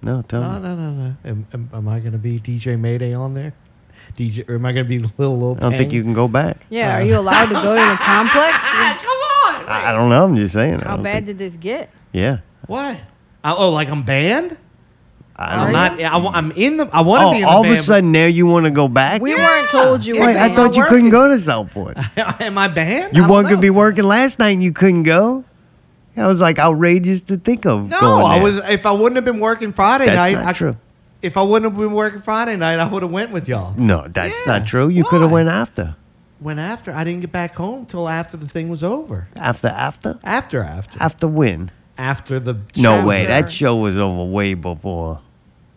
No, tell No, me. no, no, no. Am, am, am I going to be DJ Mayday on there? DJ, or am I going to be Lil Lil I don't think you can go back. Yeah, are you allowed to go to the complex? I I don't know. I'm just saying. I How don't bad did think- this get? yeah. What? I, oh, like I'm banned? I Are don't I'm you? not. I, wa- I'm in the. I want to Oh, be in the all of band, a sudden now you want to go back? We weren't told you. were Wait, I banned. thought you We're couldn't go to Southport. but- Am I banned? I don't You weren't going to know. be working last night and you couldn't go? That was like outrageous to think of. No, going I there. was. If I wouldn't have been working Friday That's night, not I, true. If I wouldn't have been working Friday night, I would have went with y'all. No, that's Yeah, not true. You could have why? went after. Went after. I didn't get back home till after the thing was over. After, after? After, after, After when? after the. No way. After. That show was over way before Ma-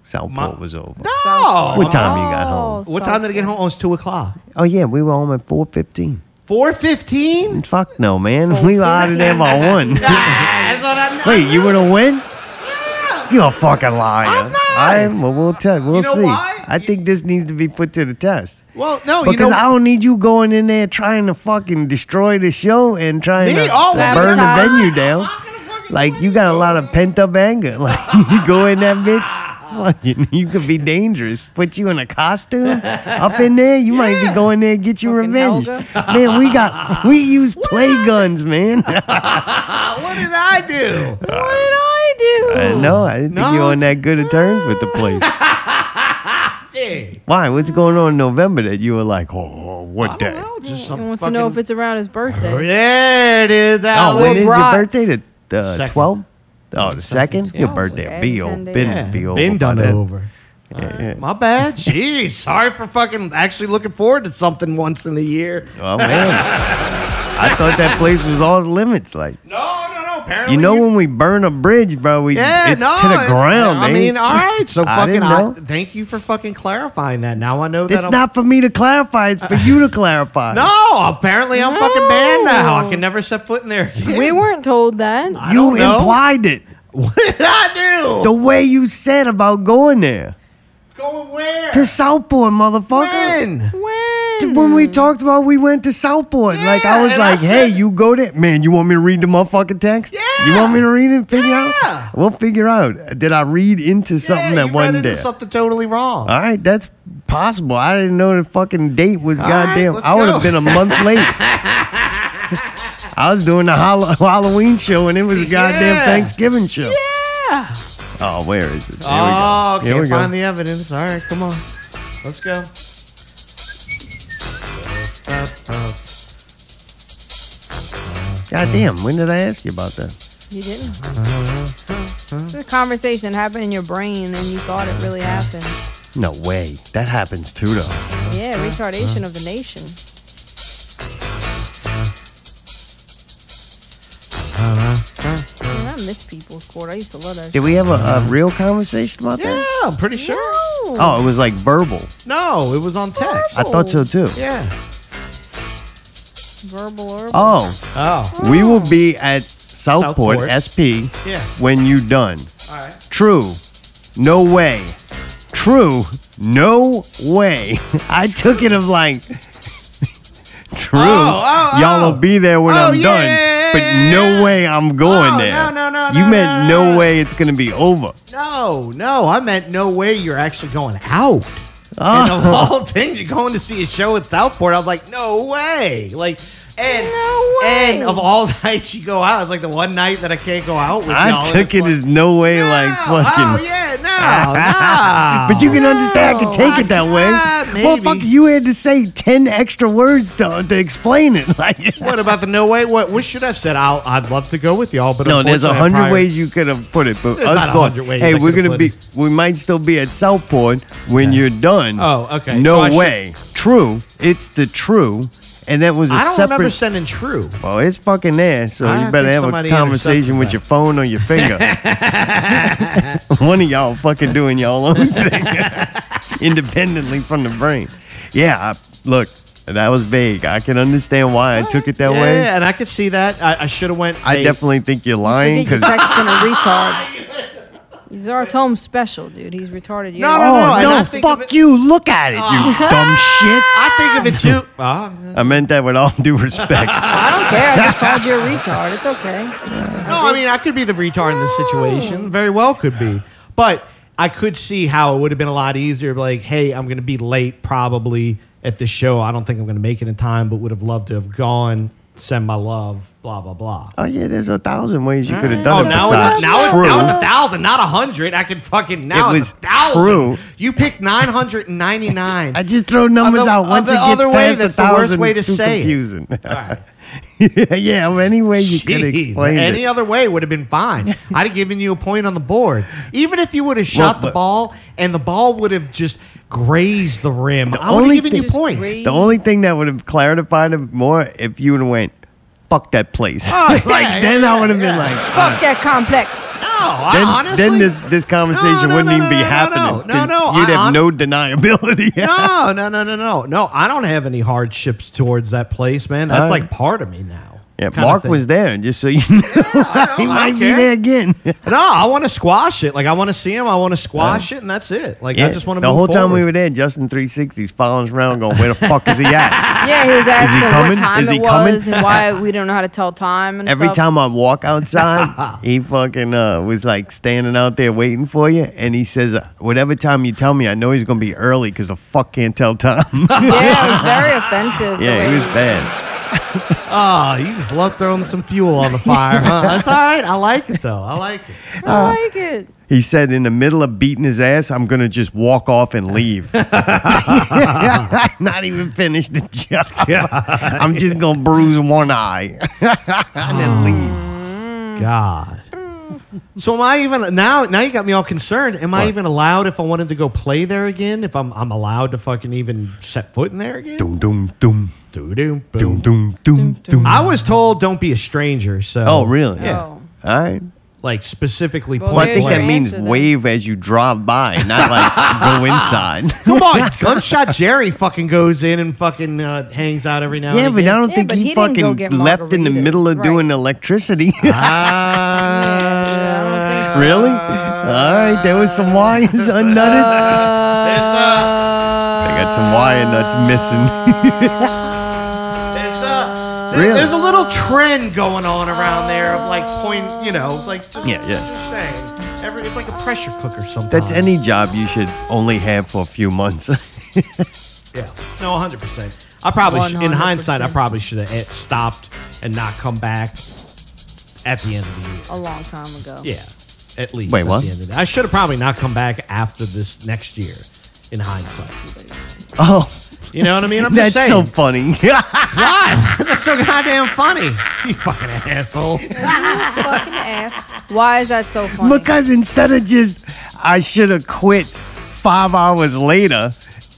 Southport was over. No. What time you got home? Oh, What time did I get home? Oh, it's two o'clock. Oh yeah, we were home at four fifteen. Four fifteen. Fuck no, man. We were out of there by one. Ah, That's what I know. Wait, you were to win? You're a fucking liar. I'm not. All right, well, we'll tell. We'll know see. why? I think this needs to be put to the test. Well, no, you Because know, I don't need you going in there trying to fucking destroy the show and trying Me? to Oh, well, burn the Sabotage. venue down. Like you got a lot of pent up anger. Like you go in that bitch, fucking, you could be dangerous. Put you in a costume up in there, you might be going there and get your Fucking revenge. Helga. Man, we got we use play guns, man. what did I do? What did I do? Uh, no, I didn't Oh. No, think you were on it's- that good of terms with the place. Dude. Why? What's going on in November that you were like, oh, I don't what day? know. Just He some wants fucking. to know if it's around his birthday. There it is. That Oh, when Lil is your Brox. birthday? The uh, Second. twelve? Oh, the second. Yeah. Your birthday Okay, be ten old, days. been Yeah, be old, been done over. Yeah, yeah. My bad. Jeez, sorry for fucking actually looking forward to something once in a year. Oh man, I thought that place was all limits. Like No, no, no. Apparently, you know, when we burn a bridge, bro, we yeah, it's no, to the it's- ground. I man. mean, all right. So I fucking. didn't I, know. thank you for fucking clarifying that. Now I know that. it's I'm- not for me to clarify. It's for you to clarify. No, apparently I'm fucking banned now. I No. can never set foot in there again. We weren't told that. I you don't know. implied it What did I do? the way you said about going there Going where? to Southport, motherfucker. when? When? When we talked about we went to Southport, like I Yeah, was and I like, "Hey, said- you go there, man. You want me to read the motherfucking text? You Yeah. want me to read it? Figure Yeah. out. We'll figure out. Did I read into something Yeah, that you ran wasn't into there? Something totally wrong. All right, that's possible. I didn't know the fucking date was All right, goddamn. let's I would go. have been a month late. I was doing the Hall- Halloween show and it was a goddamn Yeah. Thanksgiving show. yeah. Oh, where is it? There Oh, we go. Here can't we go. find the evidence. All right, come on. Let's go. goddamn, when did I ask you about that? You didn't. It's a conversation that happened in your brain and you thought it really happened. No way. That happens too, though. Yeah, retardation of the nation. Man, I miss people's court. I used to love that. Did shit. we have a, a real conversation about Yeah, that? I'm pretty sure. No. Oh, it was like verbal. No, it was on text. I thought so too. Yeah. verbal or Oh, Oh. we will be at Southport, Southport. SP Yeah. when you done. All right. True. No way. True. No way. I took it of like True. Oh, oh, Y'all oh. will be there when Oh, I'm yeah, done. yeah, yeah, but yeah, yeah. no way I'm going Oh, there. no, no, no, You no, meant no, no, no, no. way it's gonna be over. No, no, I meant no way you're actually going out. And of Oh, all things, you're going to see a show at Southport. I was like, no way. Like, and No way. and of all nights you go out, it's like the one night that I can't go out with y'all. I took it as no way like No, Oh fucking yeah, no, no. But you can understand I can take it that way. Ah, maybe. Well, fuck, you had to say 10 extra words to, to explain it. Like, What about the no way? What what should I have said? I'll, I'd love to go with y'all, but no, there's unfortunately, a I hundred prior- ways you could have put it, but There's not a us going, hundred ways hey, I we're could've gonna put be, it. we we might still be at Southport when you're done. Oh, okay. So No I should- way. True. It's the true, and that was a I don't separate. remember sending true. well, Oh, it's fucking there, so I you better think have somebody a conversation intercepted with that. your phone or your finger. One of y'all fucking doing y'all own thing independently from the brain. Yeah, I, look, that was vague. I can understand why I took it that yeah, way. and I could see that. I, I should have went. I hey, definitely think you're I lying think you're because texting a retard. He's our home special, dude. He's retarded. You No, know? no, no. Oh and I no! think of Fuck it- you! Look at it, you dumb shit. I think of it Ah. too. Oh, I meant that with all due respect. I don't care. I just called you a retard. It's okay. No, I mean I could be the retard in this situation. Very well could be. But I could see how it would have been a lot easier. Like, hey, I'm going to be late probably at the show. I don't think I'm going to make it in time, but would have loved to have gone. Send my love. Blah blah blah. Oh yeah, there's a thousand ways you could have Oh, done it. now besides it's, now, it's, true. now it's a thousand, not a hundred. I can fucking now It it's was a thousand. true. You picked nine hundred and ninety nine. I just throw numbers Other- out once other- it gets other way, past a that's the worst thousand. way to it's too say it. confusing. right. yeah, well, any way you could Gee, explain any it. other way would have been fine. I'd have given you a point on the board, even if you would have shot Look, the but- ball and the ball would have just grazed the rim. I would have only given you thing- points. Just The only thing that would have clarified it more if you would have went, "Fuck that place." Oh, like yeah, then yeah, I would have yeah. been like, Fuck that complex. No, I then, honestly. then this this conversation no, wouldn't no, even be no, no, no, happening. no, no, 'cause no, you'd I- have I'm- no deniability. no, no, no, no, no, no. I don't have any hardships towards that place, man. That's All right. like part of me now. Yeah, kinda Mark thing. was there, just so you know. he I might don't be care. there again. No, I want to squash it. Like I want to see him. I want to squash it, and that's it. Like I just want to. the move whole time we forward. were there, Justin 360's following us around going, where the fuck is he at? Yeah, he was asking coming? what time Is he it was coming? and why we don't know how to tell time. And Every stuff. time I walk outside, he fucking uh, was like standing out there waiting for you. And he says, uh, whatever time you tell me, I know he's going to be early because the fuck can't tell time. Yeah, it was very offensive. the yeah, way he was bad. Ah, you just love throwing some fuel on the fire, huh? That's all right. I like it though. I like it. I like it. He said, in the middle of beating his ass, I'm going to just walk off and leave. Not even finish the job. I'm just going to bruise one eye. Mm. God. So am I even now? Now you got me all concerned. Am I What? even allowed if I wanted to go play there again? If I'm I'm allowed to fucking even set foot in there again? doom, doom, doom. Doo doo Doom, boom. doom, doom, doom. I was told don't be a stranger. So Oh, really? Yeah. Oh. All right. Like specifically Well, Well, I point blank. There's think that your means answer then. wave as you drive by, not like go inside. Come on, Gunshot Jerry fucking goes in and fucking uh, hangs out every now yeah, and but I again. don't Yeah, think but he, he didn't go fucking get left in the margaritas, middle of right. doing electricity. Ah, Yeah, I don't think so. really? All right, there was some wires unnutted. Uh, I got some wire nuts missing. It's a, there- Really? There's a little trend going on around there of like point, you know, like just, Yeah, yeah. just saying. Every, it's like a pressure cooker sometimes. That's any job you should only have for a few months. Yeah. No, 100%. I probably, sh- in 100%. hindsight, I probably should have eh, stopped and not come back at the end of the year. a long time ago. Yeah. At least. Wait, at what? The end of the, I should have probably not come back after this next year in hindsight. oh, You know what I mean? I'm that's just saying. so funny. Why? That's so goddamn funny. You fucking asshole. Fucking ass. Why is that so funny? Because instead of just, I should have quit five hours later,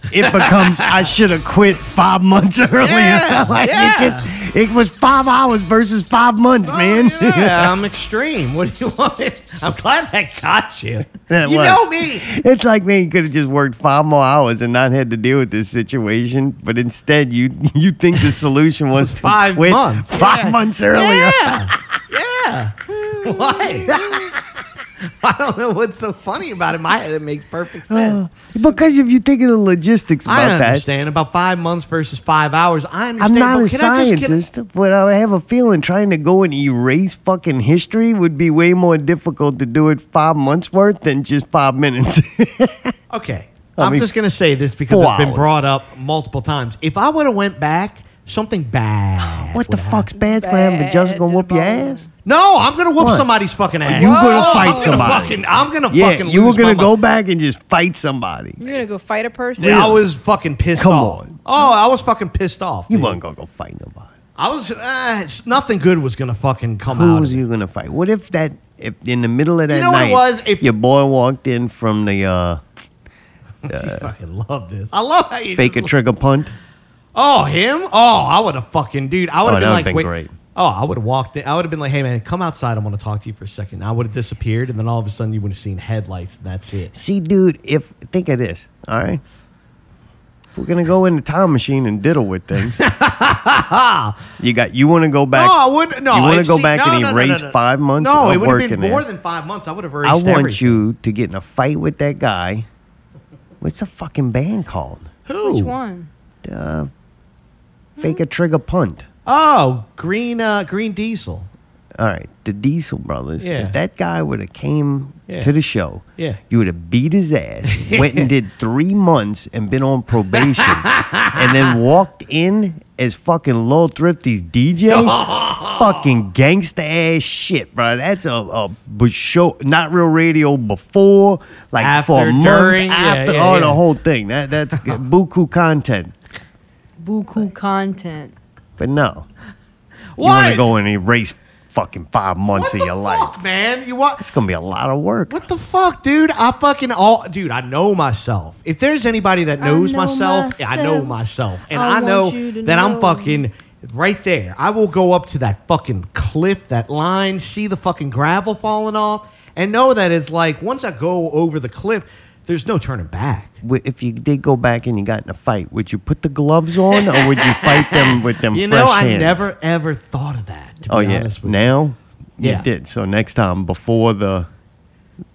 it becomes, I should have quit five months earlier. Yeah, like, yeah. It just, it was five hours versus five months, man. Oh, yeah, I'm extreme. What do you want? I'm glad that got you. That you was. know me. It's like man, you could have just worked five more hours and not had to deal with this situation, but instead you you think the solution was to Five quit months. five Yeah. months earlier. Yeah. Yeah. Why? I don't know what's so funny about it. In my head, it makes perfect sense. Because if you think of the logistics about I Oh, that, understand about five months versus five hours. I I'm understand. not but a can I just- can- scientist, but I have a feeling trying to go and erase fucking history would be way more difficult to do it five months worth than just five minutes. Okay. I I'm mean, just going to say this because four it's been hours. brought up multiple times. If I would have went back, something bad. what the would've happened. fuck's bad's gonna happen? But Justin gonna Bad whoop your bone. ass? No, I'm going to whoop What? somebody's fucking ass. you gonna Oh, fight I'm gonna somebody. fucking- I'm going to Yeah, fucking you were lose my gonna go mind. back and just fight somebody. You're gonna go fight a person? Yeah, I was fucking pissed Come off. on. Oh, I was fucking pissed off. You dude. weren't gonna go fight nobody. I was. Uh, it's, nothing good was gonna fucking come Who out. was of it. you gonna fight? What if that if in the middle of that know what it night was? If- your boy walked in from the uh, You fucking love this. I love how you fake a just- trigger punt? Oh, him? Oh, I would have fucking dude. I would have Oh, that been like, would've been wait. great. Oh, I would have walked in. I would have been like, hey man, come outside. I want to talk to you for a second. I would have disappeared, and then all of a sudden you would have seen headlights, and that's it. See, dude, if think of this, all right? If we're gonna go in the time machine and diddle with things, you got you want to go back? no, I would no. You wanna if- go see, back no, and no, no, erase no, no. five months No, of it would have working been more there? than five months. I would have erased. I want everything. you to get in a fight with that guy. What's the fucking band called? Who? Which one? Fake a trigger punt. Oh, green, uh, green diesel. all right, the Diesel Brothers. Yeah. If that guy would have came Yeah. to the show, Yeah. you would have beat his ass, went and did three months and been on probation, and then walked in as fucking Lil Thrifty's DJ. fucking gangsta ass shit, bro. That's a, a b- show, not real radio before, like for After, a month during, yeah, after, yeah, oh, yeah. the whole thing. That that's buku content. Buku content. But no, you want Why? to go and erase fucking five months of your life. fuck, man? You want It's gonna be a lot of work. What the fuck, dude? I fucking all, dude. I know myself. If there's anybody that knows know myself, yeah, I know myself, myself. and I I, know want you to that I'm know. fucking right there. I will go up to that fucking cliff, that line, see the fucking gravel falling off, and know that it's like once I go over the cliff, there's no turning back. Wh- If you did go back and you got in a fight, would you put the gloves on or would you fight them with them? You fresh know, I hands? never ever thought of that. To Oh be yeah. honest with you. Now Yeah. you did. So next time before the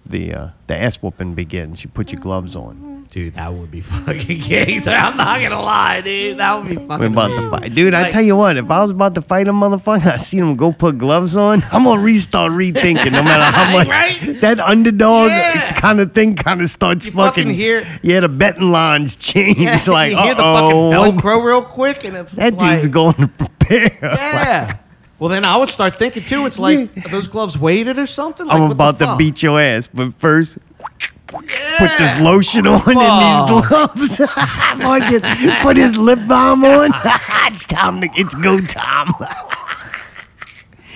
the uh, the ass whooping begins, you put your gloves on. dude, that would be fucking gangster. I'm not gonna lie, dude. That would be fucking. We're about amazing. to fight. Dude, I Like- tell you what, if I was about to fight a motherfucker, I seen him go put gloves on, I'm gonna restart rethinking no matter how much Right? that underdog Yeah. kind of thing kind of starts You fucking, fucking hear- Yeah, the betting lines change. Yeah, like, you hear the "Uh-oh, fucking Velcro real quick, and it's that like, dude's going to prepare. Yeah. Well, then I would start thinking too. It's like are those gloves weighted or something. Like, I'm what the about to fuck? beat your ass, but first put this Yeah. lotion on Fuck. and these gloves. Morgan, put his lip balm on. it's time to, it's go time.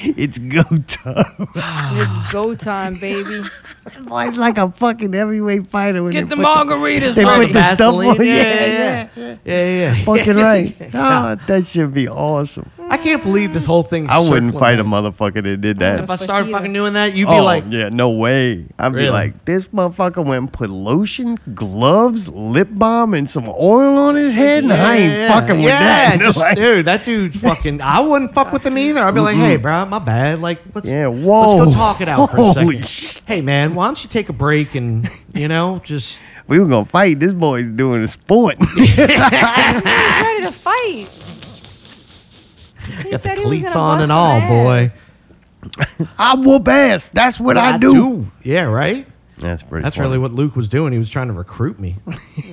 it's go time. It's go time, baby. Boy, it's like a fucking heavyweight fighter when Get the they put margaritas they ready. put the stuff on. Vaseline? Yeah, yeah, yeah, yeah, yeah, yeah. fucking right. Oh, that should be awesome. I can't believe this whole thing. I wouldn't fight a motherfucker that did If that. I started Fajita. fucking doing that, you'd be Oh, like, yeah, no way. I'd Really? be like, this motherfucker went and put lotion, gloves, lip balm, and some oil on his head, and I ain't yeah, fucking with yeah, that. No, just- like- dude, that dude's fucking. I wouldn't fuck with him either. I'd be like, hey, bro, my bad. Like, let's, Yeah, whoa. let's go talk it out for a Holy second. sh- hey, man, why don't you take a break and you know just we were gonna fight. This boy's doing a sport. He's ready to fight. He get the said he was cleats gonna on and bust some all, ass. boy. I whoop ass. That's what I, do. Yeah, right. That's pretty. That's really what Luke was doing. He was trying to recruit me.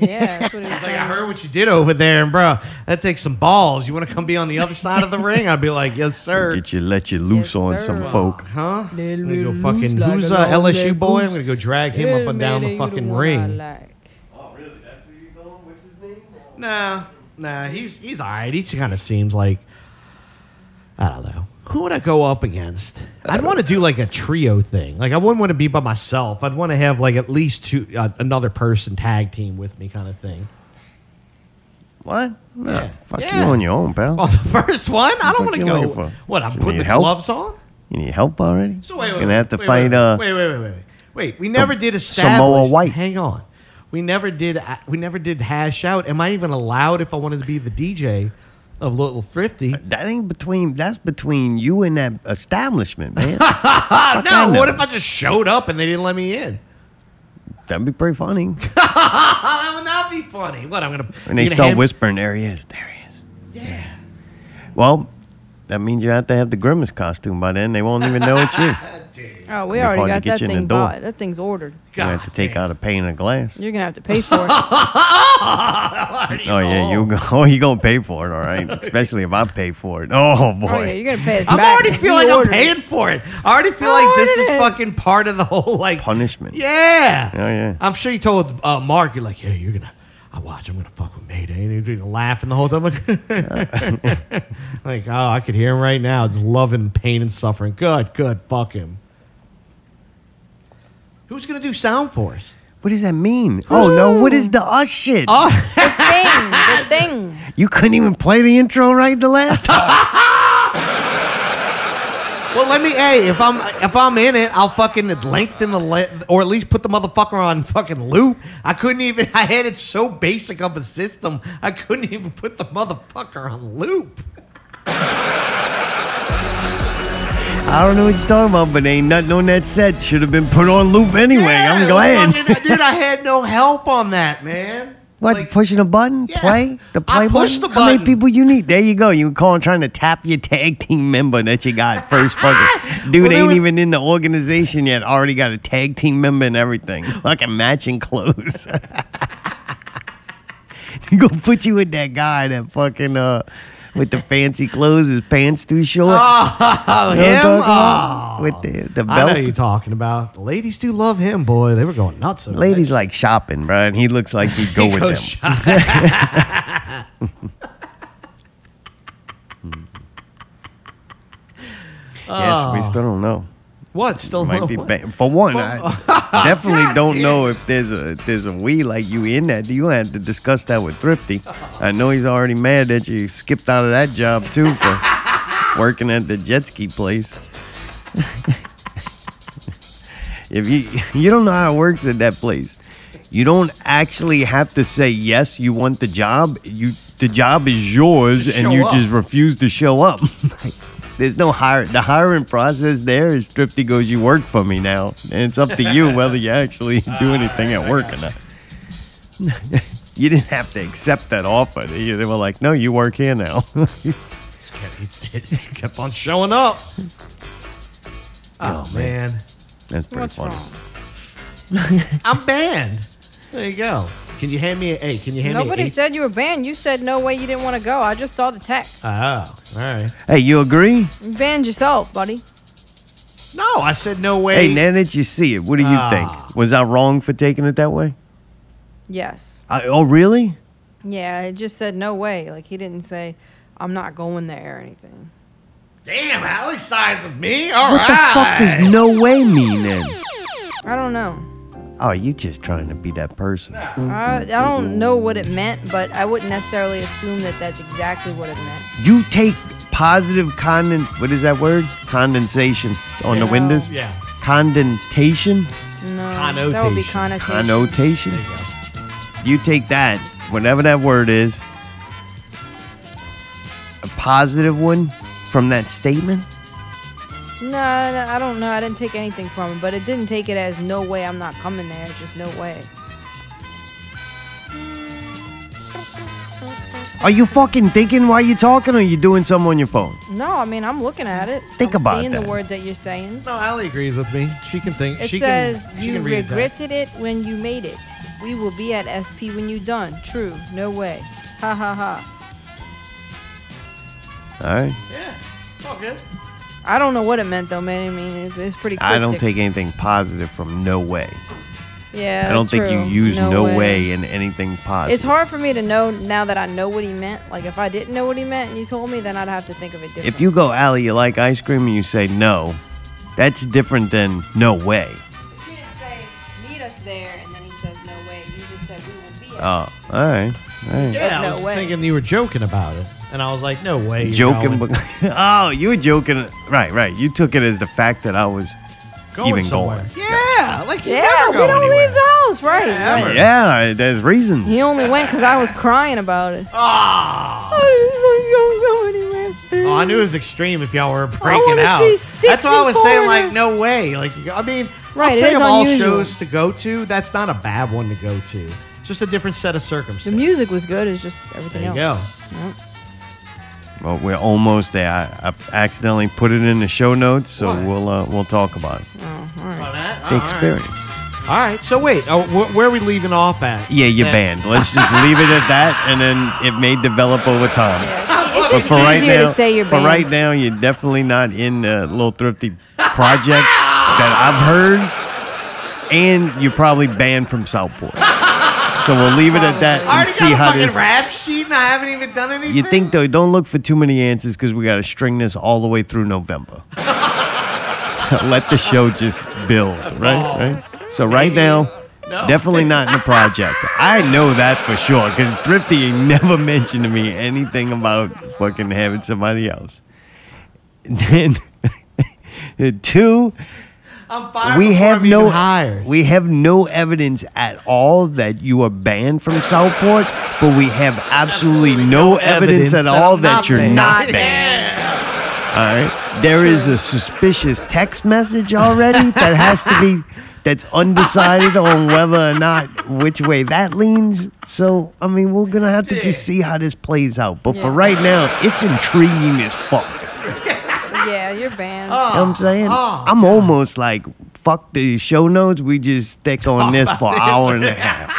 Yeah, that's what he Like was like. I heard what you did over there, and bro, that takes some balls. You want to come be on the other side of the ring? I'd be like, yes, sir. Did you let you loose Yes, on sir. some folk? Huh? I'm They gonna go loose fucking. like who's a uh, long LSU leg boy? I'm goose. gonna go drag him up and down the fucking ring. Oh, really? That's who you going? What's his name? Nah, nah, he's he's all right. He kind of seems like I don't know. Who would I go up against? I'd want to do like a trio thing. Like I wouldn't want to be by myself. I'd want to have like at least two uh, another person tag team with me, kind of thing. What? No, Yeah. fuck Yeah. Oh. you on your own, pal. Well, the first one, I don't What want to you go. looking for? What I'm So you putting need the help? gloves on. You need help already? So wait, wait, Gonna wait, have to wait, fight. Wait, uh, wait, wait, wait, wait, wait. Wait, we never did establish. Samoa White. Hang on, we never did. We never did hash out. Am I even allowed if I wanted to be the DJ of Little Thrifty? that ain't between. That's between you and that establishment, man. Ah, I no. know. What if I just showed up and they didn't let me in? That'd be pretty funny. Oh, that would not be funny. What I'm gonna And they you're gonna start hand- whispering, "There he is. There he is." Yeah. Well, that means you have to have the grimace costume by then. They won't even know it's you. Oh, we It's gonna be already hard to got get that you in the thing door. bought. That thing's ordered. You have to take out a pane and a glass. You're gonna have to pay for it. Oh yeah, you go. Oh, you gonna pay for it, all right? Especially if I pay for it. Oh boy. Oh yeah, you're gonna pay us I'm back. already We feel like I'm ordered it. paying for it. I already feel I like this is ordered it. fucking part of the whole like Punishment. Yeah. Oh, yeah. I'm sure you told uh, Mark, you're like, yeah, you're gonna. I watch. I'm gonna fuck with Mayday, and he's gonna laughing the whole time. Like, like, oh, I could hear him right now, just loving pain and suffering. Good, good, fuck him. Who's gonna do sound for us? What does that mean? Oh no, what is the us shit? Oh. The thing. The thing. You couldn't even play the intro right the last time. Well, let me. Hey, if I'm if I'm in it, I'll fucking lengthen the le- or at least put the motherfucker on fucking loop. I couldn't even. I had it so basic of a system. I couldn't even put the motherfucker on loop. I don't know what you're talking about, but ain't nothing on that set. Should have been put on loop anyway. Yeah, I'm glad. fucking- dude. I had no help on that, man. What? Like- pushing a button? Yeah. Play the play I pushed button? the How many button. people you need? There you go. You calling trying to tap your tag team member that you got first fucking dude Well, they ain't would- even in the organization yet. Already got a tag team member and everything. Fucking matching clothes. you gonna put you with that guy that fucking uh with the fancy clothes, his pants too short. Oh, You know what I'm him? Oh. talking about? with the the I know belt. you're talking about. The ladies do love him, boy. They were going nuts. over Ladies like shopping, bro, and he looks like he'd go that. with Go them. shop. Yes, we still don't know. What? Still Might be what? ba- Oh. for one. I definitely don't know if there's a if there's a we like you in that. You had to discuss that with Thrifty. I know he's already mad that you skipped out of that job too for working at the jet ski place. if you you don't know how it works at that place, you don't actually have to say yes. You want the job. You the job is yours, Just and show you up. just refuse to show up. Like, There's no hire. The hiring process there is Thrifty goes, you work for me now, and it's up to you whether you actually do anything at work or not. you didn't have to accept that offer. They they were like, no, you work here now. Just kept- he just kept on showing up. Oh, man. That's What's pretty funny. wrong? I'm banned. There you go. Can you hand me a hey, can you hand Nobody me a said you were banned. You said no way you didn't want to go. I just saw the text. Oh, all right. Hey, you agree? you banned yourself, buddy. No, I said no way. Hey, now that you see it, what do you Ah. think? Was I wrong for taking it that way? Yes. I, oh, really? Yeah, it just said no way. Like he didn't say I'm not going there or anything. Damn, Allie sides with me. All right. What the fuck does no way mean then? I don't know. Oh, you just trying to be that person. I, I don't know what it meant, but I wouldn't necessarily assume that that's exactly what it meant. You take positive condens... What is that word? Condensation on the Yeah. windows? Yeah. Condensation? No, that would be Connotation. connotation. Connotation? There you go. You take that, whatever that word is, a positive one from that statement? No, no, I don't know. I didn't take anything from it, but it didn't take it as no way I'm not coming there. It's Just no way. Are you fucking thinking while you're talking or you doing something on your phone? No, I mean I'm looking at it. Think I'm about seeing that. the words that you're saying. No, Allie agrees with me. She can think. It she says can, she you can read it back. regretted it when you made it. We will be at SP when you done. True. No way. Ha ha ha. All right. Yeah. All good. I don't know what it meant though, man. I mean, it's, it's pretty. Cryptic. I don't take anything positive from no way. Yeah. I don't think Uh, true. you use no, way. in anything positive. It's hard for me to know now that I know what he meant. Like if I didn't know what he meant and you told me, then I'd have to think of it differently. If you go, Allie, you like ice cream, and you say no, that's different than no way. You didn't say meet us there, and then he says no way. You just said we will be. Oh, all right. All right. Yeah, no I was way. thinking you were joking about it, and I was like, no way. you're Joking. going- But, oh, you were joking. Right, right. You took it as the fact that I was. going even somewhere. going. Yeah, like you yeah, never we go don't anywhere. leave the house, right? Yeah, right. ever. Yeah, there's reasons. He only went because I was crying about it. Ah. I just don't go anywhere. Oh, I knew it was extreme if y'all were breaking wanna out. see sticks that's why I and was saying, foreigner. like, no way. Like, you go- I mean, Right, I'll it say is of all unusual. shows to go to, that's not a bad one to go to. It's just a different set of The circumstances. music was good. It's just everything there you else. go. Well, we're almost there. I, I accidentally put it in the show notes, so What? we'll uh, we'll talk about it. Oh, all right. Oh, that- The all right. experience. All right. So wait, oh, wh- where are we leaving off at? Yeah, you're Then- banned. Let's just leave it at that, and then it may develop over time. Yeah, It's But just for right easier now, to say you're for banned. right now, you're definitely not in the little thrifty project that I've heard, and you're probably banned from Southport. So we'll leave it at that I and already see got a how fucking this. rap sheet, and I haven't even done anything. You think though? Don't look for too many answers because we got to string this all the way through November. So Let the show just build, right? Right. So right now. No. Definitely not in the project. I know that for sure because Thrifty never mentioned to me anything about fucking having somebody else. And then two, I'm fired we before have I'm even no hired? we have no evidence at all that you are banned from Southport, but we have absolutely no evidence at all I'm that you're banned. not banned. Yeah. All right. There is a suspicious text message already that has to be that's undecided on whether or not which way that leans. So, I mean, we're going to have to just see how this plays out. But for Yeah. right now, it's intriguing as fuck. yeah, you're banned. You know what I'm saying? oh, I'm almost like, fuck the show notes. We just stick on this for an hour and a half.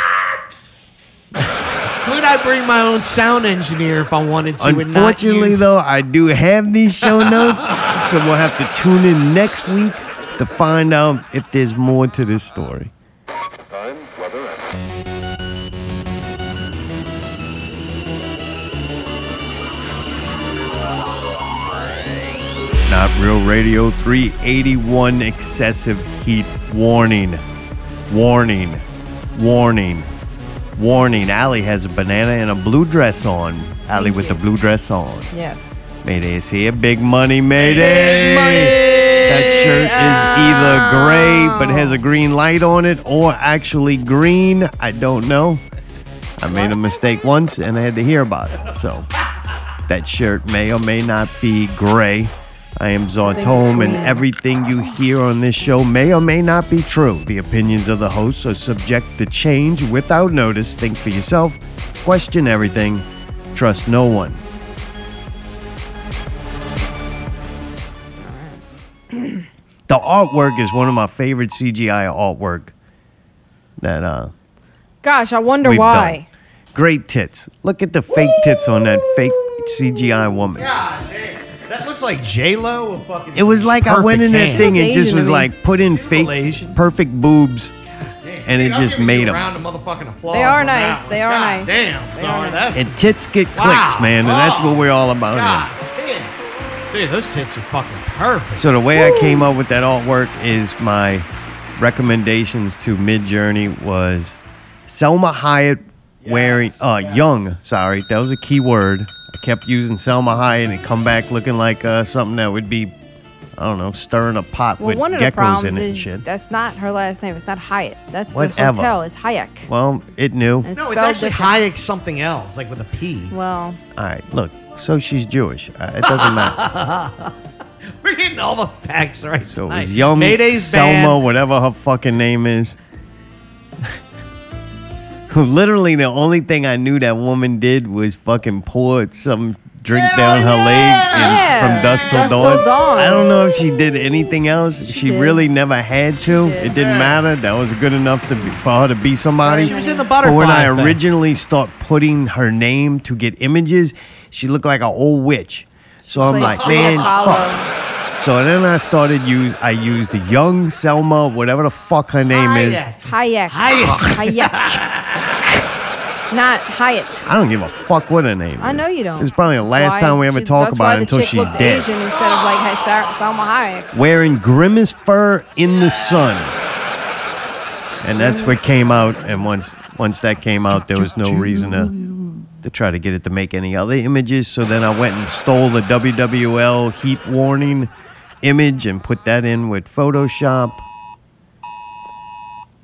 Could I bring my own sound engineer if I wanted to? and not Unfortunately, use- though, I do have these show notes. so we'll have to tune in next week to find out if there's more to this story. Time, weather, and Not Real Radio 381 excessive heat warning. Warning. Warning. Warning. Allie has a banana and a blue dress on. Allie Thank with the you. blue dress on. yes. Mayday is here. Big money, Mayday. That shirt is either gray but has a green light on it or actually green. I don't know. I made a mistake once and I had to hear about it. So that shirt may or may not be gray. I am it's Zartome, and green. everything you hear on this show may or may not be true. The opinions of the hosts are subject to change without notice. Think for yourself, question everything, trust no one. the artwork is one of my favorite CGI artwork that uh Gosh, I wonder we've why. done. Great tits. Look at the fake tits on that fake CGI woman. God damn. That looks like J Lo. or fucking. It was like I went in that Perfect thing She's and just Asian, was I mean. like put in fake Asian. perfect boobs. hand. and it Dude, I'm just giving you made a 'em. round of motherfucking applause They are on that nice. one. They are God nice. Damn. They Sorry, are that's- And tits get clicks, Wow. man, and that's what we're all about here. God damn. Dude, those tits are fucking perfect. So the way I came up with that artwork is my recommendations to Mid Journey was Selma Hyatt wearing uh young, sorry, that was a key word. I kept using Selma Hyatt and it come back looking like uh, something that would be I don't know, stirring a pot Well, with one of the geckos problems in it and is shit. that's not her last name. It's not Hyatt. That's Whatever. the hotel. It's Hayek. Well, it knew. And no, it's spelled actually different. Hayek something else, like with a P. Well, All right, look. So she's Jewish. Uh, It doesn't matter. We're getting all the facts right. So it tonight. was Yum, Mayday's Selma, banned. whatever her fucking name is. Who literally the only thing I knew that woman did was fucking pour some drink down her leg and yeah. from dusk till Dusk till dawn. dawn. I don't know if she did anything else. She, did. really never had to. did. It didn't matter. That was good enough to be, for her to be somebody. She was in the But butterfly. when I effect. originally start putting her name to get images, she looked like an old witch. So I'm played like, Frida man, Kahlo. fuck. So then I started use I used the young Selma, whatever the fuck her name is. Hayek. Hayek. Hayek. Hayek. Not Hyatt. I don't give a fuck what her name is. I know you don't. It's probably the That's last why time we ever she- talk that's about why it the until chick she's looks dead. Asian instead of like has Sar- Salma Hayek. Wearing grimace fur in the sun. And that's what came out. And once once that came out, there was no reason to to try to get it to make any other images. So then I went and stole the WWL heat warning image and put that in with Photoshop.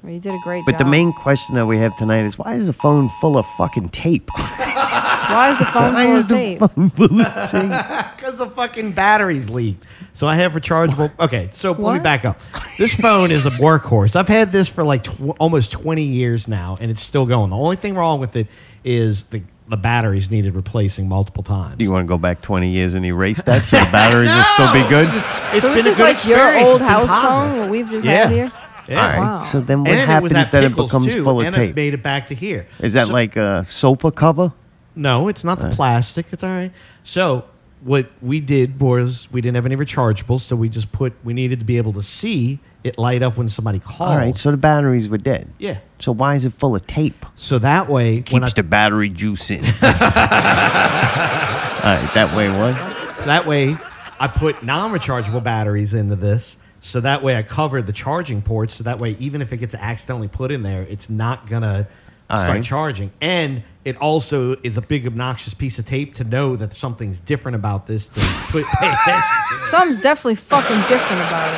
Well, you did a great But job. the main question that we have tonight is why is the phone full of fucking tape? Why is the phone Why full is of the tape? phone full of tape? Because the fucking batteries leaked. So I have rechargeable. Okay, so let me What? back up. This phone is a workhorse. I've had this for like tw- almost 20 years now, and it's still going. The only thing wrong with it is the, the batteries needed replacing multiple times. Do you want to go back 20 years and erase that so the batteries will still be good? It's so this is like your old house phone. What we've just Yeah. had here. Yeah. All right. Wow. So then what And it was happens at that it Pickles, becomes too, full of and tape? It made it back to here. Is that So- like a sofa cover? No, it's not the plastic. It's all right. So what we did was we didn't have any rechargeables, so we just put we needed to be able to see it light up when somebody called. All right. So the batteries were dead. yeah. So why is it full of tape? So that way, when I, Keeps the battery juice in. All right. That way what? that way, I put non-rechargeable batteries into this. So that way, I cover the charging ports. So that way, even if it gets accidentally put in there, it's not gonna All start right. charging. And it also is a big obnoxious piece of tape to know that something's different about this to put, pay attention. to. Something's definitely fucking different about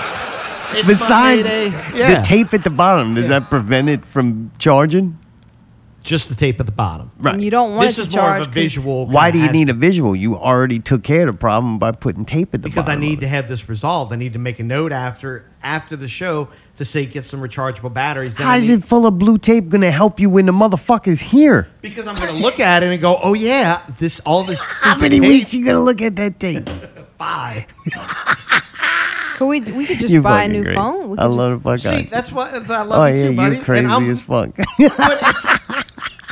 it. It's Besides Monday. the tape at the bottom, does that prevent it from charging? just the tape at the bottom. Right. And you don't want this it to is more charge. of a 'cause- visual. Why kinda do you has- need a visual? You already took care of the problem by putting tape at the Because I bottom of need it. to have this resolved. I need to make a note after after the show to say get some rechargeable batteries. Then I How is need- it full of blue tape going to help you when the motherfucker's here? Because I'm going to look at it and go, oh yeah, this all this. How many weeks you going to look at that tape? Five. Oh Could we? We could just You buy a fucking new great. phone. We I could love the fuck out. See, of you. that's what I love Oh you yeah, too, buddy. you're crazy and I'm, as fuck. but it's-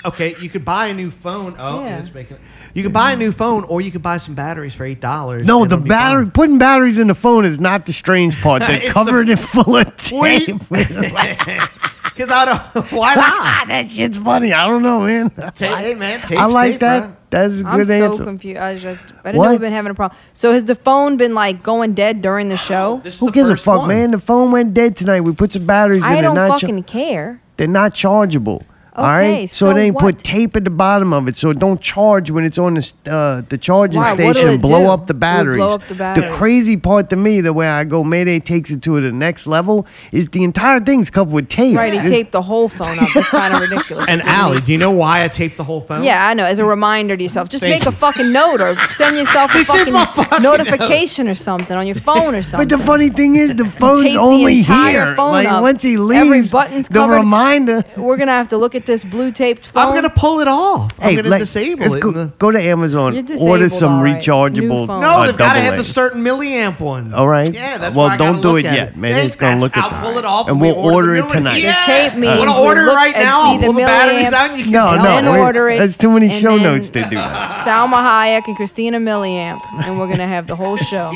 okay, you could buy a new phone. Oh, Yeah. it's making. You could buy a new phone, or you could buy some batteries for eight dollars. no, the battery putting batteries in the phone is not the strange part. They It's covered it full of Wait. tape. Ah, Because I don't. Why not? that shit's funny. I don't know, man. Ta- hey man, tape's I like tape, that. bro. That's a good I'm so answer. confused. I, just, I didn't What? know we've been having a problem. So has the phone been like going dead during the show? This is Who the gives a first fuck, one. man? The phone went dead tonight. We put some batteries in. I it. don't not cha- fucking care. They're not chargeable. all Okay, right, so, so they put what? tape at the bottom of it, so it don't charge when it's on the st- uh, the charging Why? What'll station. it blow do? up the It'll blow batteries. up the batteries. crazy part to me, the way I go, Mayday takes it to the next level. Is the entire thing's covered with tape. Right, he It's- taped the whole phone up. It's kind of ridiculous. And Allie, do you know why I taped the whole phone? Yeah, I know. As a reminder to yourself, just Thank make you. a fucking note or send yourself a This is fucking, my fucking notification or something on your phone or But something. the funny thing is, the phone's the only entire here. phone like up. once he leaves, Every button's the covered. reminder. We're gonna have to look at this blue taped phone. I'm gonna pull it off. I'm gonna like, disable let's it. Go, in the- go to Amazon. You're disabled, Order some all right. rechargeable. New phone. no, uh, they've got to double have A. the certain milliamp one. All right. Yeah, that's Well, why I gotta don't do look it at yet, man. Hey, It's gonna look at I'll that. pull it off And and we'll we order the it new one. tonight. The Yeah. tape means Wanna we'll order it look right and now. see the I'll pull the batteries milliamp. out. and You can No, tell no, then it. wait. order it. That's too many and show then notes to do that. Salma Hayek and Christina Miliamp, and we're gonna have the whole show.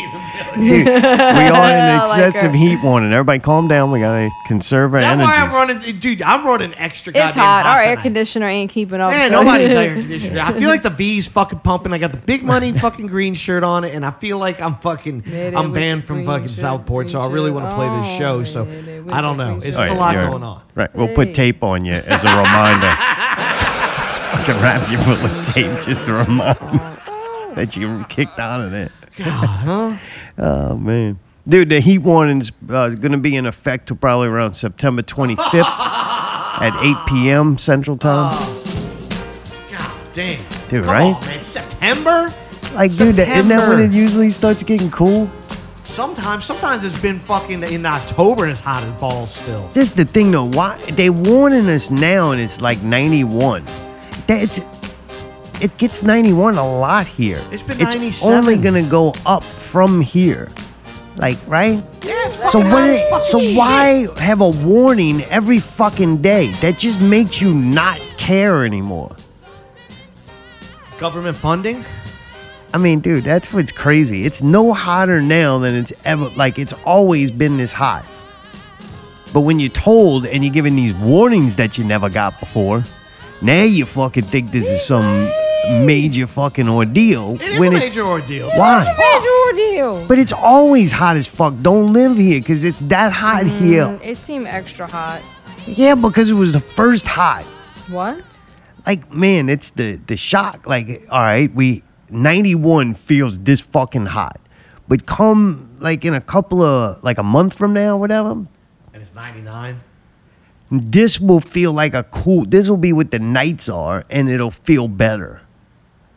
Dude, we are in I like excessive her. heat warning. Everybody, calm down. We gotta conserve our That's energy. why I'm running, dude. I'm running extra. It's goddamn hot. Our air tonight. conditioner ain't keeping up. Man, so- nobody's air conditioner. I feel like the V's fucking pumping. I got the big money fucking green shirt on, and I feel like I'm fucking. Hit it I'm with banned the from green fucking shirt, Southport, so I green really shirt. want to play this Oh, show. So hit it with I don't the know. green It's All a right, lot Oh, you're- going on. Right, we'll Hey. put tape on you as a reminder. I can wrap you full of tape just to remind you that you were kicked out of there. Oh man, dude, the heat warning's uh, going to be in effect till probably around September 25th at 8 p.m. Central Time. Oh, God damn. Come Dude, right? on, man. September. like, dude, that, isn't that when it September. usually starts getting cool? Sometimes, sometimes it's been fucking in October and it's hot as balls still. This is the thing though. Why they warning us now, and it's like 91. That it's it gets 91 a lot here. It's been It's 97. only gonna go up from here, like right. Yeah, it's So fucking hot what? as fucking so shit. why have a warning every fucking day? That just makes you not care anymore. Government funding. I mean, dude, that's what's crazy. It's no hotter now than it's ever like it's always been this hot. But when you're told and you're given these warnings that you never got before, now you fucking think this is some major fucking ordeal. It is when a it- major ordeal. why? Major ordeal. But it's always hot as fuck. Don't live here because it's that hot here. Mm, It seemed extra hot. Yeah, because it was the first hot. What? like man it's the the shock like all right we 91 feels this fucking hot but come like in a couple of like a month from now whatever And it's 99. this will feel like a cool this will be what the nights are and it'll feel better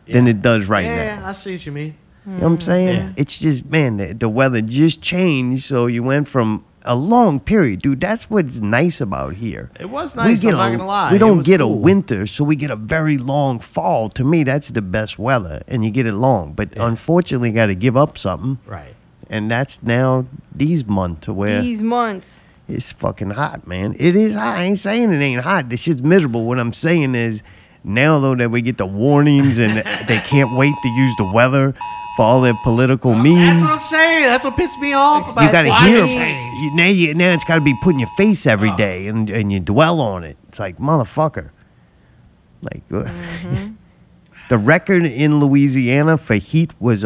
than it does right Yeah, now I see what you mean. you know what i'm saying Yeah. it's just man the, the weather just changed so you went from a long period dude that's what's nice about here It was nice. I'm not a, gonna lie. We It don't was get a cool. winter, so we get a very long fall. To me, that's the best weather, and you get it long. But unfortunately, got to give up something, Right. and that's now these months to where These months. it's fucking hot, man. It is hot. I ain't saying it ain't hot. This shit's miserable. What I'm saying is now though that we get the warnings and they can't wait to use the weather for all their political That's means. what I'm saying. That's what pissed me off about You gotta climate hear change. you, now. You, now it's gotta be put in your face every day, and and you dwell on it. It's like motherfucker. Like ugh. the record in Louisiana for heat was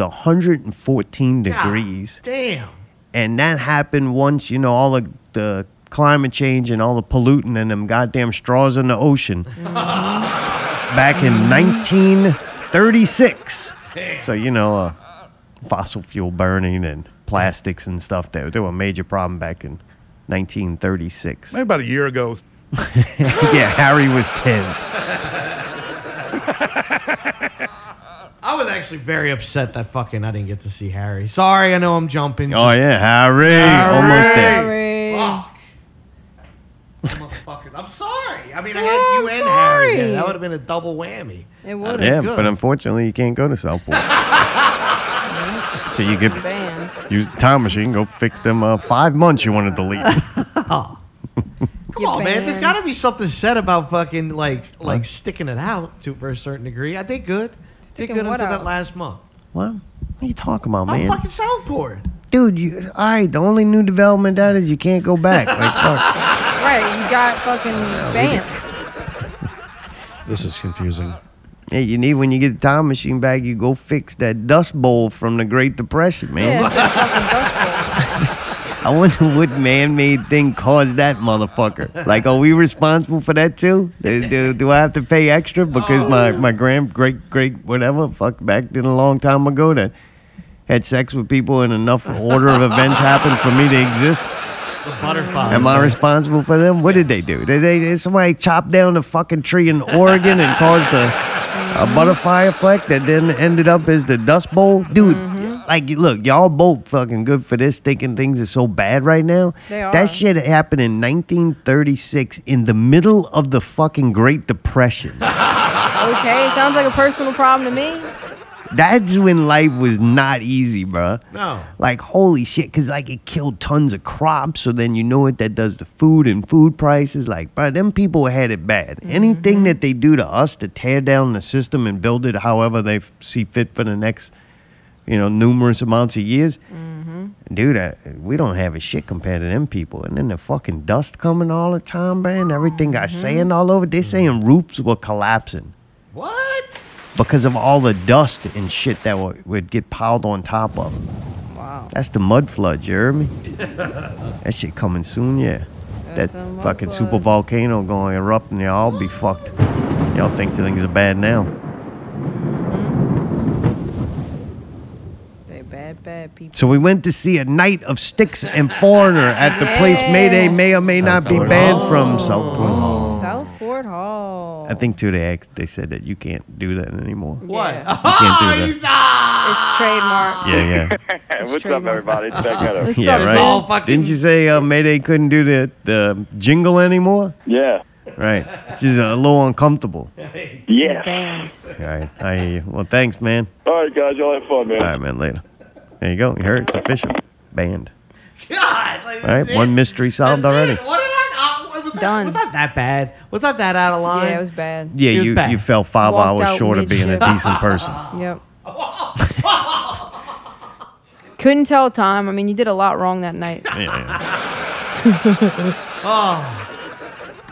God 114 degrees, Damn. and that happened once. You know all the, the climate change and all the polluting and them goddamn straws in the ocean. Back in 1936. So you know. Uh, fossil fuel burning and plastics and stuff that they were a major problem back in 1936. Maybe about a year ago. yeah, Harry was 10. I was actually very upset that fucking I didn't get to see Harry. Sorry, I know I'm jumping. Oh yeah, Harry, almost there. Sorry. Oh. Fuck. Motherfuckers. I'm sorry. I mean, I No, had you I'm and Harry. there. sorry. That would have been a double whammy. It would Yeah, have. but unfortunately, you can't go to Southport. so you could Banned. use the time machine, go fix them uh, five months you wanted to leave. Come on, Oh, man. There's got to be something said about fucking like like sticking it out to for a certain degree. I did good. Sticking did good what until that out? last month. what? What are you talking about, I'm man? fucking Southport. Dude, you, all right. The only new development that is you can't go back. Like, fuck. Right, you got fucking banned. This is confusing. Yeah, you need when you get the time machine back, you go fix that dust bowl from the Great Depression, man. Yeah, it's a fucking dust bowl. I wonder what man-made thing caused that motherfucker. Like, are we responsible for that too? Do, do, do I have to pay extra because my my grand great great whatever fuck back then a long time ago that had sex with people and enough order of events happened for me to exist? The butterfly. Am I responsible for them? What did they do? Did they did somebody chop down a fucking tree in Oregon and caused a a butterfly effect that then ended up as the dust bowl? Dude, Mm-hmm. like look, y'all both fucking good for this thinking things are so bad right now. They are. That shit happened in 1936 in the middle of the fucking Great Depression. Okay, it sounds like a personal problem to me. That's when life was not easy, bruh. No. Like, holy shit, because, like, it killed tons of crops. So then you know what that does to food and food prices. Like, bruh, them people had it bad. Anything that they do to us to tear down the system and build it however they f- see fit for the next, you know, numerous amounts of years. Dude, I, we don't have a shit compared to them people. And then the fucking dust coming all the time, man. Everything got sand all over. They saying roofs were collapsing What? because of all the dust and shit that would, would get piled on top of them. Wow. That's the mud flood, Jeremy. that shit coming soon, yeah. That's a that mud fucking flood. super volcano going to erupt and y'all be fucked. Y'all think things are bad now. They bad, bad people. So we went to see a night of sticks and foreigner at the place Mayday may or may not be banned from Southport. Southport Hall. I think too they asked, they said that you can't do that anymore. You What? Oh, Yeah. can't do He's- that. ah! It's trademark. Yeah, yeah. What's up, trademark. everybody? It's Doug Meadow. What's Yeah, up, right. man? all fucking- Didn't you say uh, Mayday couldn't do the, the jingle anymore? Yeah. Right. She's a little uncomfortable. Yeah. Banned. All right. I hear you. Well, thanks, man. All right, guys. Y'all have fun, man. All right, man. Later. There you go. You heard it. it's official. Banned. God. Like, All right. that's One it. mystery solved That's already. it. What did I? Uh, was that, Done. Was that that bad? Was that that out of line? Yeah, it was bad. Yeah, It was you, bad. you fell five Walked hours out short of being a mid-shift. decent person. Yep. Couldn't tell time. I mean, you did a lot wrong that night. Yeah, yeah.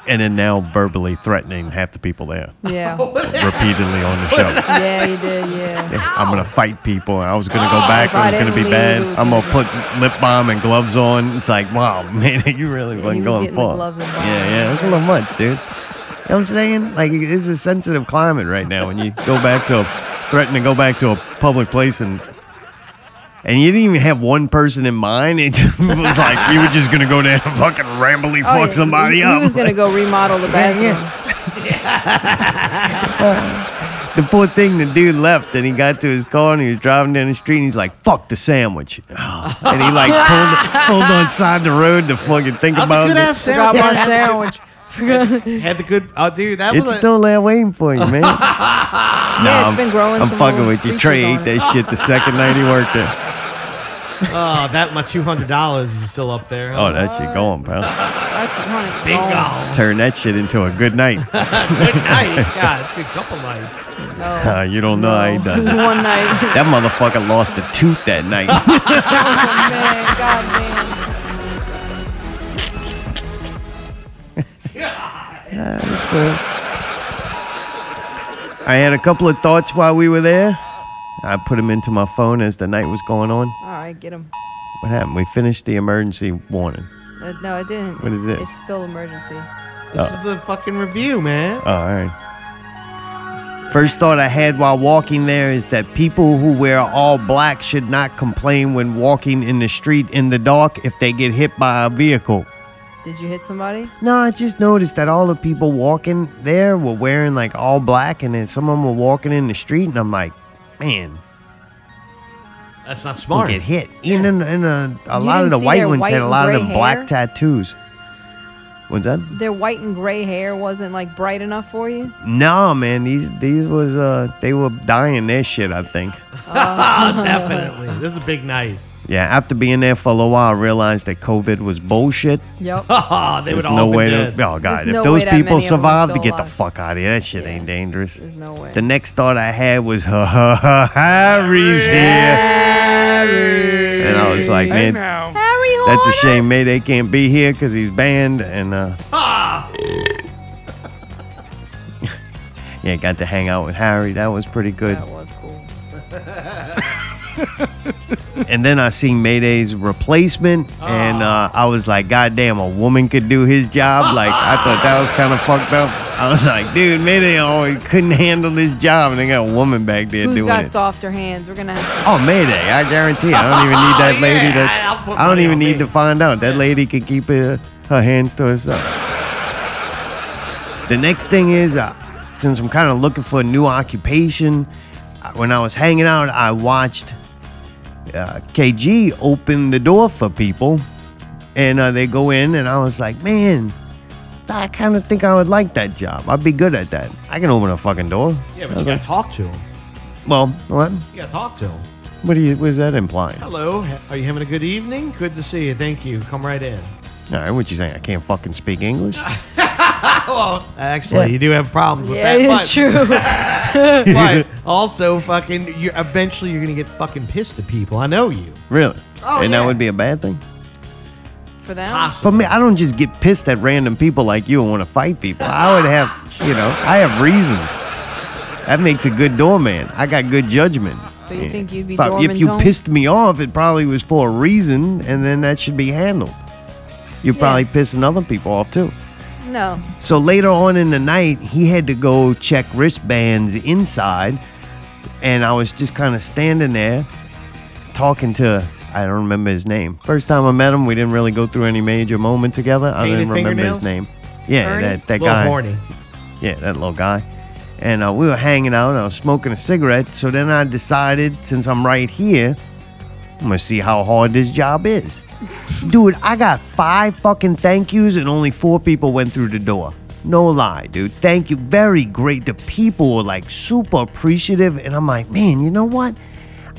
And then now verbally threatening half the people there Yeah. repeatedly on the show. Yeah, you did. Yeah. I'm gonna fight people. I was gonna go back. Oh, If I It was gonna didn't be leave, bad. it was I'm gonna put gonna lip balm and gloves on. It's like, wow, man, you really he was wasn't going getting the for. it. gloves and balm. Yeah, yeah, it's a little much, dude. You know what I'm saying? Like, it's a sensitive climate right now. When you go back to a, threaten to go back to a public place and and you didn't even have one person in mind. It was like you were just gonna go there and fucking rambly Oh, fuck yeah, somebody he, up. He was gonna go remodel the Yeah, bathroom. yeah. The poor thing, the dude left and he got to his car and he was driving down the street and he's like, fuck the sandwich. and he like pulled, pulled on side the road to fucking think That's a about good it. ass Forgot sandwich. my sandwich. Had the good. Oh, dude, that It's was. a- still there waiting for you, man. no, I'm, been growing I'm some fucking little with you. creatures Trey on ate it. that shit the second night he worked there. oh, that my two hundred dollars is still up there. huh? Oh, that shit going, pal. That's funny. Bingo. Oh, Turn that shit into a good night. Good night. God, it's a good couple nights. no. Uh, you don't know how he No. does it. One night. That motherfucker lost a tooth that night. Oh, man, God So, I had a couple of thoughts while we were there. I put them into my phone as the night was going on. All right, get him. What happened? We finished the emergency warning. Uh, no, it didn't. What is this? It's still emergency. This is the fucking review, man. Oh, all right. First thought I had while walking there is that people who wear all black should not complain when walking in the street in the dark if they get hit by a vehicle. Did you hit somebody? No, I just noticed that all the people walking there were wearing like all black, and then some of them were walking in the street, and I'm like, man, That's not you smart. get hit. And, then and uh, a You lot didn't of the see white their ones white had a and lot of gray them black hair? tattoos. What's that? Their white and gray hair wasn't like bright enough for you. No, man, these these was uh they were dying their shit. I think. Definitely. This is a big night. Yeah, after being there for a little while, I realized that COVID was bullshit. Yep. Oh, they There's would all no be way dead. to. Oh god, if no those way that people many of 'em are survived, to still get the alive. fuck out of here. That shit Yeah. ain't dangerous. There's no way. The next thought I had was, ha ha ha, Harry's here. And I was like, Hey man, now. Harry that's a Horner? shame. Mayday can't be here because he's banned. And, uh, yeah, got to hang out with Harry. That was pretty good. That was cool. And then I seen Mayday's replacement. And Ah. uh, I was like, God damn, a woman could do his job. Like, I thought that was kind of fucked up. I was like, dude, Mayday always couldn't handle his job. And they got a woman back there Who's doing got it. softer hands? We're gonna have Oh, Mayday! I guarantee. it. I don't even need that lady. Oh, Yeah, I'll that put I don't money even on need me. to find out. That lady can keep her, her hands to herself. The next thing is, uh, since I'm kind of looking for a new occupation, uh, when I was hanging out, I watched uh, KG open the door for people, and uh, they go in, and I was like, man. I kind of think I would like that job. I'd be good at that. I can open a fucking door. Yeah, I but you was gotta like, talk to him. well, what? You gotta talk to him. What, do you, what is that implying? Hello, ha- are you having a good evening? Good to see you. Thank you. Come right in. All right, what you saying? I can't fucking speak English? Oh, Actually, What? you do have problems with Yeah, that. it but, is true. but also, fucking, you eventually you're gonna get fucking pissed at people. I know you. Really? Oh, and that yeah. would be a bad thing? For them? For me, I don't just get pissed at random people like you and want to fight people. I would have, you know, I have reasons. That makes a good doorman. I got good judgment. So you think you'd be if, I- if Doorman you Tone? pissed me off, it probably was for a reason, and then that should be handled. You're probably pissing other people off too. No. So later on in the night, he had to go check wristbands inside, and I was just kind of standing there talking to I don't remember his name. First time I met him, we didn't really go through any major moment together. I Painted didn't remember fingernails? his name. Yeah, Ernie? that that Little guy. horny. Yeah, that little guy. And uh, we were hanging out, and I was smoking a cigarette. So then I decided, since I'm right here, I'm gonna see how hard this job is. dude, I got five fucking thank yous, and only four people went through the door. No lie, dude. Thank you. Very great. The people were like super appreciative, and I'm like, man, you know what?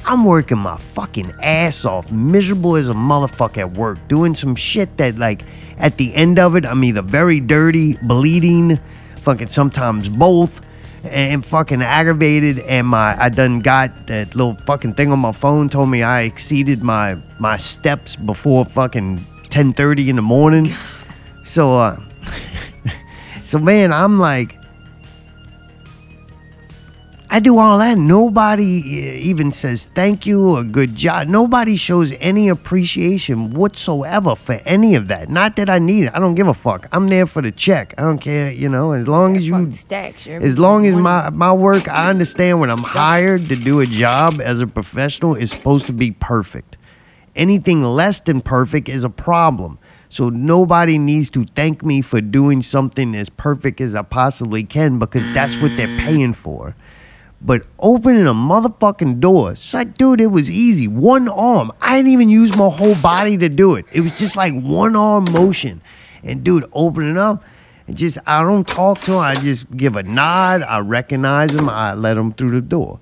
I'm working my fucking ass off, miserable as a motherfucker at work, doing some shit that, like, at the end of it, I'm either very dirty, bleeding, fucking sometimes both, and fucking aggravated. And my, I done got that little fucking thing on my phone told me I exceeded my my steps before fucking 10:30 in the morning. So, uh, so man, I'm like, I do all that. Nobody uh, even says thank you or good job. Nobody shows any appreciation whatsoever for any of that. Not that I need it. I don't give a fuck. I'm there for the check. I don't care. You know, as long as you, Fuck stacks. You're as long as one- my my work, I understand when I'm hired to do a job as a professional is supposed to be perfect. Anything less than perfect is a problem. So nobody needs to thank me for doing something as perfect as I possibly can because that's what they're Mm. paying for. But opening a motherfucking door, it's like, dude, it was easy. One arm. I didn't even use my whole body to do it. It was just like one arm motion. And dude, opening up, it just I don't talk to him. I just give a nod. I recognize him. I let him through the door.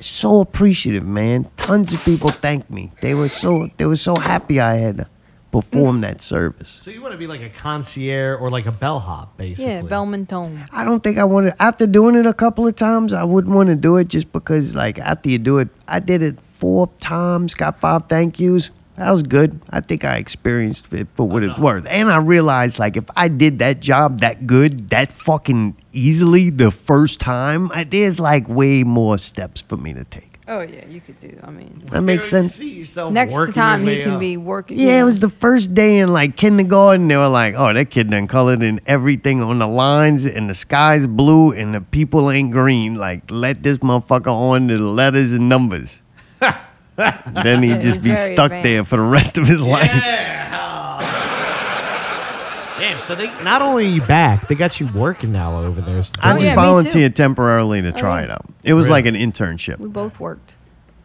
So appreciative, man. Tons of people thanked me. They were so they were so happy I had performed that service. So you want to be like a concierge or like a bellhop, basically. Yeah, Bellman Tone. I don't think I want to. After doing it a couple of times, I wouldn't want to do it just because, like, after you do it, I did it four times, got five thank yous. That was good. I think I experienced it for what it's worth. And I realized, like, if I did that job that good, that fucking easily the first time, I, there's like way more steps for me to take. Oh, yeah, you could do. I mean, That makes sense. next time he can be working. Yeah, it was the first day in like kindergarten. They were like, "Oh, that kid done colored in everything on the lines, and the sky's blue, and the people ain't green." Like, let this motherfucker on to the letters and numbers. then he'd Yeah, just he's be very stuck there for the rest of his life. So they not only are you back, they got you working now over there. So I Oh, just yeah, me too. volunteered temporarily Oh, to try yeah. it out. It was Really? like an internship. We both worked.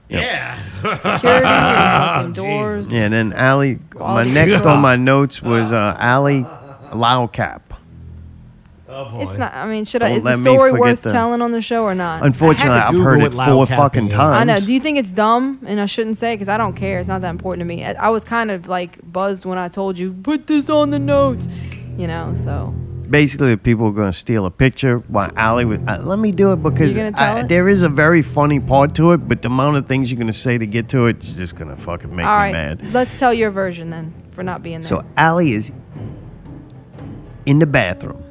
yeah. Security, and fucking doors. Oh, Yeah, and then Allie, All my the- next Yeah. on my notes was uh, Allie Laucap. Oh boy. It's not. I mean, should I? Don't Is the let me story forget worth the- telling on the show or not? Unfortunately, I had I've to heard it Google what four Laucap fucking is. times. I know. Do you think it's dumb and I shouldn't say it because I don't care? It's not that important to me. I, I was kind of like buzzed when I told you put this on the notes, you know. So Basically, people were going to steal a picture while Allie was. Uh, let me do it because You gonna tell I- it? there is a very funny part to it, but the amount of things you're going to say to get to it is just going to fucking make all me right, mad. let's tell your version then for not being there. So Allie is in the bathroom.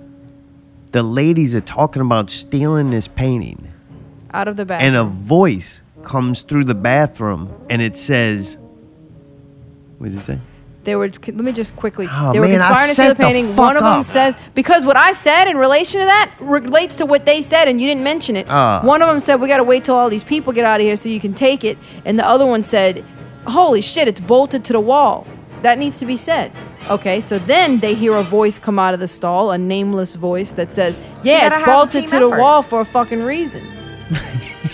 The ladies are talking about stealing this painting, Out of the bag. and a voice comes through the bathroom and it says, What did it say? They were. Let me just quickly. Oh, they were man, I conspiring to set steal the the painting. fuck One of them up. says because what I said in relation to that relates to what they said, and you didn't mention it. Ah. One of them said we got to wait till all these people get out of here so you can take it, and the other one said, "Holy shit, it's bolted to the wall." That needs to be said. Okay, so then they hear a voice come out of the stall, a nameless voice that says, "Yeah, gotta it's have a bolted team to the effort." wall for a fucking reason."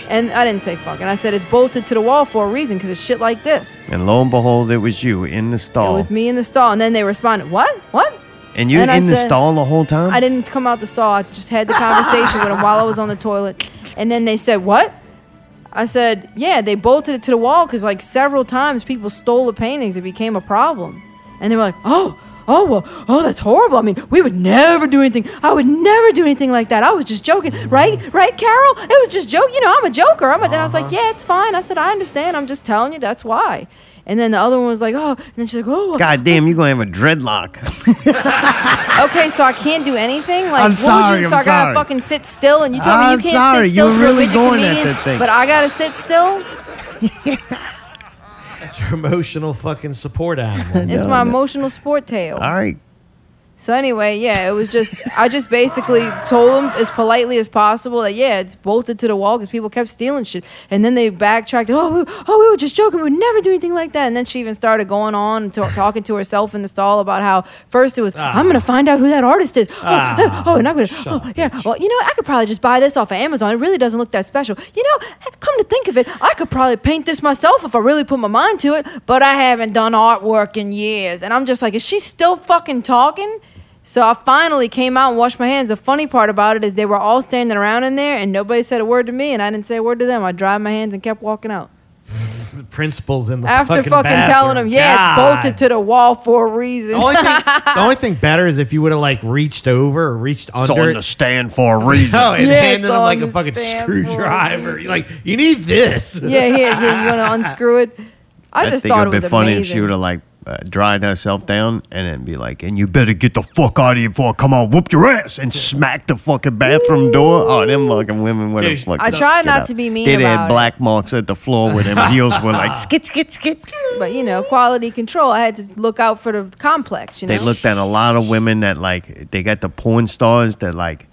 and I didn't say fucking. I said it's bolted to the wall for a reason because it's shit like this. And lo and behold, it was you in the It stall. was me in the stall, and then they responded, "What? What?" And you And I in the said- stall the whole time? I didn't come out the stall. I just had the conversation with them while I was on the toilet, and then they said, "What?" I said, "Yeah, they bolted it to the wall because like several times people stole the paintings. It became a problem." And they were like, "Oh." Oh well, oh that's horrible. I mean, we would never do anything. I would never do anything like that. I was just joking, right? Right, Carol? It was just joke. You know, I'm a joker. I'm a. Then I was like, yeah, it's fine. I said, I understand. I'm just telling you that's why. And then the other one was like, oh. And then she's like, oh, God damn, you're going to have a dreadlock. Okay, so I can't do anything. Like, I'm what sorry, would you? I'm So I gotta sorry. fucking sit still, and you told me I'm you can't sorry, sit still. you're for a really midget going at comedian, that thing. But I gotta sit still. That's your emotional fucking support animal. It's my emotional sport tale. All right. So anyway, yeah, it was just I just basically told them as politely as possible that yeah, it's bolted to the wall because people kept stealing shit, and then they backtracked. Oh, we, oh, we were just joking. We would never do anything like that. And then she even started going on and ta- talking to herself in the stall about how first it was Ah. I'm gonna find out who that artist is. Oh, Ah, oh, and I'm gonna up, oh, yeah. Well, you know, what? I could probably just buy this off of Amazon. It really doesn't look that special. You know, come to think of it, I could probably paint this myself if I really put my mind to it. But I haven't done artwork in years, and I'm just like, is she still fucking talking? So I finally came out and washed my hands. The funny part about it is they were all standing around in there, and nobody said a word to me, and I didn't say a word to them. I dried my hands and kept walking out. the principal's in the After fucking, fucking, telling them, yeah, it's bolted to the wall for a reason. The Oh, only, thing, the only thing better is if you would have like reached over or reached It's under on it. the stand for a reason. Oh, and Yeah, handed it's him like on a the fucking stand for a screwdriver. reason. You're like, you need this. yeah, here, yeah, you want to unscrew it? I, just think thought it it'd be was funny amazing. if she would have like uh, dried herself down and then be like, "And you better get the fuck out of here before I come on, whoop your ass and smack the fucking bathroom door." Oh, them fucking women would have Dude, fucking. I try stood not up. to be mean They'd have about had it. black marks at the floor where them heels were like skit skit skit. But you know, quality control. I had to look out for the complex. You know, They looked at a lot of women that like they got the porn stars that like.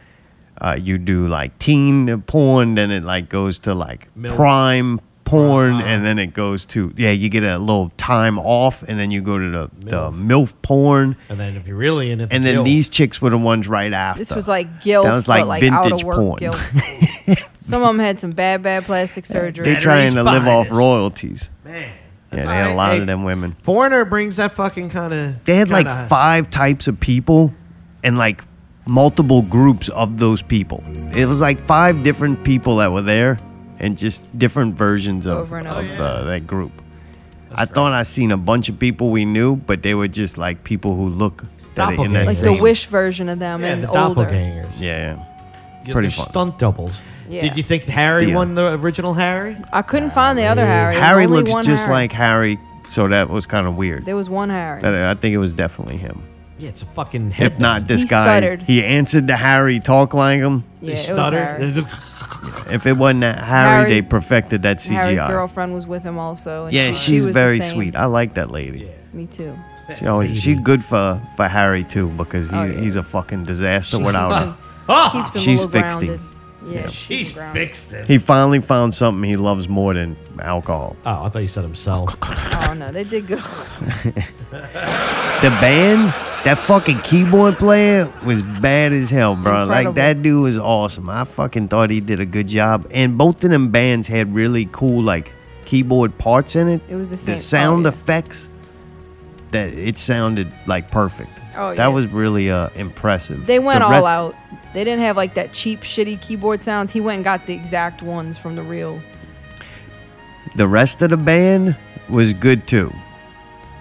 Uh, you do like teen porn, then it like goes to like Milf. prime porn, and then it goes to yeah. You get a little time off, and then you go to the the milf porn, And then if you're really in it, And then these chicks were the ones right after. This was like guilt. That was like, but like out vintage of work porn. guilt. Some of them had some bad, bad plastic surgery. They're trying to live off finest. royalties. Man, Yeah, they had a lot of them women. Foreigner brings that fucking kind of. They had like five types of people and like multiple groups of those people. It was like five different people that were there and just different versions of, Over and of, over. uh, that group. I thought I seen a bunch of people we knew, but they were just like people who look that are in that Doppelgangers. Like the same- wish version of them Yeah, and the older. doppelgangers. Yeah, yeah. Yeah, pretty they're fun. Stunt doubles. Yeah. Did you think Harry Yeah. won the original Harry? I couldn't find the other Harry. There was Harry only looks one just Harry. like Harry, so that was kind of weird. There was one Harry. That- I think it was definitely him. Yeah, it's a fucking head. If not, this He guy stuttered. he answered to Harry, talk like him. yeah, it was Harry. stutter. If it wasn't that Harry, they Harry's- perfected that CGI. Harry's girlfriend was with him also. And yeah, she, she she's was the very same. sweet. I like that lady. Me too. She always, she good for for Harry too because he, Oh, yeah. he's a fucking disaster She without keeps her. him- Oh, Keeps him She's a little fixed him. grounded. Yeah, she's grounded. fixed it. He finally found something he loves more than alcohol. Oh, I thought you said himself. Oh no, they did good. The band That fucking keyboard player was bad as hell, bro. Incredible. Like that dude was awesome. I fucking thought he did a good job. And both of them bands had really cool like keyboard parts in it. It was the same- oh, The sound yeah. effects that it sounded like perfect. Oh, that yeah. was really uh, impressive. They went The all rest- out. They didn't have like that cheap, shitty keyboard sounds. He went and got the exact ones from the real. the rest of the band was good too.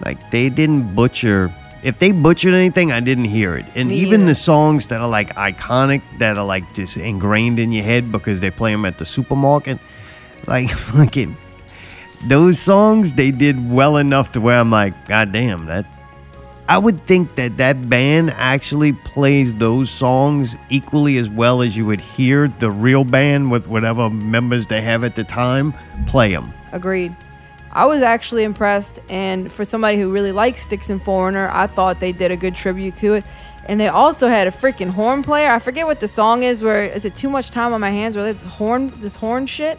Like they didn't butcher. If they butchered anything, I didn't hear it. And Me even neither. the songs that are like iconic, that are like just ingrained in your head because they play them at the supermarket, like fucking those songs, they did well enough to where I'm like, God damn, that. I would think that that band actually plays those songs equally as well as you would hear the real band with whatever members they have at the time play them. Agreed. I was actually impressed, and for somebody who really likes Sticks and Foreigner, I thought they did a good tribute to it. And they also had a freaking horn player. I forget what the song is. Where is it? Too much time on my hands. Where it's horn, this horn shit.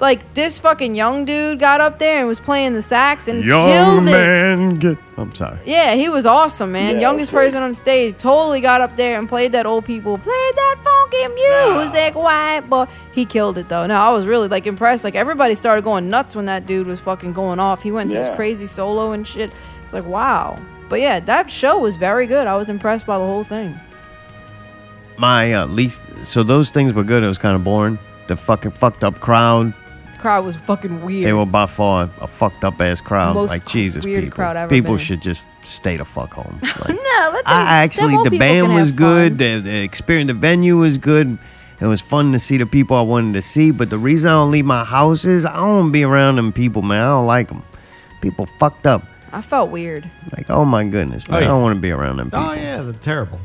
Like this fucking young dude got up there and was playing the sax and killed it. get. I'm sorry. Yeah, he was awesome, man. Yeah, Youngest okay. person on stage. Totally got up there and played that old people. Played that funky music, white boy. He killed it though. No, I was really like impressed. Like everybody started going nuts when that dude was fucking going off. He went to his Yeah. crazy solo and shit. It's like wow. But yeah, that show was very good. I was impressed by the whole thing. My uh, least. So those things were good. It was kind of boring. The fucking fucked up crowd. The crowd was fucking weird. They were by far a fucked up ass crowd. Most like cr- Jesus, weird people. crowd I've ever people been in. should just stay the fuck home. no, let Like, them, I them actually old the people band can was have good. fun. The, the experience, the venue was good. It was fun to see the people I wanted to see. But the reason I don't leave my house is I don't wanna be around them people, man. I don't like them. People fucked up. I felt weird. Like, oh my goodness, man. Oh, I yeah. don't want to be around them people. Oh yeah, they're terrible.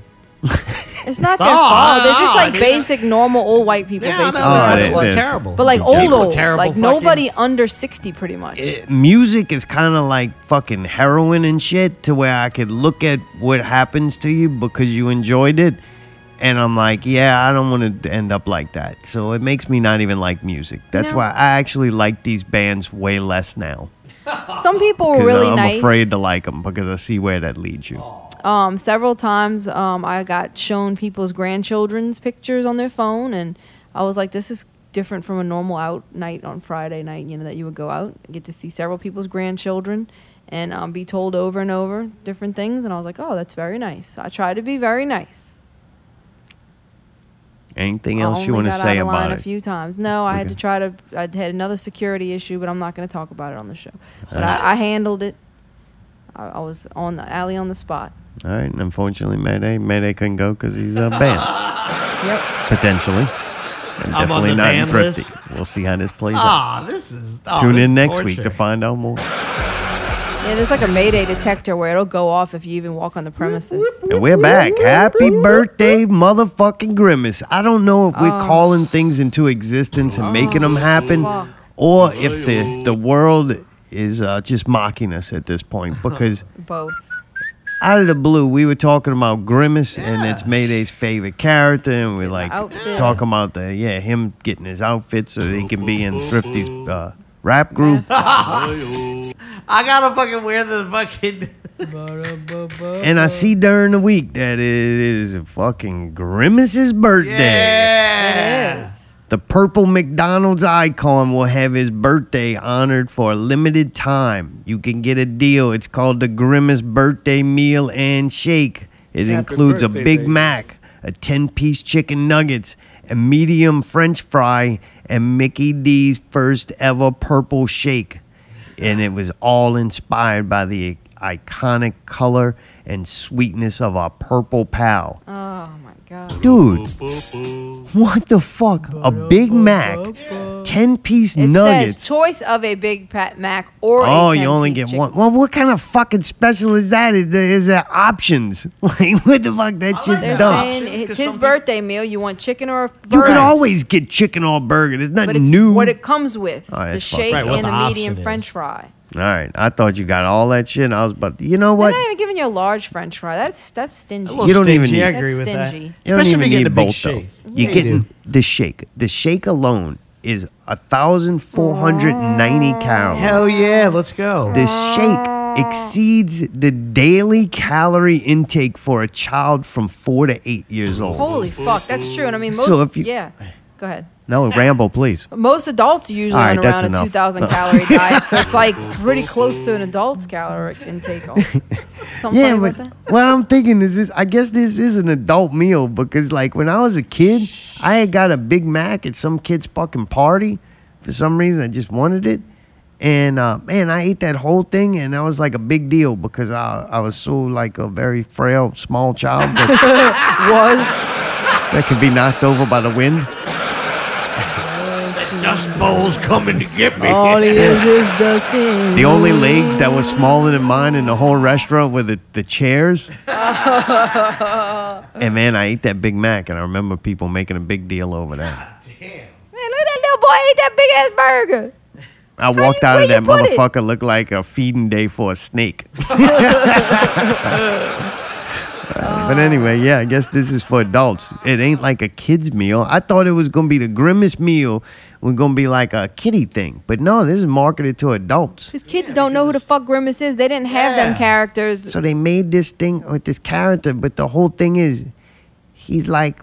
It's not their Oh, fault. They're just oh, like yeah. basic, normal old white people. Yeah, basically. no, Oh, they're they- absolutely they're- terrible. But like People old, are old, terrible like fucking- nobody under sixty, pretty much. music is kind of like fucking heroin and shit to where I could look at what happens to you because you enjoyed it. And I'm like, yeah, I don't want to end up like that. So it makes me not even like music. That's No. why I actually like these bands way less now. Some people were Because Oh, really I'm nice. afraid to like them because I see where that leads you. um, several times, um, I got shown people's grandchildren's pictures on their phone, and I was like, "This is different from a normal out night on Friday night. You know that you would go out, and get to see several people's grandchildren, and um, be told over and over different things." And I was like, "Oh, that's very nice." I try to be very nice. Anything Oh I else only you want to got say out of line about a it? few times. No, I had to Okay. try to. I had another security issue, but I'm not going to talk about it on the show. But I, I handled it. I, I was on the alley on the spot. All right. And unfortunately, Mayday, Mayday couldn't go because he's a band, Yep. potentially. And I'm on definitely the not band thrifty. list. We'll see how this plays out. Ah, this is oh, Tune this in is next week to torture. find out more. Yeah, there's like a Mayday detector where it'll go off if you even walk on the premises. And we're back. Happy birthday, motherfucking Grimace. I don't know if we're Oh. calling things into existence and making them happen fuck. or if the, the world is uh, just mocking us at this point because Both. out of the blue, we were talking about Grimace and it's Mayday's favorite character, and we're like outfit. talking about the yeah him getting his outfit so that he can be in Thrifty's uh, rap group. I gotta fucking wear the fucking. And I see during the week that it is fucking Grimace's birthday. It Yeah. is. The purple McDonald's icon will have his birthday honored for a limited time. You can get a deal. It's called the Grimace Birthday Meal and Shake. It includes a birthday, Big baby. Mac, a 10 piece chicken nuggets, a medium French fry, and Mickey D's first ever purple shake. And it was all inspired by the iconic color and sweetness of our purple pal. Oh my god. Dude, what the fuck? A Big Mac, 10 piece It nuggets. says choice of a Big Pat Mac or Oh, a you only 10-piece get chicken. one. Well, what kind of fucking special is that? Is there, is there options? Like, what the fuck? That shit's They're dumb. saying Option, it's 'cause his some people- birthday meal. You want chicken or a you burger? can always get chicken or burger. There's but nothing it's new. what it comes with: the that's fucked shake up. Right, what and the the, option medium is. French fry. all right. I thought you got all that shit. And I was about to- you know what? They're not even giving you a large French fry. That's that's stingy. You don't even stingy, I need- agree That's with that. stingy. You don't Especially if even you need get the big both, though. shake. You're Yeah, you getting do. the shake. The shake alone is 1,490 calories. Hell yeah, let's go. The shake exceeds the daily calorie intake for a child from four to eight years old. Holy fuck, that's true. And I mean, most So if you- yeah. Go ahead. No, ramble, please. Most adults usually All right, on that's around a enough. 2,000 calorie diet, so it's like pretty close to an adult's caloric intake. All. Something Yeah, funny but about that? what I'm thinking is this. I guess this is an adult meal because, like, when I was a kid, I had got a Big Mac at some kid's fucking party. For some reason, I just wanted it, and uh, man, I ate that whole thing, and that was like a big deal because I I was so like a very frail small child that, Was that could be knocked over by the wind. Dust bowl's coming to get me. all he is is Dustin. Oh, The only legs that were smaller than mine in the whole restaurant were the, the chairs. and man, I ate that Big Mac, and I remember people making a big deal over that. Man, look at that little boy ate that big ass burger. I walked you- out of where that you put it? motherfucker looked like a feeding day for a snake. But anyway, yeah, I guess this is for adults. It ain't like a kid's meal. I thought it was gonna be the grimmest meal. was gonna be like a kiddie thing, but no, this is marketed to adults. Because kids don't know who the fuck Grimace is. They didn't have them characters. So they made this thing with this character, but the whole thing is, he's like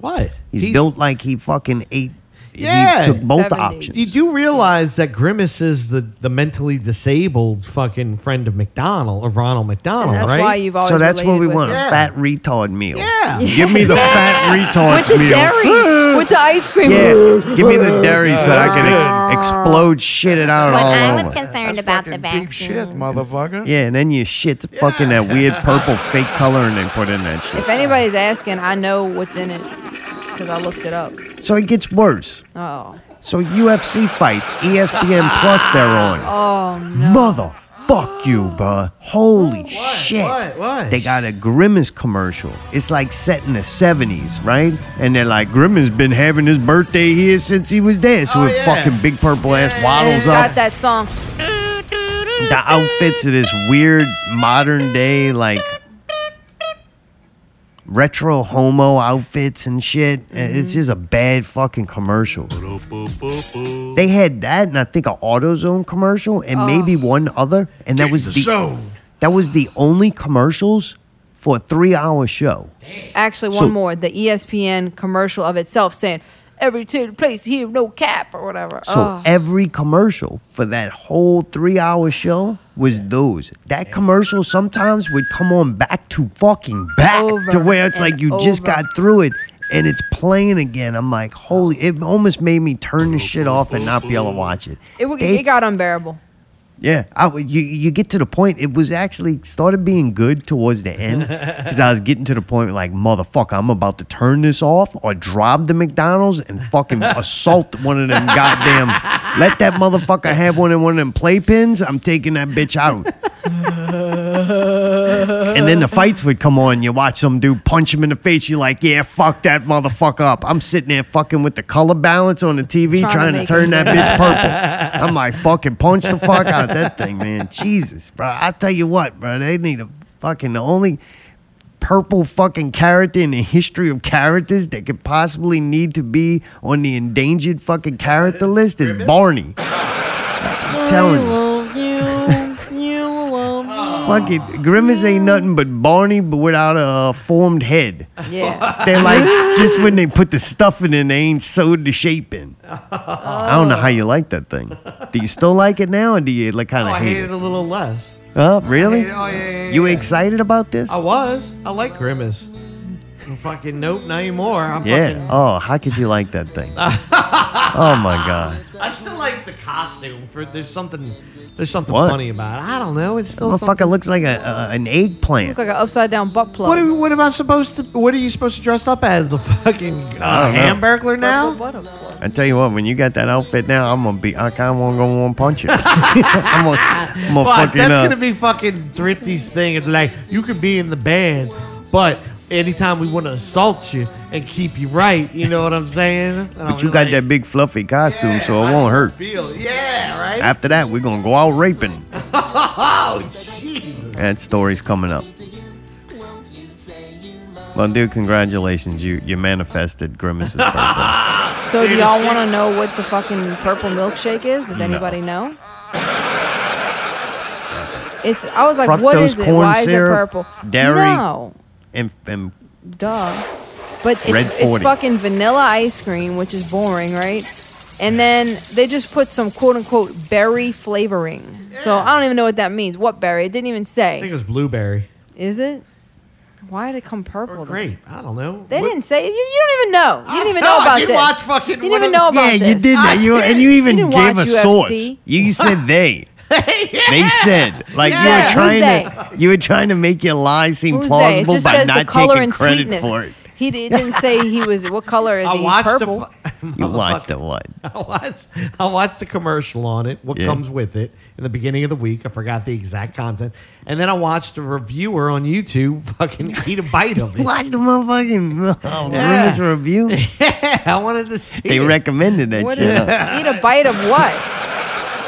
What? he's, built like he fucking ate. Yeah. he took both Seven options. You do realize that Grimace is the, the mentally disabled fucking friend of McDonald, of Ronald McDonald, And that's right? why you've always so that's what related we with want—a him. Yeah. fat retard meal. Yeah. Give me the fat retard With the meal. dairy, with the ice cream. Yeah. Give me the dairy so I can ex- explode shit it out But I all was over. concerned That's about the fucking vaccine. deep shit, motherfucker. yeah, and then your shit's fucking that weird purple fake coloring they put in that shit. If anybody's asking, I know what's in it because I looked it up. So it gets worse. Oh, So UFC fights, E ESPN Plus, they're on. oh no. Mother, fuck you, bruh. Holy shit. What? What? They got a Grimace commercial. It's like set in the 70s, right? And they're like, Grimace been having his birthday here since he was there. So Oh, it yeah. fucking big purple ass And it's waddles got up. that song. The outfits of this weird modern day, like retro homo outfits and shit. And It's just a bad fucking commercial. They had that, and I think an AutoZone commercial, and maybe one other, and that was the, zone. that was the only commercials for a three-hour show. Actually, one So- more. The E ESPN commercial of itself saying, every two place here, no cap, or whatever. So eh, oh. every commercial for that whole three-hour show was those. That commercial sometimes would come on back to fucking back to Over where it's like and you just over. got through it. And it's playing again. I'm like, holy! It almost made me turn the shit off and not be able to watch it. it, wa- They it got unbearable. Yeah, I, would- you you get to the point. It was actually started being good towards the end because I was getting to the point like motherfucker, I'm about to turn this off or drive to McDonald's and fucking assault one of them goddamn. Let that motherfucker have one of one of them playpens. I'm taking that bitch out. and then the fights would come on. You watch some dude punch him in the face. You're like, yeah, fuck that motherfucker up. I'm sitting there fucking with the color balance on the TV Trying to trying to make turn it that bitch purple. I'm like, fucking punch the fuck out that thing, man. Jesus, bro. I tell you what, bro. They need a fucking the only purple fucking character in the history of characters that could possibly need to be on the endangered fucking character list is Barney. I'm telling you. Fuck it. Grimace ain't nothing but Barney, but without a formed head. Yeah. They're like, just when they put the stuffing in, they ain't sewed the shape in. I don't know how you like that thing. Do you still like it now, or do you like kind Oh, of I hate hate it it? a little less. Huh? I really? hate it- oh, yeah, yeah, yeah, You yeah. excited about this? I was. I like Grimace. fucking nope, not anymore. I'm yeah. fucking. Oh, how could you like that thing? oh my god. I still like the costume. For there's something, there's something What? funny about it. I don't know. It's still something. Motherfucker looks like a, a an eggplant. It's like an upside down butt plug. What are, what am I supposed to? What are you supposed to dress up as? A fucking uh, don't know. hamburglar Butt- now? butt- butt plug. I tell you what, when you got that outfit now, I'm gonna be. I kind of wanna go and wanna punch you. I'm gonna, I'm gonna Fuck, fucking. that's uh, gonna be fucking Thrifty's thing. It's like you can be in the band, but anytime we want to assault you and keep you right, you know what I'm saying? but you got that big fluffy costume, so it won't hurt. Feel, yeah, right. After that, we're gonna go out raping. oh, Jesus. That story's coming up. Well, dude, congratulations. You you manifested Grimace's birthday. So do y'all want to know what the fucking purple milkshake is? Does anybody know? It's. I was like, what Fructose is it? corn Why syrup, is it purple? dairy. No, And, and duh. But Red it's, it's 40. fucking vanilla ice cream, which is boring, right? And then they just put some quote unquote berry flavoring. So I don't even know what that means. What berry? It didn't even I think say. it was blueberry Is it? Why did it come purple? or then? grape. I don't know. They What- didn't say. You, you don't even know. You didn't even I- no, know I about did this. watch fucking you didn't one even of know the- about yeah, this. you did that. You and you even didn't gave a watch source. UFC. You said they. They said like Yeah. Who's you were trying to you were trying to make your lie seem Who's they? It plausible just by says not the color taking and credit sweetness. for it. He d- it didn't say he was. What color is I he? He's watched purple. the. fu- You watched the one. I watched, I watched the commercial on it, what Yeah. comes with it in the beginning of the week. I forgot the exact content. And then I watched a reviewer on YouTube fucking eat a bite of it. Watch the motherfucking oh, Yeah. Ruin's review. I wanted to see They it. recommended that What shit. is- huh? eat a bite of what?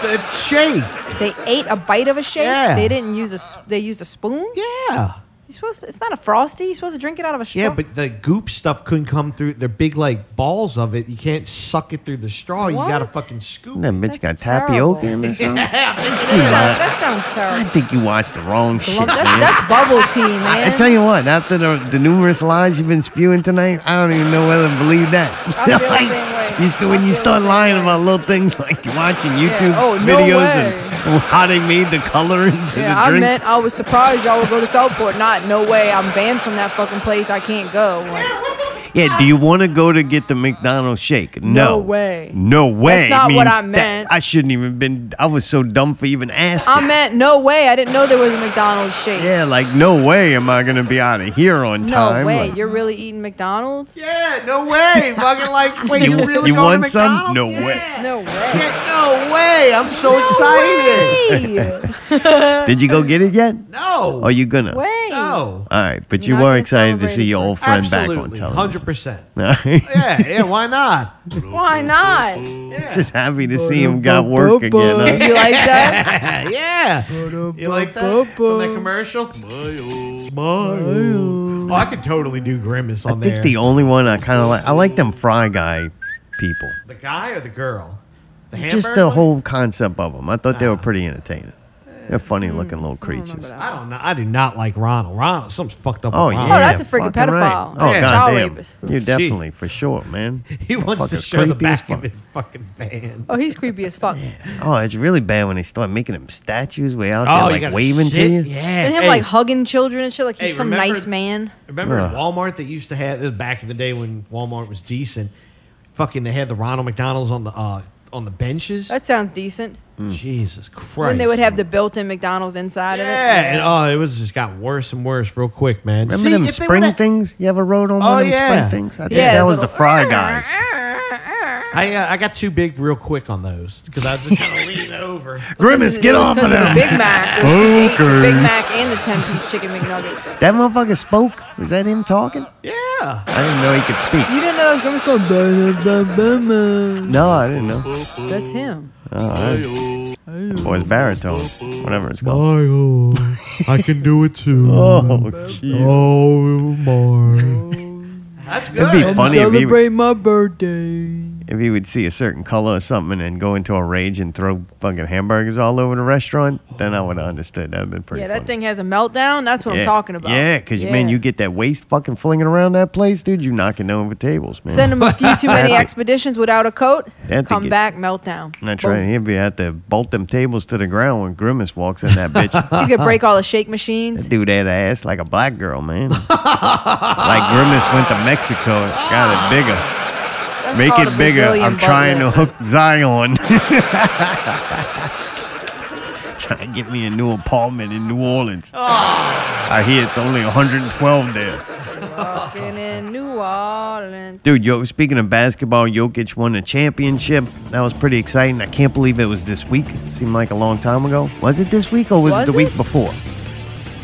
It's shake. They ate a bite of a shake. Yeah. They didn't use a. s- They used a spoon. Yeah. You supposed? To, it's not a frosty. You're supposed to drink it out of a straw. Yeah, but the goop stuff couldn't come through. They're big like balls of it. You can't suck it through the straw. You got to What? fucking scoop. That bitch got That's tapioca terrible. in there. or something? that, that sounds I terrible. think you watched the wrong shit, That's, man. that's bubble tea, I man. tell you what, after the, the numerous lies you've been spewing tonight, I don't even know whether to believe that. I feel the same way. you still- I when you feel the start same lying way. about little things like you watching YouTube Oh, no videos way. and how they made the color into yeah, the I drink. meant I was surprised y'all would go to Southport. Not no way. I'm banned from that fucking place. I can't go. Like, yeah, do you want to go to get the McDonald's shake? No, No way. No way. not what means I that. meant. I shouldn't even been. I was so dumb for even asking. I meant no way. I didn't know there was a McDonald's shake. yeah, like no way am I gonna be out of here on no time. way. Like, You're really eating McDonald's? Yeah, no way. fucking like, wait, you, You- really you going to want some? McDonald's? No Yeah. way. No way. Yeah, no way. I'm so excited. Way. Did you go get it yet? No. Are you gonna? Way. No. All right, but You're you not were gonna excited to celebrate see his your old friend Absolutely. back on 100%. television. All right. Yeah, yeah, why not? Why not? Just happy to see him got work again. huh? You like that? yeah. You like that? From that commercial? Oh, I could totally do Grimace on I there. think the only one I kind of like. I like them fry guy people. the guy or the girl? The Just hamburger the one? whole concept of them. I thought they were Ah. pretty entertaining. They're funny looking little creatures. that. I don't know. I do not like Ronald. Ronald, something's fucked up. Oh with yeah, Ronald. Oh, that's a freaking fucking pedophile. Right. Oh Yeah. god Child damn, rapist. you definitely for sure, man. He wants to Motherfucker's show the creepy as back of fuck. his fucking van. Oh, he's creepy as fuck. Oh, it's really bad when they start making them statues way out Oh, there, you like gotta waving sit? to you. Yeah. And him Hey, like hugging children and shit like he's Hey, some remember- nice man. Remember Ugh. in Walmart they used to have this was back in the day when Walmart was decent. Fucking they had the Ronald McDonald's on the uh, on the benches. That sounds decent. Jesus Christ! Mm. When they would have the built-in McDonald's yeah, inside of it. and oh, it was just got worse and worse real quick, man. Remember them spring things? You ever rode on one Oh, of them yeah. spring things? I think Yeah, that those was the little- fry guys. I uh, I got too big real quick on those because I was just kind of leaning over. Grimace, get off of them. them. Big Mac. It was 'cause he ate the Big Okay. Mac and the 10-piece chicken McNuggets. That motherfucker spoke. Was that him talking? Yeah, I didn't know he could speak. You didn't know that was Grimace going, "Bah, bah, bah, bah." No, I didn't know. Oh, That's him. Or his baritone, whatever it's called. I can do it too. Oh, jeez. Oh my! That's good. It'd be funny if he, would- my birthday. if he would see a certain color or something and then go into a rage and throw fucking hamburgers all over the restaurant. Then I would have understood. That would have been pretty Yeah, funny. that thing has a meltdown. That's what Yeah. I'm talking about. Yeah, because, man, you get that waist fucking flinging around that place, dude. You knocking over tables, man. Send him a few too many That'd be- expeditions without a coat. That'd be Come good. back, meltdown. That's Boom. right. He'd be out there bolt them tables to the ground when Grimace walks in that bitch. He's gonna break all the shake machines. Dude had a ass like a black girl, man. like Grimace went to Mexico and got it bigger. That's Make called it a bigger. Brazilian I'm butt trying to lift. hook Zion. Trying to get me a new apartment in New Orleans. Ah. I hear it's only 112 there. Walking in New Orleans. Dude, yo, speaking of basketball, Jokic won the championship. That was pretty exciting. I can't believe it was this week. Seemed like a long time ago. Was it this week or was, it Was the week it? before?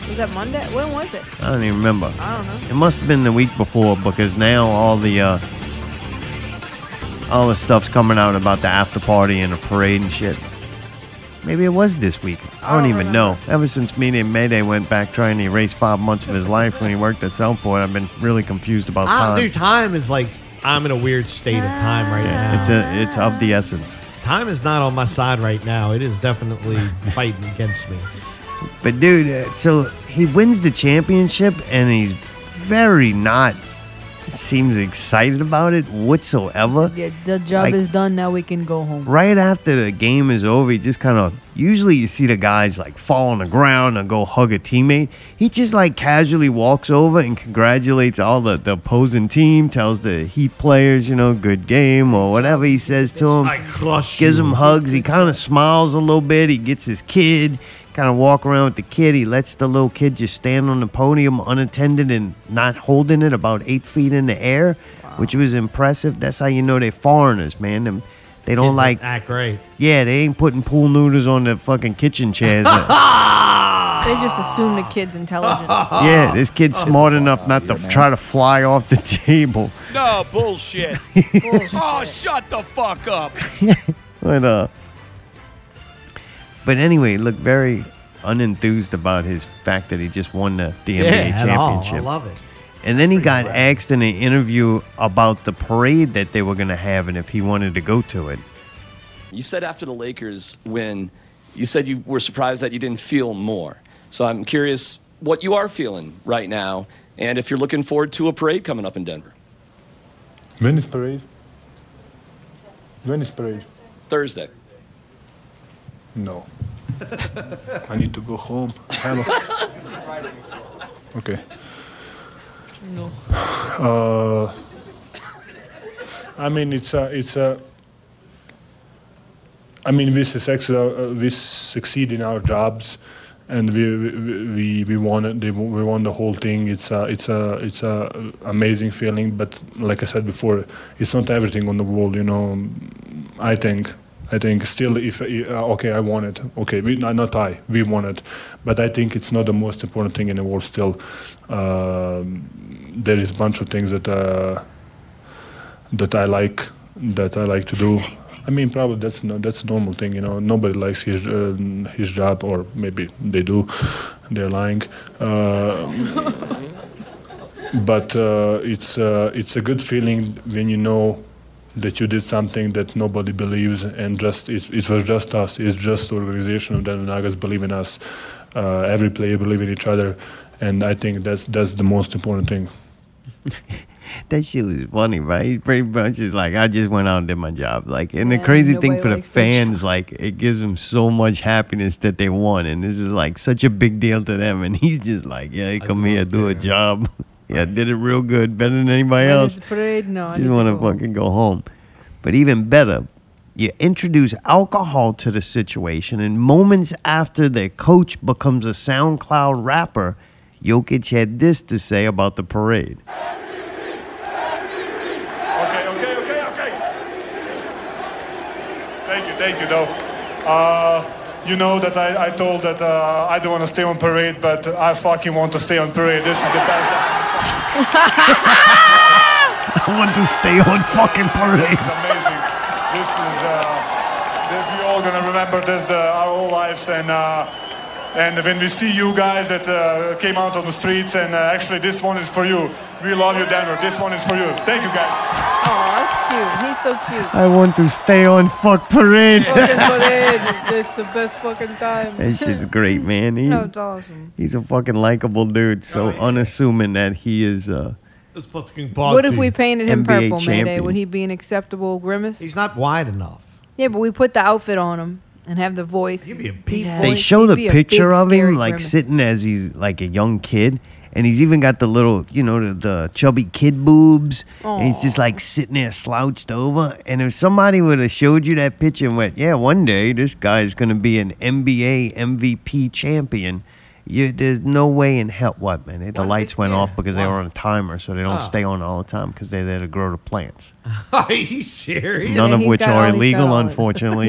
Was that Monday? When was it? I don't even remember. I don't know. It must have been the week before because now all the uh, all the stuff's coming out about the after party and the parade and shit. Maybe it was this week. I don't, don't even remember. know. Ever since me and Mayday went back trying to erase five months of his life when he worked at Southport, I've been really confused about I, Ah, time. dude, time is like I'm in a weird state of time right now. Yeah, it's a, it's of the essence. time is not on my side right now. It is definitely fighting against me. But dude, uh, so he wins the championship and he's very not seems excited about it whatsoever. Yeah, the job Like- is done. Now we can go home. Right after the game is over, he just kind of usually you see the guys like fall on the ground and go hug a teammate. He just like casually walks over and congratulates all the, the opposing team, tells the Heat players, you know, good game or whatever he says to them I crush Um, gives you. him hugs. He kind of smiles a little bit. He gets his kid, kind of walk around with the kid. He lets the little kid just stand on the podium unattended and not holding it about eight feet in the air, which was impressive. That's how you know they're foreigners, man. Them, they don't Kids like, act Ah, great. yeah, they ain't putting pool noodles on the fucking kitchen chairs. yeah, They just assume the kid's intelligent. this kid's smart enough not to f- try to fly off the table. No bullshit. oh, shut the fuck up. But uh But anyway, look very unenthused about his fact that he just won the, the NBA Yeah, at all. I championship. love it. and then he got asked in an interview about the parade that they were gonna have and if he wanted to go to it. You said after the Lakers win, you said you were surprised that you didn't feel more. So I'm curious what you are feeling right now and if you're looking forward to a parade coming up in Denver. When is parade? When is parade? Thursday. No. I need to go home. Hello. Okay. No. Uh, I mean, it's a, it's a. I mean, this is actually uh, we succeed in our jobs, and we we we, we won it. They, we won the whole thing. It's a it's a it's a amazing feeling. But like I said before, it's not everything on the wall. You know, I think. I think still, if uh, okay, I won it. Okay, we, not not I, we won it, but I think it's not the most important thing in the world. Still, Um there is a bunch of things that uh, that I like that I like to do. I mean, probably that's no, that's a normal thing, you know. Nobody likes his um his job, or maybe they do. They're lying. Uh, but uh, it's uh, it's a good feeling when you know that you did something that nobody believes and just it, it was just us it's just the organization of the Nuggets believe in us uh, every player believe in each other and I think that's that's the most important thing That shit was funny, right? He pretty much is like, I just went out and did my job. Like, and the Yeah, crazy thing nobody for the likes their fans, like, it gives them so much happiness that they won, and this is like such a big deal to them. And he's just like, yeah, I come here, do a job. yeah, I did it real good, better than anybody When else. it's parade, no, I just need want to go home. fucking go home. But even better, you introduce alcohol to the situation, and moments after their coach becomes a SoundCloud rapper, Jokic had this to say about the parade. Okay, okay, okay, okay. Thank you, thank you, though. Uh, you know that I, I told that uh, I don't want to stay on parade, but I fucking want to stay on parade. This is the best. I want to stay on fucking This parade. is amazing. This is uh, that we're all gonna remember this the, our whole lives, and uh, and when we see you guys that uh, came out on the streets, and uh, actually this one is for you. We love you, Denver. This one is for you. Thank you, guys. Aw, that's cute. He's so cute. I want to stay on fuck parade. Fucking parade. It's the best fucking time. That shit's great, man. He, No, it's awesome. he's a fucking likable dude, so unassuming that he is. Uh, This fucking ball What if we painted him NBA purple, Mayday? champion. Would he be an acceptable grimace? He's not wide enough. yeah, but we put the outfit on him and have the voice. He'd be a deep big- voice. they show He'd the be a picture big, of scary him like grimace. sitting as he's like a young kid, and he's even got the little, you know, the, the chubby kid boobs, and he's just like sitting there slouched over. And if somebody would have showed you that picture and went, "Yeah, one day this guy's gonna be an NBA MVP champion." You, there's no way in hell what man the lights went yeah, off because they one. were on a timer so they Ah. don't stay on all the time because they're there to grow the plants Are you serious? none Yeah, of he's which got are all- he's got illegal all- unfortunately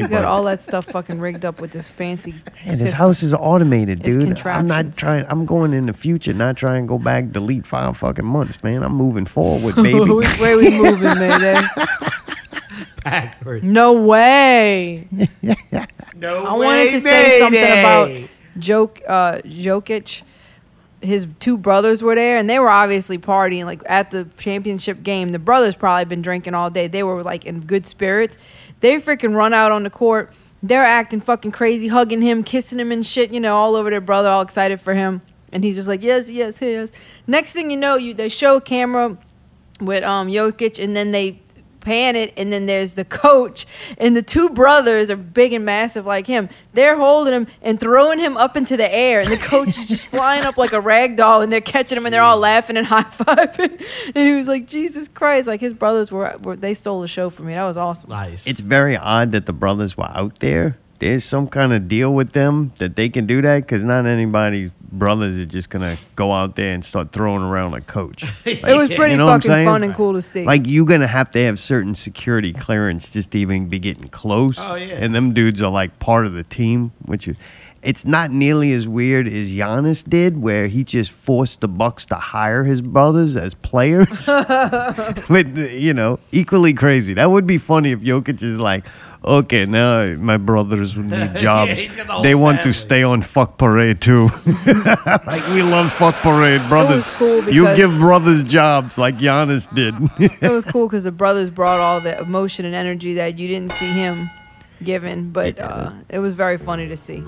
He's got but- all that stuff fucking rigged up with this fancy. And this system. house is automated, It's dude. I'm not contraptions. trying. I'm going in the future, not trying to go back, delete five fucking months, man. I'm moving forward, baby. Which way we moving, Mayday? Backward. No way. No I wanted to say something about joke uh Jokic. His two brothers were there and they were obviously partying like at the championship game. The brothers probably been drinking all day. They were like in good spirits. They freaking run out on the court. They're acting fucking crazy, hugging him, kissing him and shit, you know, all over their brother, all excited for him. And he's just like, yes, yes, yes. Next thing you know, you they show a camera with um Jokic, and then they pan it, and then there's the coach, and the two brothers are big and massive like him. They're holding him and throwing him up into the air, and the coach is just flying up like a rag doll, and they're catching him, and they're Mm. all laughing and high fiving. And he was like, Jesus Christ! Like his brothers were, were they stole the show from me. That was awesome. Nice. It's very odd that the brothers were out there. There's some kind of deal with them that they can do that because not anybody's brothers are just gonna go out there and start throwing around a coach. It was pretty You know what I'm fucking saying? fun and cool to see. Like you're gonna have to have certain security clearance just to even be getting close. Oh, yeah. And them dudes are like part of the team, which is it's not nearly as weird as Giannis did, where he just forced the Bucks to hire his brothers as players. but uh, you know, equally crazy. That would be funny if Jokic is like, okay, now my brothers would need jobs. he's got the whole they want family. to stay on Fuck Parade too. like we love Fuck Parade, brothers. cool you because- give brothers jobs like Giannis did. it was cool because the brothers brought all the emotion and energy that you didn't see him giving, but uh, it was very funny to see.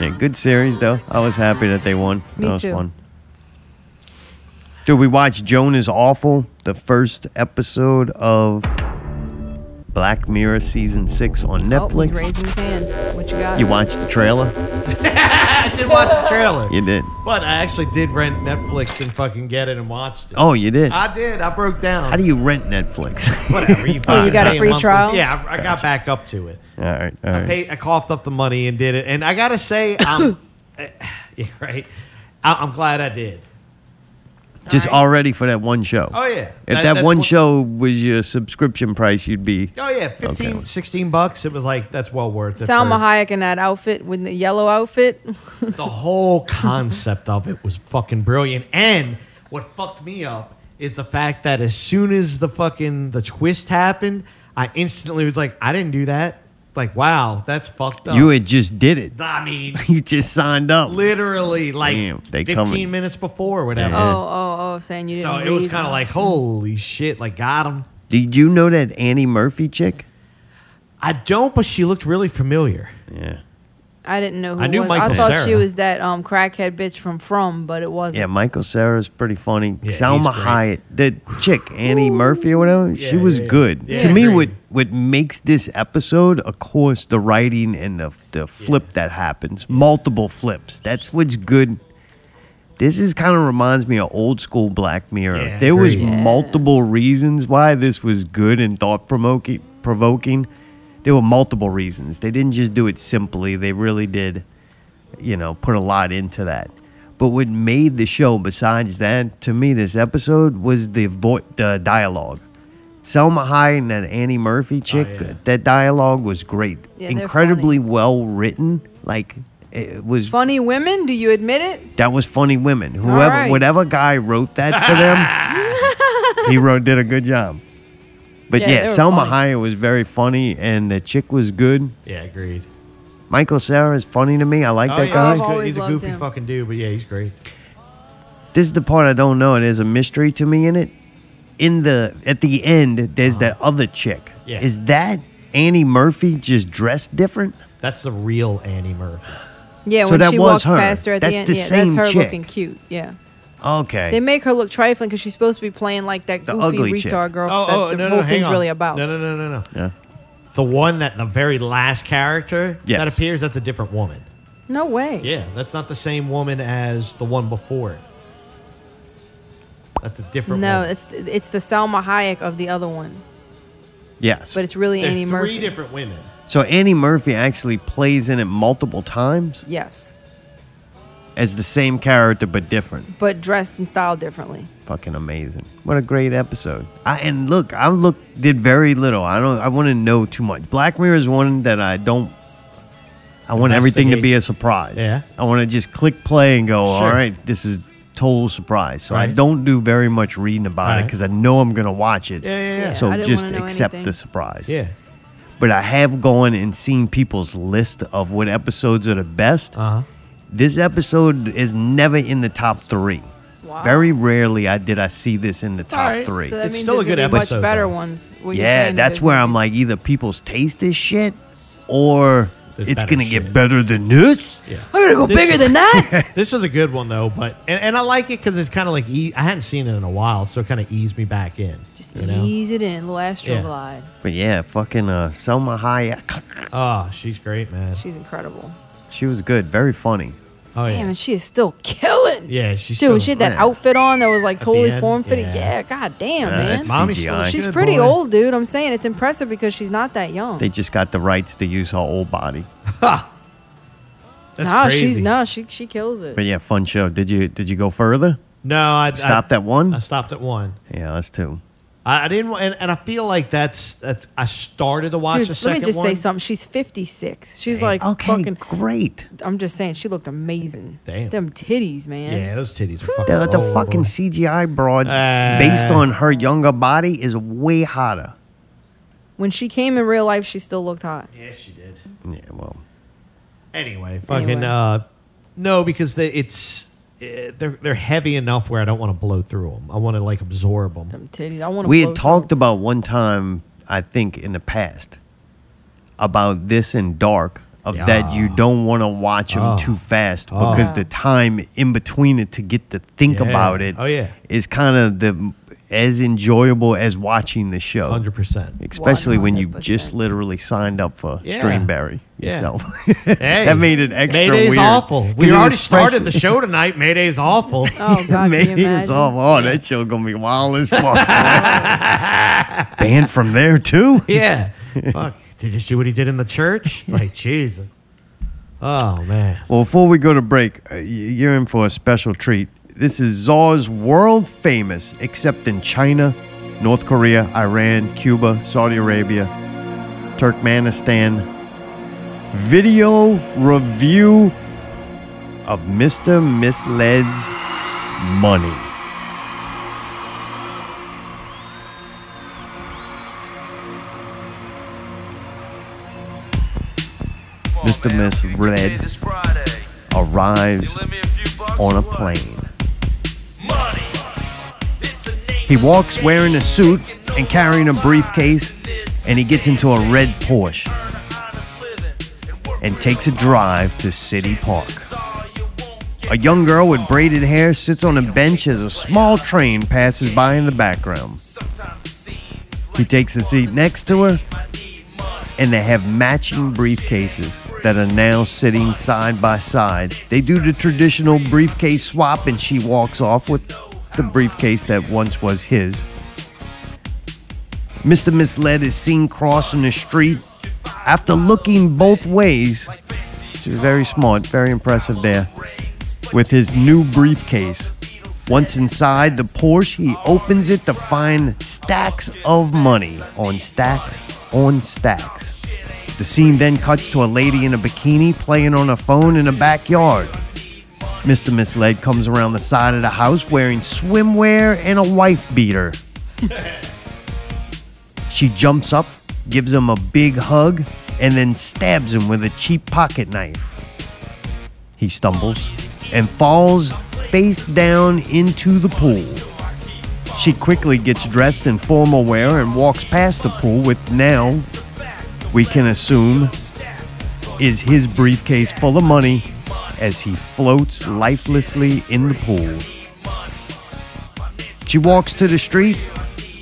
yeah, good series though. I was happy that they won. Me that was too. fun. Dude, we watched Joan is Awful, the first episode of Black Mirror season six on Oh, he's Netflix. raising his hand. What you got? you watched the trailer? I did watch the trailer, You did. but I actually did rent Netflix and fucking get it and watched it. Oh, you did. I did. I broke down. How do you rent Netflix? Whatever. You, fucking Oh, got a pay free monthly. trial? Yeah, I, I got back up to it. all right, all right. Paid, I coughed up the money and did it. And I gotta say, I'm, eh, yeah, right. I, I'm glad I did. Just All right. already for that one show. Oh, yeah. That- If that, that's one what- show was your subscription price, you'd be. Oh yeah, 15, 16 bucks. It was like that's well worth it. Salma for- Hayek in that outfit with the yellow outfit. The whole concept of it was fucking brilliant. And what fucked me up is the fact that as soon as the fucking the twist happened, I instantly was like, I didn't do that. Like, wow, that's fucked up. You had just did it. I mean, You just signed up. literally like Damn, they 15 coming. minutes before or whatever. Oh, oh, oh, saying you didn't. So it was read. kind of like, holy shit, like got him. Did you know that Annie Murphy chick? I don't, but she looked really familiar. Yeah. I didn't know who I knew it was. Michael I thought Cera. she was that um crackhead bitch from From, but it wasn't. Yeah, Michael Sarah's pretty funny. Yeah, Salma he's great. Hayek, the chick Annie Murphy or whatever, she was yeah, yeah. good. Yeah, to me, agreed. what what makes this episode, of course, the writing and the the flip that happens, multiple flips. That's what's good. This is kind of reminds me of old school Black Mirror. Yeah, there was agreed. multiple reasons why this was good and thought provoking. Provoking. There were multiple reasons. They didn't just do it simply. They really did you know, put a lot into that. But what made the show, besides that, to me, this episode was the vo- the dialogue. Selma Hayek and that Annie Murphy chick, Oh, yeah. that dialogue was great, Yeah, they're incredibly well written. Like it was Funny women, do you admit it? that was funny women. Whoever, right. whatever guy wrote that for them, he wrote did a good job. But Yeah, yeah, they were Selma funny. Hayek was very funny, and the chick was good. Yeah, agreed. Michael Sarah is funny to me. I like that Oh, yeah, guy. I've he's, good. always he's a loved goofy him. fucking dude, but yeah, he's great. this is the part I don't know, and there's a mystery to me in it. In the at the end, there's that other chick. Yeah. Is that Annie Murphy just dressed different? That's the real Annie Murphy. Yeah, So when that she was walks her. past her at That's the end, the yeah, same that's her chick. looking cute. Yeah, Okay. they make her look trifling because she's supposed to be playing like that The goofy ugly retard chick. girl. Oh, that the whole thing's really about. No, no, no, no, no. yeah. The one that the very last character Yes. that appears, that's a different woman. No way. Yeah, that's not the same woman as the one before it. That's a different No, woman. it's it's the Salma Hayek of the other one, Yes. but it's really There's Annie three Murphy. different women. so Annie Murphy actually plays in it multiple times Yes, as the same character but different. but dressed and styled differently. Fucking amazing. What a great episode. I and look, I look did very little. I don't I want to know too much. Black Mirror is one that I don't I want everything to be a surprise. Yeah. I want to just click play and go, all Sure. right, this is total surprise. So I Right. don't do very much reading about it Right. because I know I'm gonna watch it. Yeah, yeah, yeah. So I didn't just wanna know accept anything. the surprise. Yeah. But I have gone and seen people's list of what episodes are the best. Uh huh. This episode is never in the top three. Wow. Very rarely I did I see this in the top right. three. So that It's means still there's a good gonna be episode, Much better though. ones. what you're yeah, saying that's is- where I'm like either people's taste is shit or It's better gonna get shit. better than this. I'm gonna go bigger than that. This is a good one though, but and, and I like it because it's kind of like e- I hadn't seen it in a while, so it kind of eased me back in. Just you know? ease it in, little Astro Yeah. Glide. But yeah, fucking uh, Selma Hayek. Oh, she's great, man. She's incredible. She was good, very funny. Oh yeah, Damn, and she is still killing. yeah. She's Dude, still, when she had that Yeah. outfit on that was like the totally end, form fitted. yeah. Yeah. god damn, Yeah, man. that's Mommy's CGI. still- She's Good pretty boy. old, dude. I'm saying it's impressive because she's not that young. They just got the rights to use her old body. That's nah, crazy. she's nah, she she kills it. But yeah, fun show. Did you did you go further? No, I Stopped I, at one? I stopped at one. Yeah, that's two. I, I didn't, wa- and, and I feel like that's that's. I started to watch Dude, the let second me just one. say something. She's 56. She's like okay, fucking. great. I'm just saying, she looked amazing. Damn. Them titties, man. Yeah, those titties were fucking. The, the roll, fucking roll. CGI broad, Oh. Uh. based on her younger body, is way hotter. When she came in real life, she still looked hot. Yeah, she did. Yeah, well, Anyway, fucking Anyway. uh, no, because they, it's eh, they're they're heavy enough where I don't want to blow through them. I want to like absorb them. Them titties. I want to. we had talked about one time, I think, in the past, about this in Dark of that you don't want to watch them Oh. too fast because Yeah. the time in between it to get to think Yeah. about it Oh, yeah. is kind of the as enjoyable as watching the show. Hundred percent. Especially when you 100%. just literally signed up for Yeah. Streamberry Yeah. yourself. that made it extra Mayday's weird. awful. 'Cause We it already was fresh. started the show tonight. Mayday's awful. Oh god, can you Mayday's imagine? awful. Oh, that show gonna be wild as fuck. Banned from there too. yeah. Fuck. Did you see what he did in the church? It's Like Jesus. Oh man. Well, before we go to break, uh, y- you're in for a special treat. This is Zaw's world famous, except in China, North Korea, Iran, Cuba, Saudi Arabia, Turkmenistan. Video review of Mr. Mislead's money. Mr. Mislead arrives on a plane. He walks wearing a suit and carrying a briefcase, and he gets into a red Porsche and takes a drive to City Park. A young girl with braided hair sits on a bench as a small train passes by in the background. He takes a seat next to her, and they have matching briefcases that are now sitting side by side. They do the traditional briefcase swap, and she walks off with the briefcase that once was his. Mr. Misled is seen crossing the street after looking both ways. She's very smart, very impressive there. With his new briefcase. Once inside the Porsche, he opens it to find stacks of money on stacks on stacks. The scene then cuts to a lady in a bikini playing on a phone in a backyard. Mr. Misled comes around the side of the house wearing swimwear and a wife beater. She jumps up, gives him a big hug, and then stabs him with a cheap pocket knife. He stumbles and falls face down into the pool. She quickly gets dressed in formal wear and walks past the pool with now, we can assume, is his briefcase full of money as he floats lifelessly in the pool. She walks to the street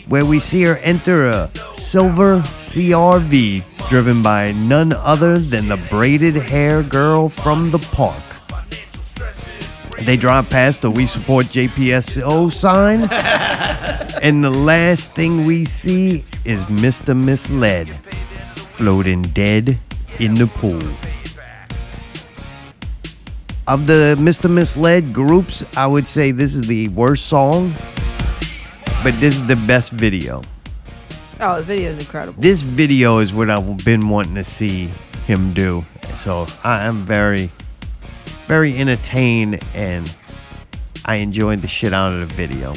where we see her enter a silver CRV driven by none other than the braided hair girl from the park. They drive past the We Support JPSO sign, and the last thing we see is Mr. Misled floating dead in the pool. Of the Mr. Misled groups, I would say this is the worst song but this is the best video. Oh, the video is incredible. This video is what I've been wanting to see him do. So I am very, very entertained and I enjoyed the shit out of the video.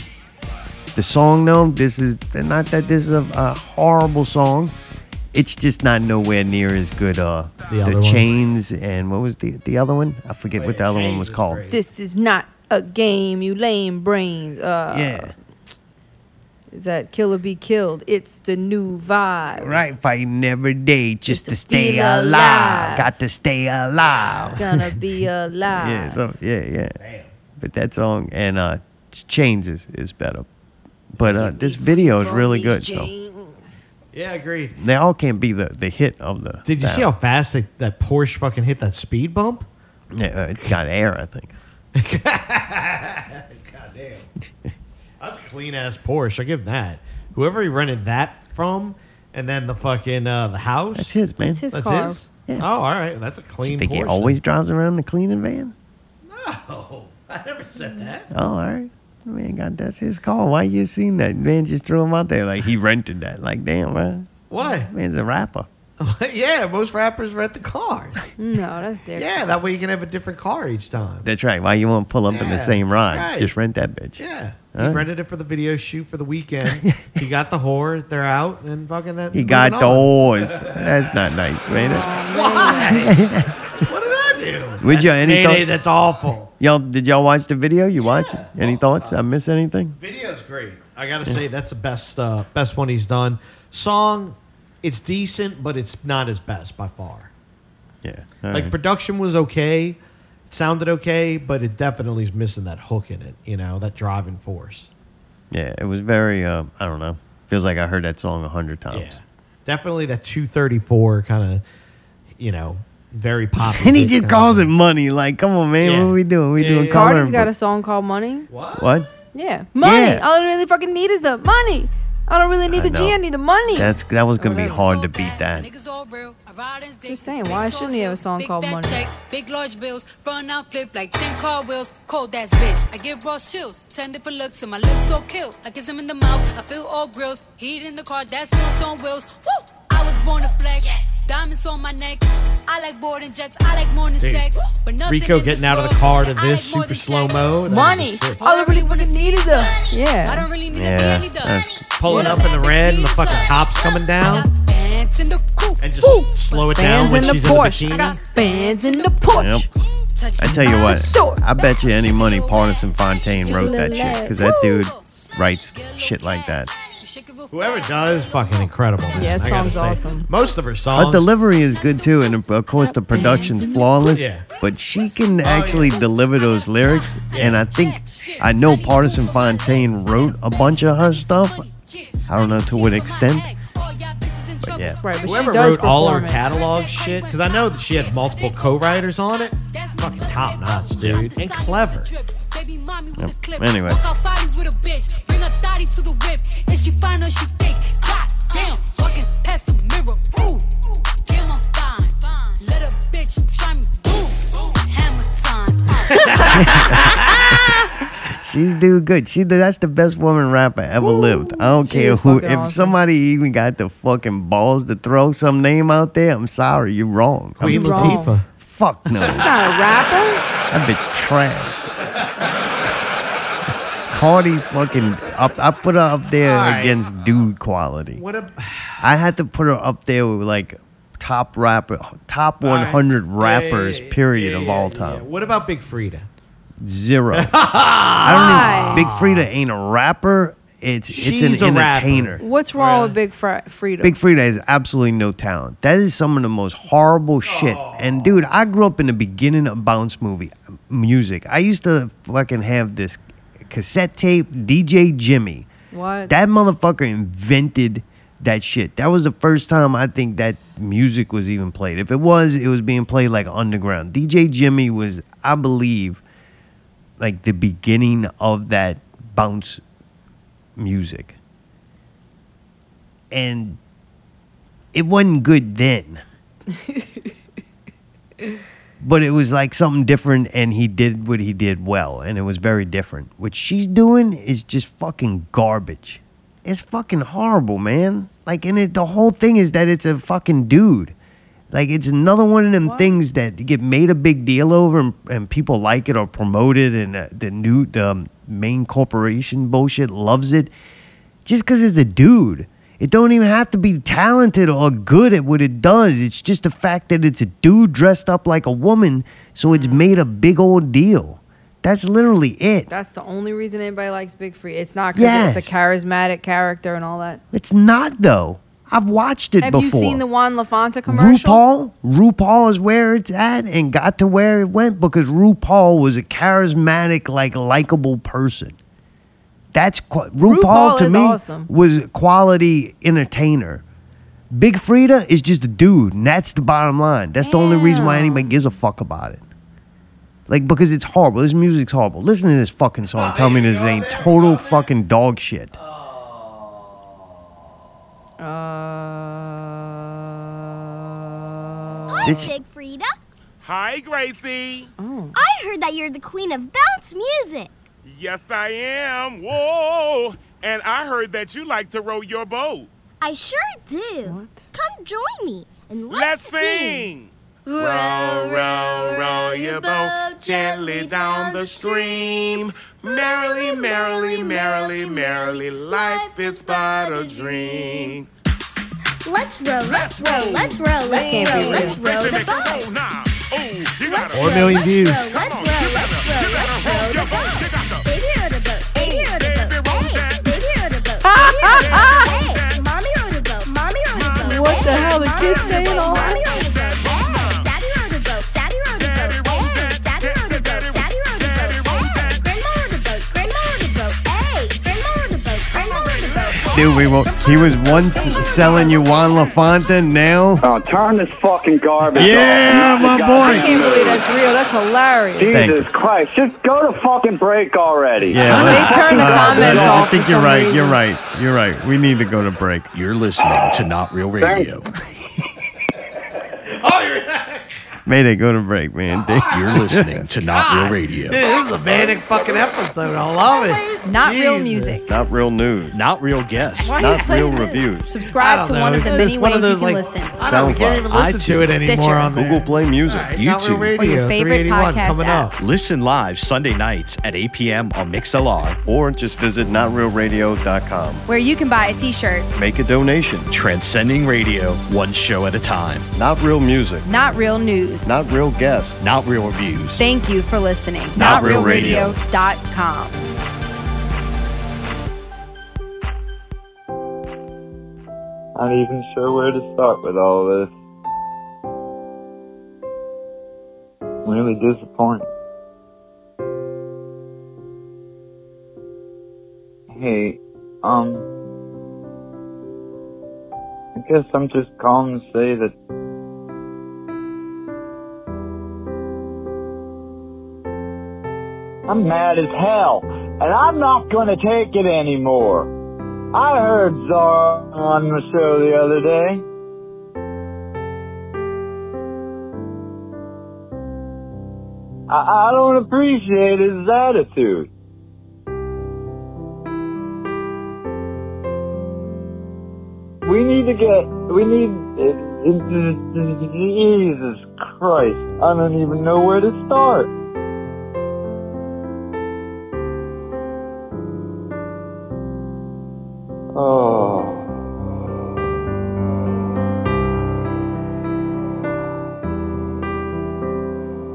The song, though, this is not that this is a, a horrible song. It's just not nowhere near as good. Uh, The other one. chains and what was the the other one? I forget what the other one was called. This is not a game, you lame brains. Uh, Yeah, is that kill or be killed. It's the new vibe. Right, fighting every day Just just, to to stay feel alive. alive. Got to stay alive. Gonna be alive. Yeah, so yeah, yeah. But that song and uh Ch- Chains is, is better. But uh this video is really good. So Yeah, agreed. they all can't be the, the hit of the Did you see how battle. fast that, that Porsche fucking hit that speed bump? yeah, uh, it got air, I think. Goddamn. That's a clean ass Porsche. I give that. Whoever he rented that from, and then the fucking uh, the house. That's his man. It's his That's car. his? Yeah. Oh, all right. That's a clean. think he Porsche. always drives around in a cleaning van? No, I never said that. Oh, all right. Man, God, that's his call. Why you seen that? Man just threw him out there like he rented that. Like, damn, man. Why? Man's a rapper. yeah, most rappers rent the cars. No, that's different. yeah, that way you can have a different car each time. That's right. Why you won't pull up in Yeah, the same ride? right. Just rent that bitch. Yeah. All He right. rented it for the video shoot for the weekend. he got the whore. They're out and fucking that. He got moving the on. oars. That's not nice, man. What did I do? Would you any Mayday, thoughts? that's awful. Y'all did y'all watch the video? You watch it? Any thoughts? I miss anything? Video's great. I gotta say that's the best uh, best one he's done. Song, it's decent, but it's not his best by far. Yeah. Like Alright. production was okay, it sounded okay, but it definitely is missing that hook in it. You know that driving force. Yeah, it was very uh, I don't know. Feels like I heard that song a hundred times. Yeah, definitely that two thirty four kind of, you know, very popular. And he just calls it money. Like, come on, man, Yeah. what we doing? We Yeah, doing yeah, yeah. color. Cardi's got a song called Money. What? what? Yeah. Money. Yeah. All I really fucking need is the money. I don't really need I the G. know. I need the money. That's that was gonna be Whatever. hard to beat that. Just saying, why shouldn't he have a song called Money? Big large bills, run out flip like 10 car wheels. Cold ass bitch, I give raw chills. 10 different looks, and my lips so kill. I kiss him in the mouth, I feel all grills. Heat in the car, that's meals on wheels. Woo! I was born to flex. Diamonds on my neck. I like boarding jets, I like morning Dude. sex. But nothing Rico in this getting out of the world car to that I this like more super than slow sex. mo. That's money. it. All I really fucking need is the I don't yeah. really need to Yeah, be any that's- dust. Pulling up in the red and the fucking cops coming down Bands in the coupe. and just slow it down Fans when in the she's Porsche. in I the bikini. got fans in the Porsche. Yep. I tell you what, I bet you any money Partisan Fontaine wrote that shit because that dude writes shit like that. Whoever does, fucking incredible. Man. Yeah, that I gotta song's say. awesome. Most of her songs. Her delivery is good too, and of course the production's flawless. Yeah. But she can actually deliver those lyrics, and I think I know Partisan Fontaine wrote a bunch of her stuff. I don't know to what extent. But yeah. Right, but Whoever she does wrote all her perform it. catalog shit, because I know that she had multiple co-writers on it. Fucking top notch, dude, and clever. Yep. Anyway. Walk out bodies with a bitch. Bring a thotty to the whip. If she fine or she thick. God damn. Walking past the mirror. Ooh. Damn, I'm fine. Let a bitch try me. Boom. Hammer time. She's doing good. She that's the best woman rapper ever lived. I don't She care is who. If fucking awesome. somebody even got the fucking balls to throw some name out there, I'm sorry, you're wrong. I Queen mean, wrong. Latifah. fuck no. Not a rapper. That bitch trash. Cardi's fucking up. I put her up there All right. against dude quality. What a I had to put her up there with like top rapper, top all right. 100 Yeah, yeah, rappers, yeah, period yeah, of yeah, all yeah. time. What about Big Frida? Zero. I don't even. Big Frida ain't a rapper. It's She's it's a an rapper. entertainer. What's wrong with Big Fri Freedom? Big Frida has absolutely no talent. That is some of the most horrible shit. And dude, I grew up in the beginning of bounce movie music. I used to fucking have this cassette tape, DJ Jimmy. what? That motherfucker invented that shit. That was the first time I think that music was even played. If it was, it was being played like underground. DJ Jimmy was, I believe, like the beginning of that bounce music. And it wasn't good then. but it was like something different and he did what he did well and it was very different what she's doing is just fucking garbage it's fucking horrible man like and it, the whole thing is that it's a fucking dude like it's another one of them things that get made a big deal over and, and people like it or promote it and uh, the new the um, main corporation bullshit loves it just because it's a dude. It don't even have to be talented or good at what it does. It's just the Mm. fact that it's a dude dressed up like a woman, so it's made a big old deal. That's literally it. That's the only reason anybody likes Big Free. It's not because Yes. it's a charismatic character and all that. It's not though. I've watched it Have before. you seen the Juan LaFonta commercial? RuPaul, RuPaul is where it's at and got to where it went because RuPaul was a charismatic, like likable person. That's qua- RuPaul, RuPaul to is me awesome. was a quality entertainer. Big Frida is just a dude, and that's the bottom line. That's the only reason why Damn. anybody gives a fuck about it. Like because it's horrible. This music's horrible. Listen to this fucking song. Tell me this ain't total fucking dog shit. Uh, This- Big Frida. Hi, Gracie. oh. I heard that you're the queen of bounce music. Yes, I am. Whoa. And I heard that you like to row your boat. I sure do. What? Come join me and Let's let's, sing. Row, row, row your boat gently down the stream. Merrily, merrily, merrily, merrily, life is but a dream. Let's row, let's row, let's row, let's can't be row, let's real. row the boat. Oh, nah. Oh, you gotta. Four million views. Let's row, let's row, let's row, let's row the boat. Baby rowed a boat, Oh, baby rowed a boat, hey. Baby rowed a boat, baby rowed a boat, hey. Mommy rowed a boat, mommy rowed a boat, What the hey. hell? The Mommy kid's rowed a saying boat, all mommy rowed a boat, hey. Daddy rowed a boat, daddy rowed a boat, hey. Daddy rowed a boat, daddy rowed a boat, hey. Grandma rowed a boat, grandma rowed a boat, hey. Grandma rowed a boat, grandma rowed a boat, hey. Dude, we won't. He was once selling you Juan LaFonta. Now, Oh, turn this fucking garbage Yeah, off. my God, boy. I can't believe that's real. That's hilarious. Thank Jesus Christ, just go to fucking break already. yeah, They turned the Uh, comments I off. think for you're some right. reason. You're right. You're right. We need to go to break. You're listening to Not Real Radio. Oh, Mayday, go to break, man. Thank you. You're listening to Not Real Dude, Radio. this is a manic fucking episode. I love it. Not real Jesus. music. Not real news. Not Real Guests. Why not real reviews. I Subscribe don't to know. one of the It's many one of ways you those, can like- listen. I don't, we can't even listen to it iTunes, anymore Stitcher, on there. Google Play Music. All right, Not Real YouTube. Radio, Or your favorite 381 podcast coming app. up. Listen live Sunday nights at 8 p.m. on MixLR. Or just visit notrealradio.com. where you can buy a t-shirt. Make a donation. Transcending radio, one show at a time. Not real music. Not real news. Not real guests. Not Real Reviews. Thank you for listening. Not Real Radio. NotRealRadio.com. Not even sure where to start with all of this. I'm really disappointed. Hey, um, I guess I'm just calling to say that I'm mad as hell, and I'm not gonna take it anymore. I heard Zara on the show the other day. I, I don't appreciate his attitude. We need to get. We need. eh, Jesus Christ. I don't even know where to start. Oh.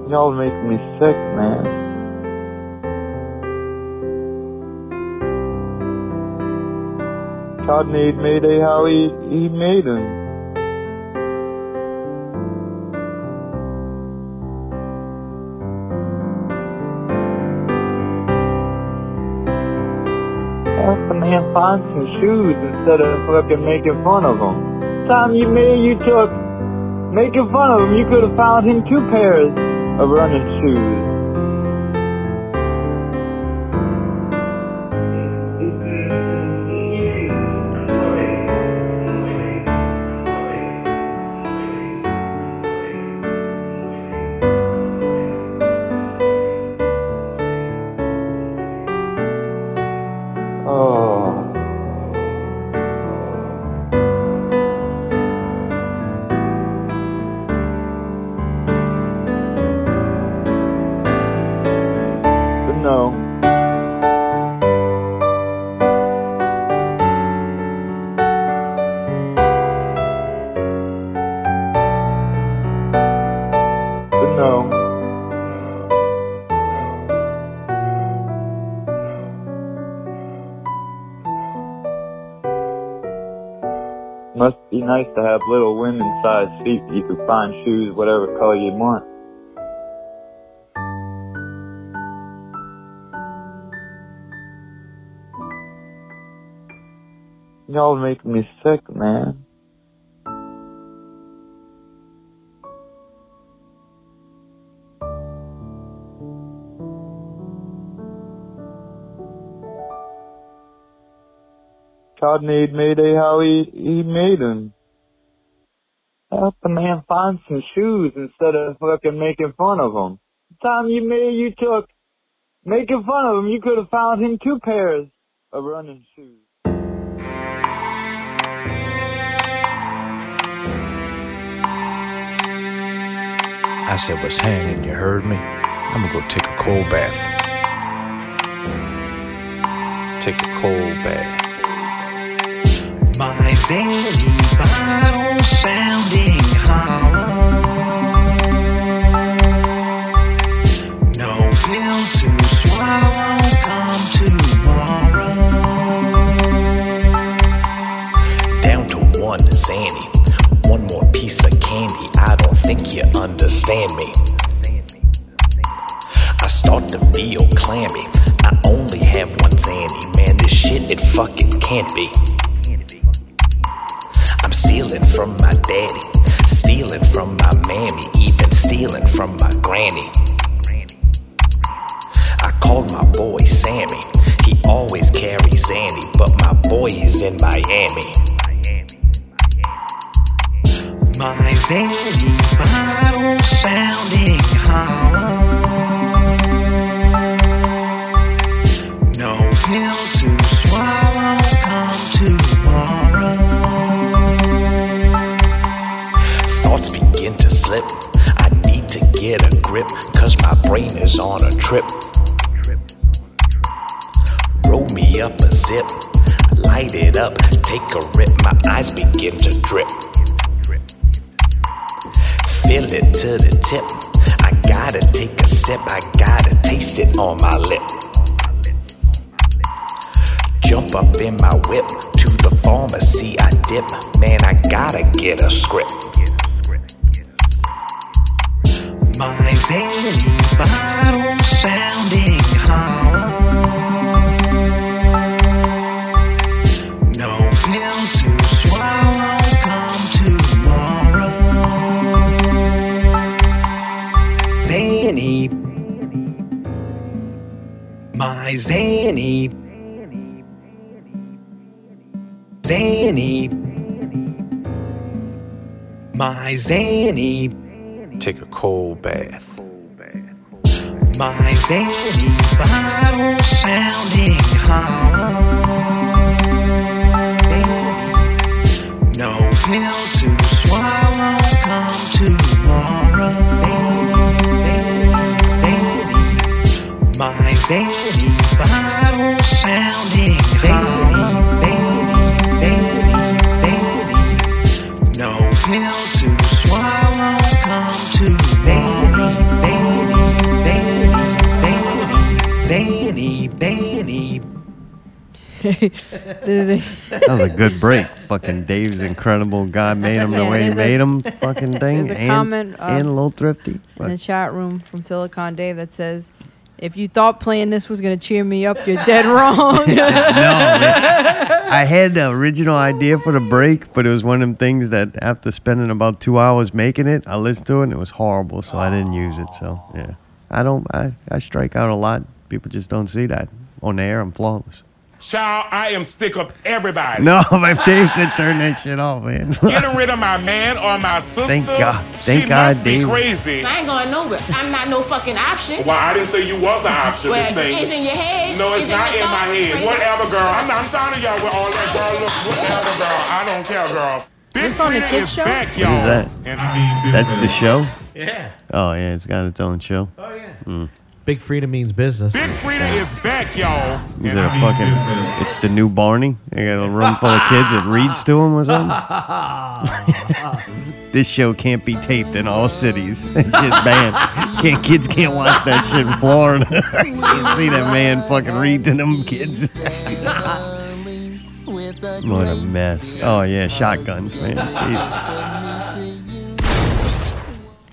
Y'all make me sick, man. God made Mayday how he, he made him. Ask the man find some shoes instead of fucking making fun of him. Time you made you took making fun of him, you could have found him two pairs of running shoes. Oh. Must be nice to have little women-sized feet. that You can find shoes whatever color you want. Y'all make me sick, man. God made Mayday how he, he made him. Help a man find some shoes instead of fucking making fun of him. The time you made you took making fun of him, you could have found him two pairs of running shoes. I said, was hanging, you heard me? I'm gonna go take a cold bath. Take a cold bath. Mine's any bottle sounding hollow. No pills to swallow come tomorrow. Down to one Zanny. One more piece of candy. I don't think you understand me. I start to feel clammy. I only have one Zanny. Man, this shit, it fucking can't be. I'm stealing from my daddy. Stealing from my mammy. Even stealing from my granny. I called my boy Sammy. He always carries Zanny, but my boy is in Miami. Mine's any bottle sounding hollow. No pills to swallow come tomorrow. Thoughts begin to slip. I need to get a grip, cause my brain is on a trip. Roll me up a zip, light it up, take a rip. My eyes begin to drip. Feel it to the tip. I gotta take a sip, I gotta taste it on my lip. Jump up in my whip to the pharmacy. I dip, man, I gotta get a script. Mine's any bottle sounding hollow. No pills to swallow come tomorrow. Zanny. My Zanny. Zanny. My Zanny. Take a cold bath. My Zanny bottle sounding hollow. No pills to swallow come tomorrow. My Zanny bottle sounding hollow. No pills to swallow come tomorrow. Danny, Danny, Danny, Danny. This That was a good break. Fucking Dave's incredible. God made him the Yeah, way he there's a- made him. Fucking thing. there's a and, comment, um, and a little thrifty. in the chat room from Silicon Dave that says, "If you thought playing this was gonna cheer me up, you're dead wrong." I had the original idea for the break, but it was one of them things that after spending about two hours making it, I listened to it and it was horrible, so I didn't use it. So yeah, I don't. I, I strike out a lot. People just don't see that on the air. I'm flawless. Child, I am sick of everybody. No, but Dave said turn that shit off, man. Getting rid of my man or my sister. Thank God. Thank she God, must be Dave. crazy. I ain't going nowhere. I'm not no fucking option. Well, I didn't say you was an option. Well, this thing. it's in your head. No, it's, It's in not your in my thoughts. head. Crazy. Whatever, girl. I'm, not, I'm tired of y'all with all that. Girl, look, whatever, girl. I don't care, girl. Big on the Pete Kid is Show? back, What is y'all. that? And I need this That's the one. show. Yeah. Oh yeah, it's got its own show. Oh yeah. Mm. Big freedom means business. Big Frida is back, y'all. Is it a fucking? It's the new Barney. They got a room full of kids that reads to them or something. this show can't be taped in all cities. It's just banned. Can't kids can't watch that shit in Florida. can't see that man fucking read to them kids. With What a mess. Oh, yeah, shotguns, man. Jesus.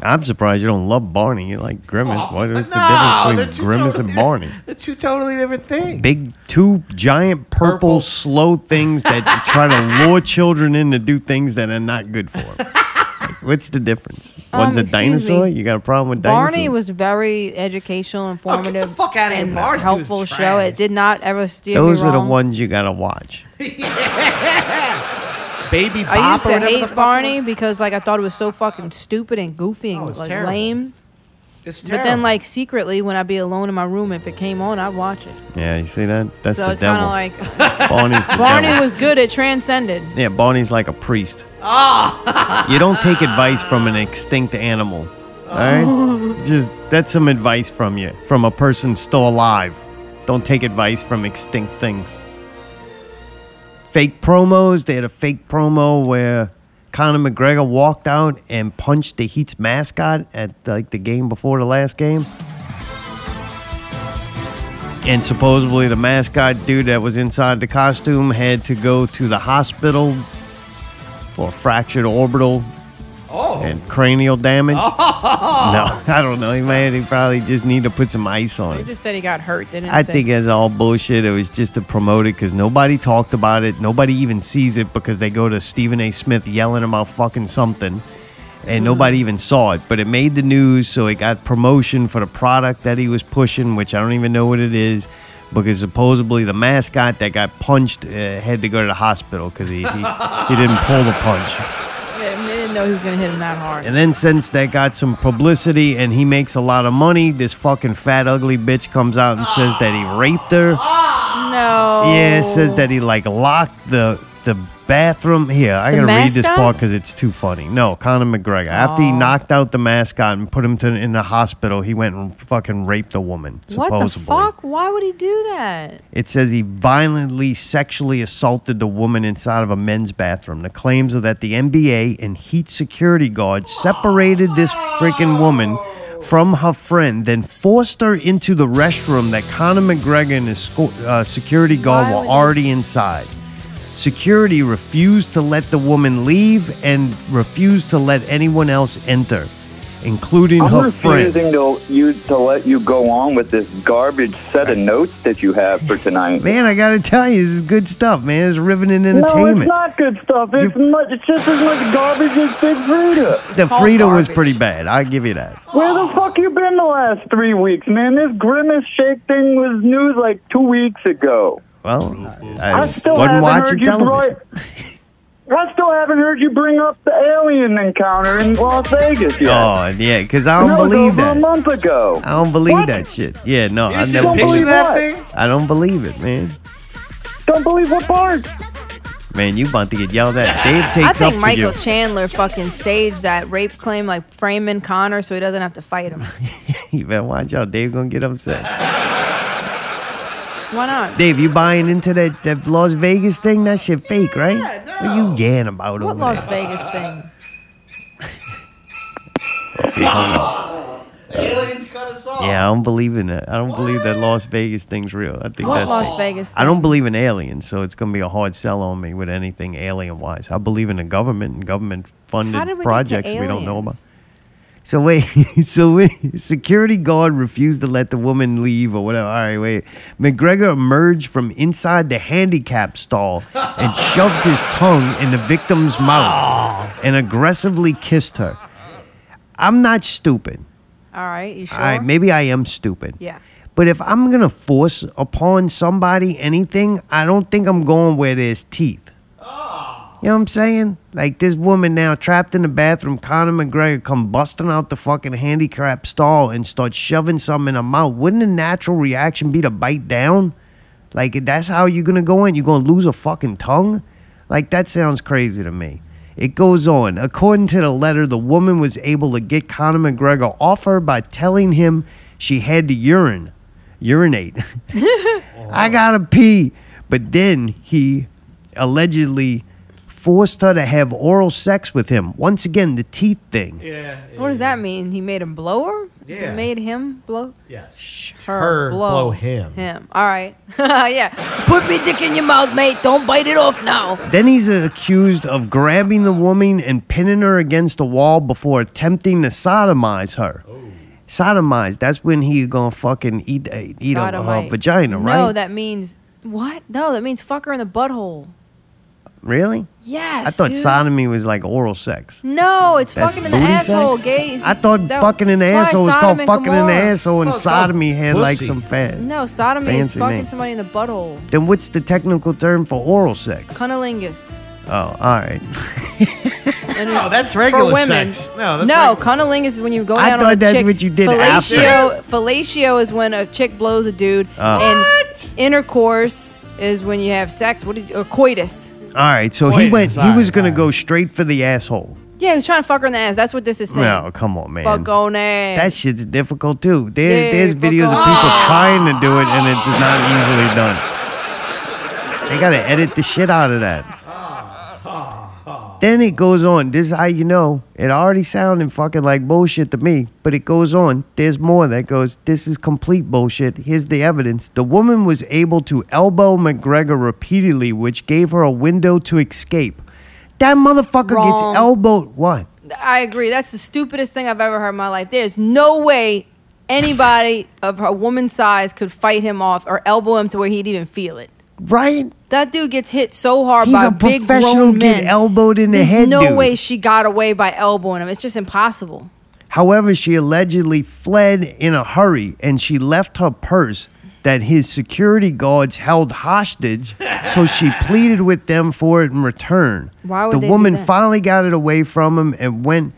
I'm surprised you don't love Barney. You like Grimace. What is no, the they're difference two between Grimace and Barney? They're two totally different things. Big, two giant purple, slow things that try to lure children in to do things that are not good for them. What's the difference? Um, One's a excuse dinosaur? me. You got a problem with dinosaurs? Barney was very educational, Oh, informative, fuck outta here, and Barney was helpful show. trash. It did not ever steer Those me are wrong. the ones you got to watch. Baby I used Bop or to whatever the hate Barney because like I thought it was so fucking stupid and goofy Oh, and it's like terrible. lame. It's But then terrible. like secretly when I'd be alone in my room, if it came on, I'd watch it. Yeah, you see that? That's so the it's kind devil. of like Barney's the Barney devil. was good. It transcended. Yeah, Barney's like a priest. Oh. You don't take advice from an extinct animal. All right? Just that's some advice from you, from a person still alive. Don't take advice from extinct things. Fake promos. They had a fake promo where Conor McGregor walked out and punched the Heat's mascot at like the game before the last game. And supposedly the mascot dude that was inside the costume had to go to the hospital for fractured orbital and cranial damage. Oh. No, I don't know. He might he probably just need to put some ice on They it. just said he got hurt. They didn't I say- think that's all bullshit. It was just to promote it because nobody talked about it. Nobody even sees it because they go to Stephen A. Smith yelling about fucking something. And nobody even saw it, but it made the news, so it got promotion for the product that he was pushing, which I don't even know what it is, because supposedly the mascot that got punched uh, had to go to the hospital because he, he, he didn't pull the punch. Yeah, they didn't know he was gonna hit him that hard. And then since that got some publicity and he makes a lot of money, this fucking fat ugly bitch comes out and says that he raped her. no. Yeah, Oh. says that he like locked the the bathroom. Here, I The gotta read this mascot? part because it's too funny. No, Conor McGregor. After he Oh. knocked out the mascot and put him to, in the hospital, he went and fucking raped a woman. What Supposedly. the fuck? Why would he do that? It says he violently sexually assaulted the woman inside of a men's bathroom. The claims are that the NBA and Heat security guards separated this freaking woman from her friend, then forced her into the restroom that Conor McGregor and his sco- uh, security guard Why were would already inside. Security refused to let the woman leave and refused to let anyone else enter, including I'm her friend. refusing to you to let you go on with this garbage set of notes that you have for tonight. Man, I gotta tell you, this is good stuff, man. It's riveting No, it's entertainment. not good stuff. It's, much, it's just as much garbage as Big Frida. the Frida was pretty bad. I give you that. Where the fuck you been the last three weeks, man? This grimace shake thing was news like two weeks ago. Well, I, I still wasn't haven't watching heard you television. I still haven't heard you bring up the alien encounter in Las Vegas yet. Oh, yeah, because I And don't that was believe over a that. month ago. I don't believe What? that shit. Yeah, no, I see never the picture of that thing? I don't believe it, man. Don't believe what part? Man, you about to get yelled at. Dave I takes up think for Michael you. Chandler fucking staged that rape claim, like framing Connor so he doesn't have to fight him. you better watch out. Dave gonna get upset. Why not? Dave, you buying into that, that Las Vegas thing? That shit fake, right? What are you yan about What over Las there? Vegas thing? He hung up. Yeah, I don't believe in that. I don't believe that Las Vegas thing's real. I think What that's Las fake. Vegas I don't thing? believe in aliens, so it's gonna be a hard sell on me with anything alien wise. I believe in the government and government How did funded we get to projects we don't know about. So wait, so wait, security guard refused to let the woman leave or whatever. All right, wait. McGregor emerged from inside the handicap stall and shoved his tongue in the victim's Ah. mouth and aggressively kissed her. I'm not stupid. All right, you sure? All right, maybe I am stupid. Yeah. But if I'm gonna force upon somebody anything, I don't think I'm going where there's teeth. You know what I'm saying? Like this woman now trapped in the bathroom, Conor McGregor come busting out the fucking handicap stall and start shoving something in her mouth. Wouldn't the natural reaction be to bite down? Like that's how you're gonna go in? You're gonna lose a fucking tongue? Like that sounds crazy to me. It goes on. According to the letter, the woman was able to get Conor McGregor off her by telling him she had to urine, urinate. I gotta pee. But then he allegedly forced her to have oral sex with him. Once again, the teeth thing. What does that mean? He made him blow her? They Yeah. made him blow? Yes. Her, Her blow. blow him. Him. All right. yeah. Put me dick in your mouth, mate. Don't bite it off now. Then he's accused of grabbing the woman and pinning her against a wall before attempting to sodomize her. Sodomize, that's when he gonna fucking eat, eat a, uh, Sodomite. vagina, right? No, that means what? No, that means fuck her in the butthole. really? Yes. I thought dude. sodomy was like oral sex. No, it's That's fucking in the booty asshole, sex? gays. I thought That- fucking in the that's why asshole was called Sodom and fucking in the Gomorrah. asshole, and Oh, it's called sodomy had like pussy. some fat. No, sodomy is Fancy fucking name. somebody in the butthole. Then what's the technical term for oral sex? Cunnilingus. Oh, all right. no, that's regular for women. sex. No, No, that's that's no cunnilingus is when you go I down on thought a that's chick. what you did after. fellatio, Fellatio is when a chick blows a dude, Oh. and intercourse is when you have sex. What did you, or coitus? All right, so he Wait, went. sorry, He was gonna go straight for the asshole. Yeah, he was trying to fuck her in the ass. That's what this is saying. No, come on, man. Fuck on ass. That shit's difficult too. There, Yeah, there's fuck videos of off. people trying to do it and it is not easily done. They gotta edit the shit out of that. Then it goes on. This is how you know. It already sounded fucking like bullshit to me, but it goes on. There's more that goes, this is complete bullshit. Here's the evidence. The woman was able to elbow McGregor repeatedly, which gave her a window to escape. That motherfucker Wrong. gets elbowed. What? I agree. That's the stupidest thing I've ever heard in my life. There's no way anybody of a woman's size could fight him off or elbow him to where he'd even feel it. Right? That dude gets hit so hard He's by a big professional grown get men. elbowed in the There's head, No dude. way she got away by elbowing him. It's just impossible. However, she allegedly fled in a hurry and she left her purse that his security guards held hostage, so she pleaded with them for it in return. Why would the they do woman that? finally got it away from him and went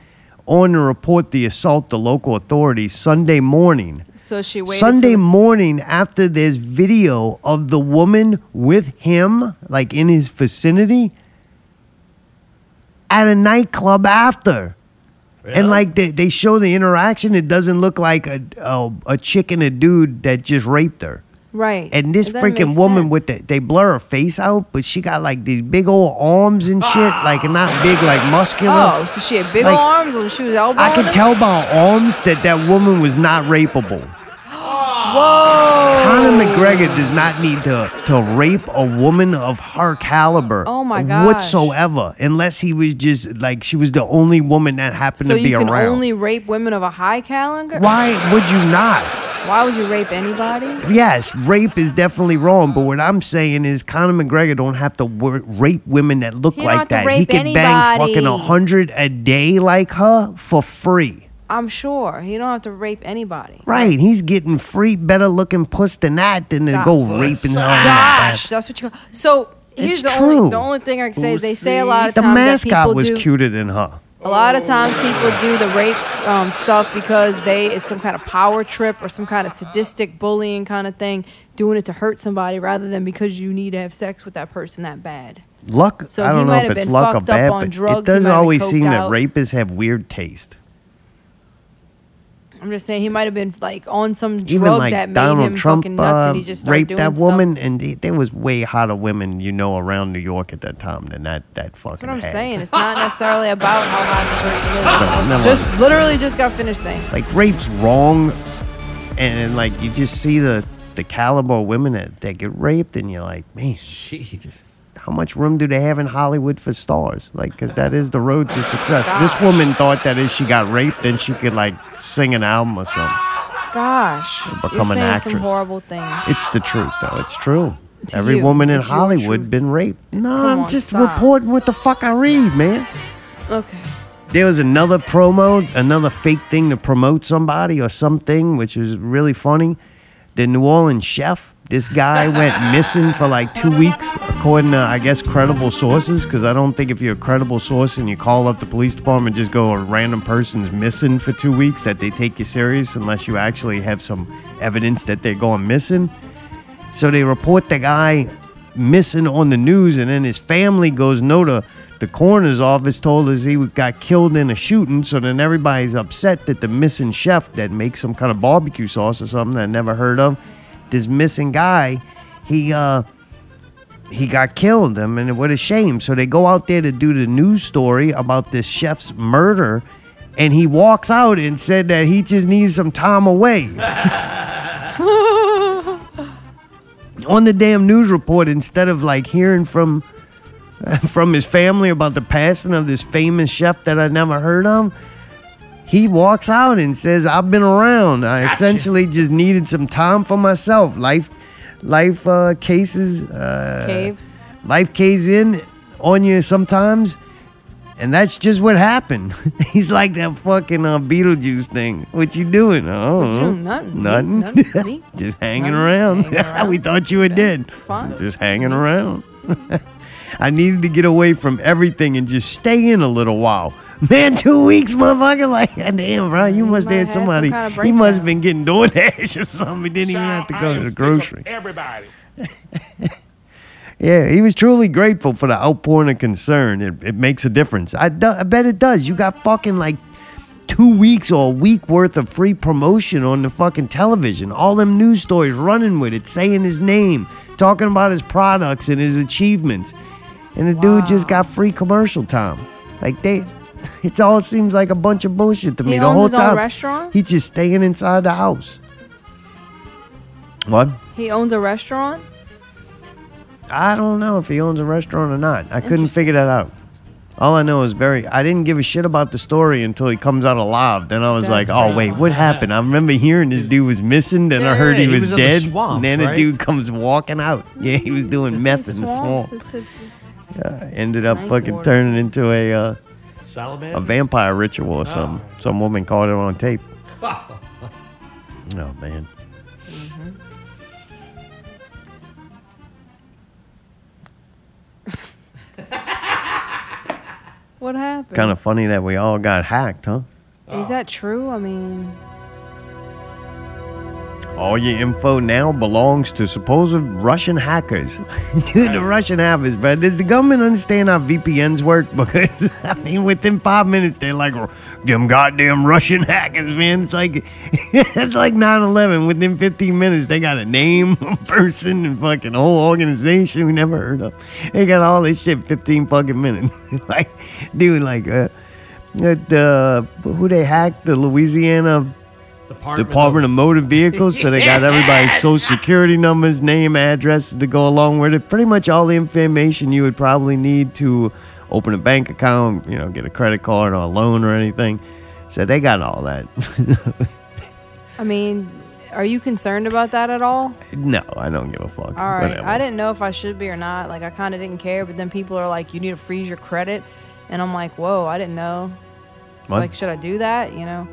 on to report the assault to local authorities Sunday morning. So she waited. Sunday till- morning, after there's video of the woman with him, like in his vicinity, at a nightclub after. And like they, they show the interaction, it doesn't look like a, a a chick and a dude that just raped her. right. And this It doesn't freaking make woman sense. with the they blur her face out, but she got like these big old arms and shit, like not big, like muscular. Oh, so she had big Like, arms when she was elbowing. I can him? tell by her arms that that woman was not rapable. Whoa. Conor McGregor does not need to, to rape a woman of her caliber Oh my gosh. whatsoever, unless he was just like she was the only woman that happened So to be you can around. only rape women of a high caliber. Why would you not? Why would you rape anybody? Yes, rape is definitely wrong, but what I'm saying is Conor McGregor don't have to wor- rape women that look He don't have like to that. He rape could bang anybody. fucking a hundred a day like her for free. I'm sure he don't have to rape anybody. Right, he's getting free, better looking puss than that than to Stop. go raping her. Gosh, that's what you. So here's It's the true. only the only thing I can say is they say a lot of the times that mascot people was do cuter than her. a lot of times people do the rape um, stuff because they it's some kind of power trip or some kind of sadistic bullying kind of thing, doing it to hurt somebody rather than because you need to have sex with that person that bad. Luck. So I he don't know might if have it's been luck or fucked up bad, on but drugs, he it doesn't might have been always coked seem that out. rapists have weird taste. I'm just saying he might have been like on some drug Even like that made Donald him Trump fucking nuts uh, and he just started raped doing that stuff. woman, and they, there was way hotter women you know around New York at that time than that that fucking. That's what I'm hag. saying. It's not necessarily about how hot the person No, never is. Just literally just got finished saying. Like rape's wrong, and, and like you just see the the caliber of women that, that get raped, and you're like, man, Jesus. how much room do they have in Hollywood for stars? Like, because that is the road to success. This woman thought that if she got raped, then she could like sing an album or something. Gosh, become you're saying an some actress. horrible things. It's the truth, though. It's true. To Every you, woman in it's your Hollywood truth. been raped. No, Come I'm on, just stop. reporting what the fuck I read, man. Okay. There was another promo, another fake thing to promote somebody or something, which was really funny. The New Orleans chef, this guy went missing for like two weeks, according to, I guess, credible sources. Because I don't think if you're a credible source and you call up the police department, just go a random person's missing for two weeks, that they take you serious unless you actually have some evidence that they're going missing. So they report the guy missing on the news, and then his family goes no to the coroner's office, told us he got killed in a shooting. So then everybody's upset that the missing chef that makes some kind of barbecue sauce or something that I never heard of, this missing guy, he uh he got killed. I mean, what a shame. So they go out there to do the news story about this chef's murder, and he walks out and said that he just needs some time away. on the damn news report instead of like hearing from from his family about the passing of this famous chef that I never heard of. He walks out and says, "I've been around. I essentially just needed some time for myself. Life, life uh, cases, uh, Caves. life caves in on you sometimes." And that's just what happened. He's like that fucking uh, Beetlejuice thing. What you doing? Oh, you doing? Nothing. Nothing. Nothing. Me? just hanging around. we thought you were dead. Fine. Just hanging around. I needed to get away from everything and just stay in a little while. Man, two weeks, motherfucker. Like, damn, bro, you must have had some somebody. kind of he must have breakdown. been getting DoorDash or something. He didn't even have to I go am to the sick of grocery. Everybody. Yeah, he was truly grateful for the outpouring of concern. It, it makes a difference. I, do- I bet it does. You got fucking like two weeks or a week worth of free promotion on the fucking television. All them news stories running with it, saying his name, talking about his products and his achievements. And the dude just got free commercial time. Like they, it all seems like a bunch of bullshit to He me the owns whole his own time. restaurant? He's just staying inside the house. What? He owns a restaurant. I don't know if he owns a restaurant or not. I couldn't figure that out. All I know is very. I didn't give a shit about the story until he comes out alive. Then I was That's like, "Oh right. wait, what happened?" I remember hearing this dude was missing. Then I heard Yeah, he he was, was in the dead. swamps, and then the right? dude comes walking out. Yeah, he was doing meth in the Swamps, swamp. it's a- Yeah, ended up Night fucking ward. turning into a uh, Salamander? a vampire ritual Ah. or something. Some woman caught it on tape. Oh man. What happened? Kind of funny that we all got hacked, huh? Is that true? I mean, All your info now belongs to supposed Russian hackers. Dude, the Russian hackers, bro. Does the government understand how VPNs work? Because, I mean, within five minutes, they're like, "Oh, them goddamn Russian hackers, man. It's like, it's like 9 11. Within 15 minutes, they got a name, a person, and fucking whole organization we never heard of. They got all this shit 15 fucking minutes. like, dude, like, uh, at, uh, who they hacked? The Louisiana Department, of, Motor Vehicles. So they got everybody's social security numbers, name, addresses to go along with it. Pretty much all the information you would probably need to open a bank account, you know, get a credit card or a loan or anything. So they got all that. I mean, are you concerned about that at all? no, I don't give a fuck. All right. Whatever. I didn't know if I should be or not. Like, I kind of didn't care. But then people are like, you need to freeze your credit. And I'm like, whoa, I didn't know. It's What? like, should I do that? You know?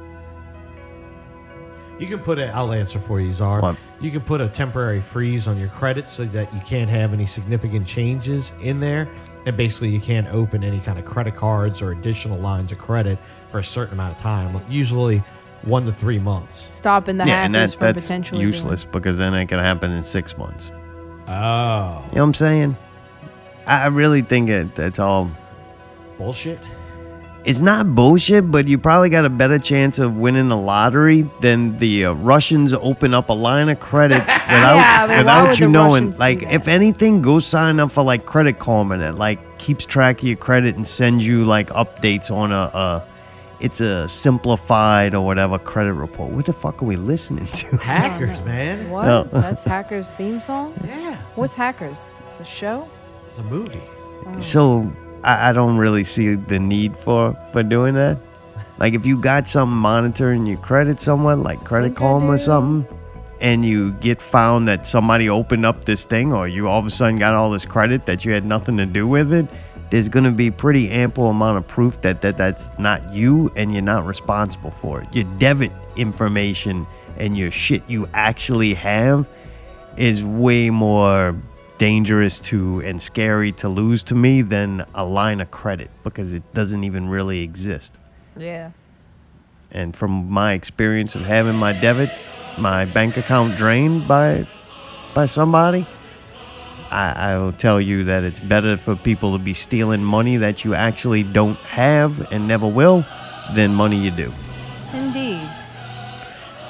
You can put it. I'll answer for you, Czar. You can put a temporary freeze on your credit so that you can't have any significant changes in there, and basically you can't open any kind of credit cards or additional lines of credit for a certain amount of time, usually one to three months. Stopping the yeah, and hackers that's, from that's potentially. doing- useless because then it can happen in six months. Oh, You know what I'm saying? I I really think it, that's all. bullshit. It's not bullshit, but you probably got a better chance of winning the lottery than the uh, Russians open up a line of credit without Yeah, but why without would you the knowing. Russians do Like, if anything, go sign up for like Credit Karma that like keeps track of your credit and sends you like updates on a. a it's a simplified or whatever credit report. What the fuck are we listening to? Hackers, man. What? No. That's Hackers theme song? Yeah. What's Hackers? It's a show? It's a movie. So I, I don't really see the need for for doing that. Like if you got something monitoring your credit somewhat, like credit calm or something, and you get found that somebody opened up this thing or you all of a sudden got all this credit that you had nothing to do with it, there's gonna be pretty ample amount of proof that, that that's not you and you're not responsible for it. Your debit information and your shit you actually have is way more dangerous to and scary to lose to me than a line of credit because it doesn't even really exist. Yeah. And from my experience of having my debit, my bank account drained by by somebody, I, I will tell you that it's better for people to be stealing money that you actually don't have and never will than money you do. Indeed.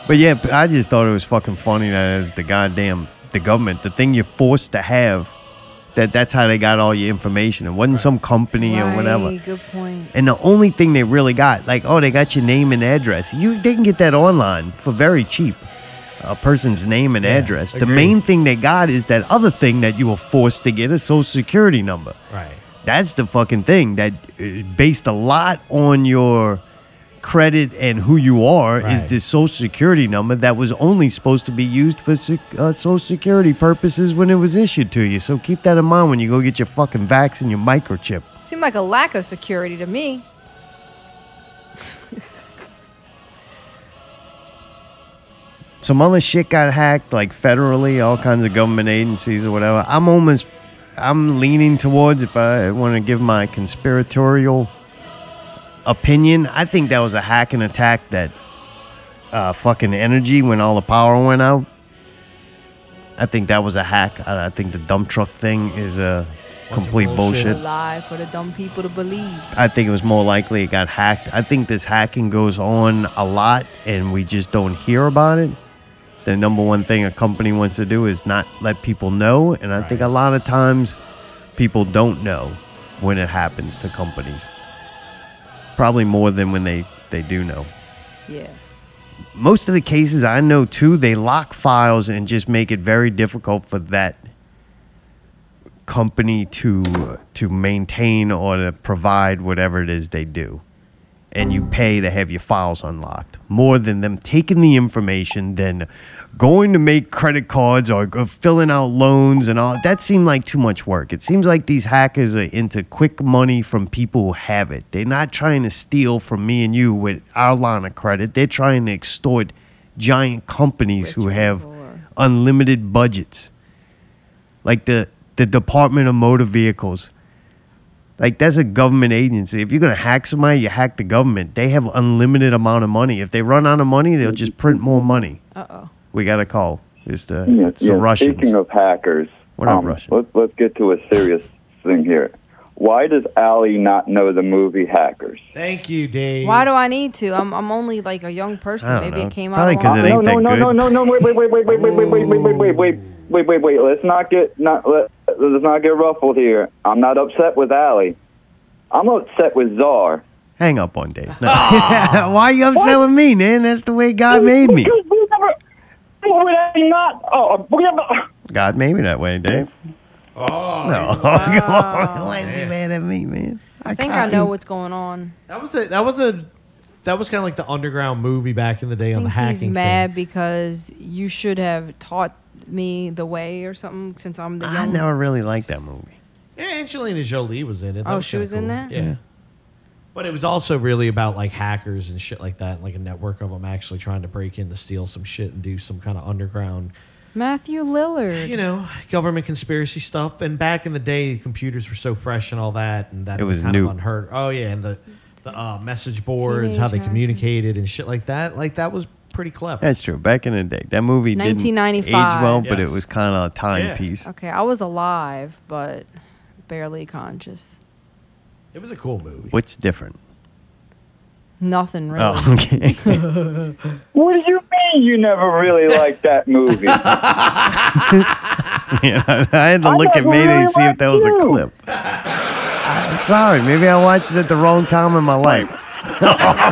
But yeah, p- I just thought it was fucking funny that as the goddamn the government, the thing you're forced to have that that's how they got all your information. It wasn't some company or whatever. Right, Good point. And the only thing they really got, like, oh, they got your name and address. You they can get that online for very cheap. A person's name and Yeah, address. The agreed. main thing they got is that other thing that you were forced to get a social security number. Right. That's the fucking thing that is based a lot on your credit and who you are is Right. this social security number that was only supposed to be used for sec- uh, social security purposes when it was issued to you. So keep that in mind when you go get your fucking vax and your microchip. Seemed like a lack of security to me. some other shit got hacked, like federally, all kinds of government agencies or whatever. I'm almost, I'm leaning towards if I want to give my conspiratorial opinion. I think that was a hack and attack that uh, fucking energy when all the power went out. I think that was a hack. I, I think the dump truck thing is a complete bullshit. A lie for the dumb people to believe. I think it was more likely it got hacked. I think this hacking goes on a lot and we just don't hear about it. The number one thing a company wants to do is not let people know. And I think a lot of times people don't know when it happens to companies. Probably more than when they, they do know. Yeah. Most of the cases I know too, they lock files and just make it very difficult for that company to to maintain or to provide whatever it is they do and you pay to have your files unlocked more than them taking the information than going to make credit cards or go filling out loans and all that seemed like too much work it seems like these hackers are into quick money from people who have it they're not trying to steal from me and you with our line of credit they're trying to extort giant companies who have unlimited budgets like the the Department of Motor Vehicles. Like that's a government agency. If you're gonna hack somebody, you hack the government. They have unlimited amount of money. If they run out of money, they'll just print more money. Uh oh. We got a call. It's the Yeah, it's the yeah, Russians. Speaking of hackers, We're not um, Let's, let's get to a serious thing here. Why does Ali not know the movie Hackers? Thank you, Dave. Why do I need to? I'm, I'm only like a young person. I don't Maybe know. it came Probably out. 'cause it along- ain't Uh, No, no, that no, good. no, no, wait, wait, wait, wait, wait, wait, wait, wait, wait, wait, wait, wait, wait, wait, wait. Let's not get not let let's not get ruffled here. I'm not upset with Ali. I'm upset with Czar. Hang up on Dave. No. Why are you upset with me, man? That's the way God made me. We never, we never not. Oh, we never. God made me that way, Dave. Oh, no. Why is he mad at me, man? I think I know what's going on. That was a, that was a that was kind of like the underground movie back in the day on the hacking. He's mad because you should have taught me the way or something since I'm the young. I never really liked that movie. thing. Yeah, Angelina Jolie was in it. That Oh, she kinda was in cool. that? Yeah. Yeah. But it was also really about like hackers and shit like that, and like a network of them actually trying to break in to steal some shit and do some kind of underground Matthew Lillard. You know, government conspiracy stuff. And back in the day, computers were so fresh and all that, and that It was kind new. of unheard. Oh yeah, and the the uh, message boards, how they Teenager. communicated and shit like that. Like that was pretty clever. That's true. Back in the day, that movie didn't age 1995. well, but it Yes. was kind of a timepiece. Okay, I was alive, but barely conscious. It was a cool movie. What's different? Nothing really. Oh, okay. What do you mean you never really liked that movie? Yeah, I had to I look at never Mayday and really see if that was a liked you. clip. I'm sorry. Maybe I watched it at the wrong time in my life.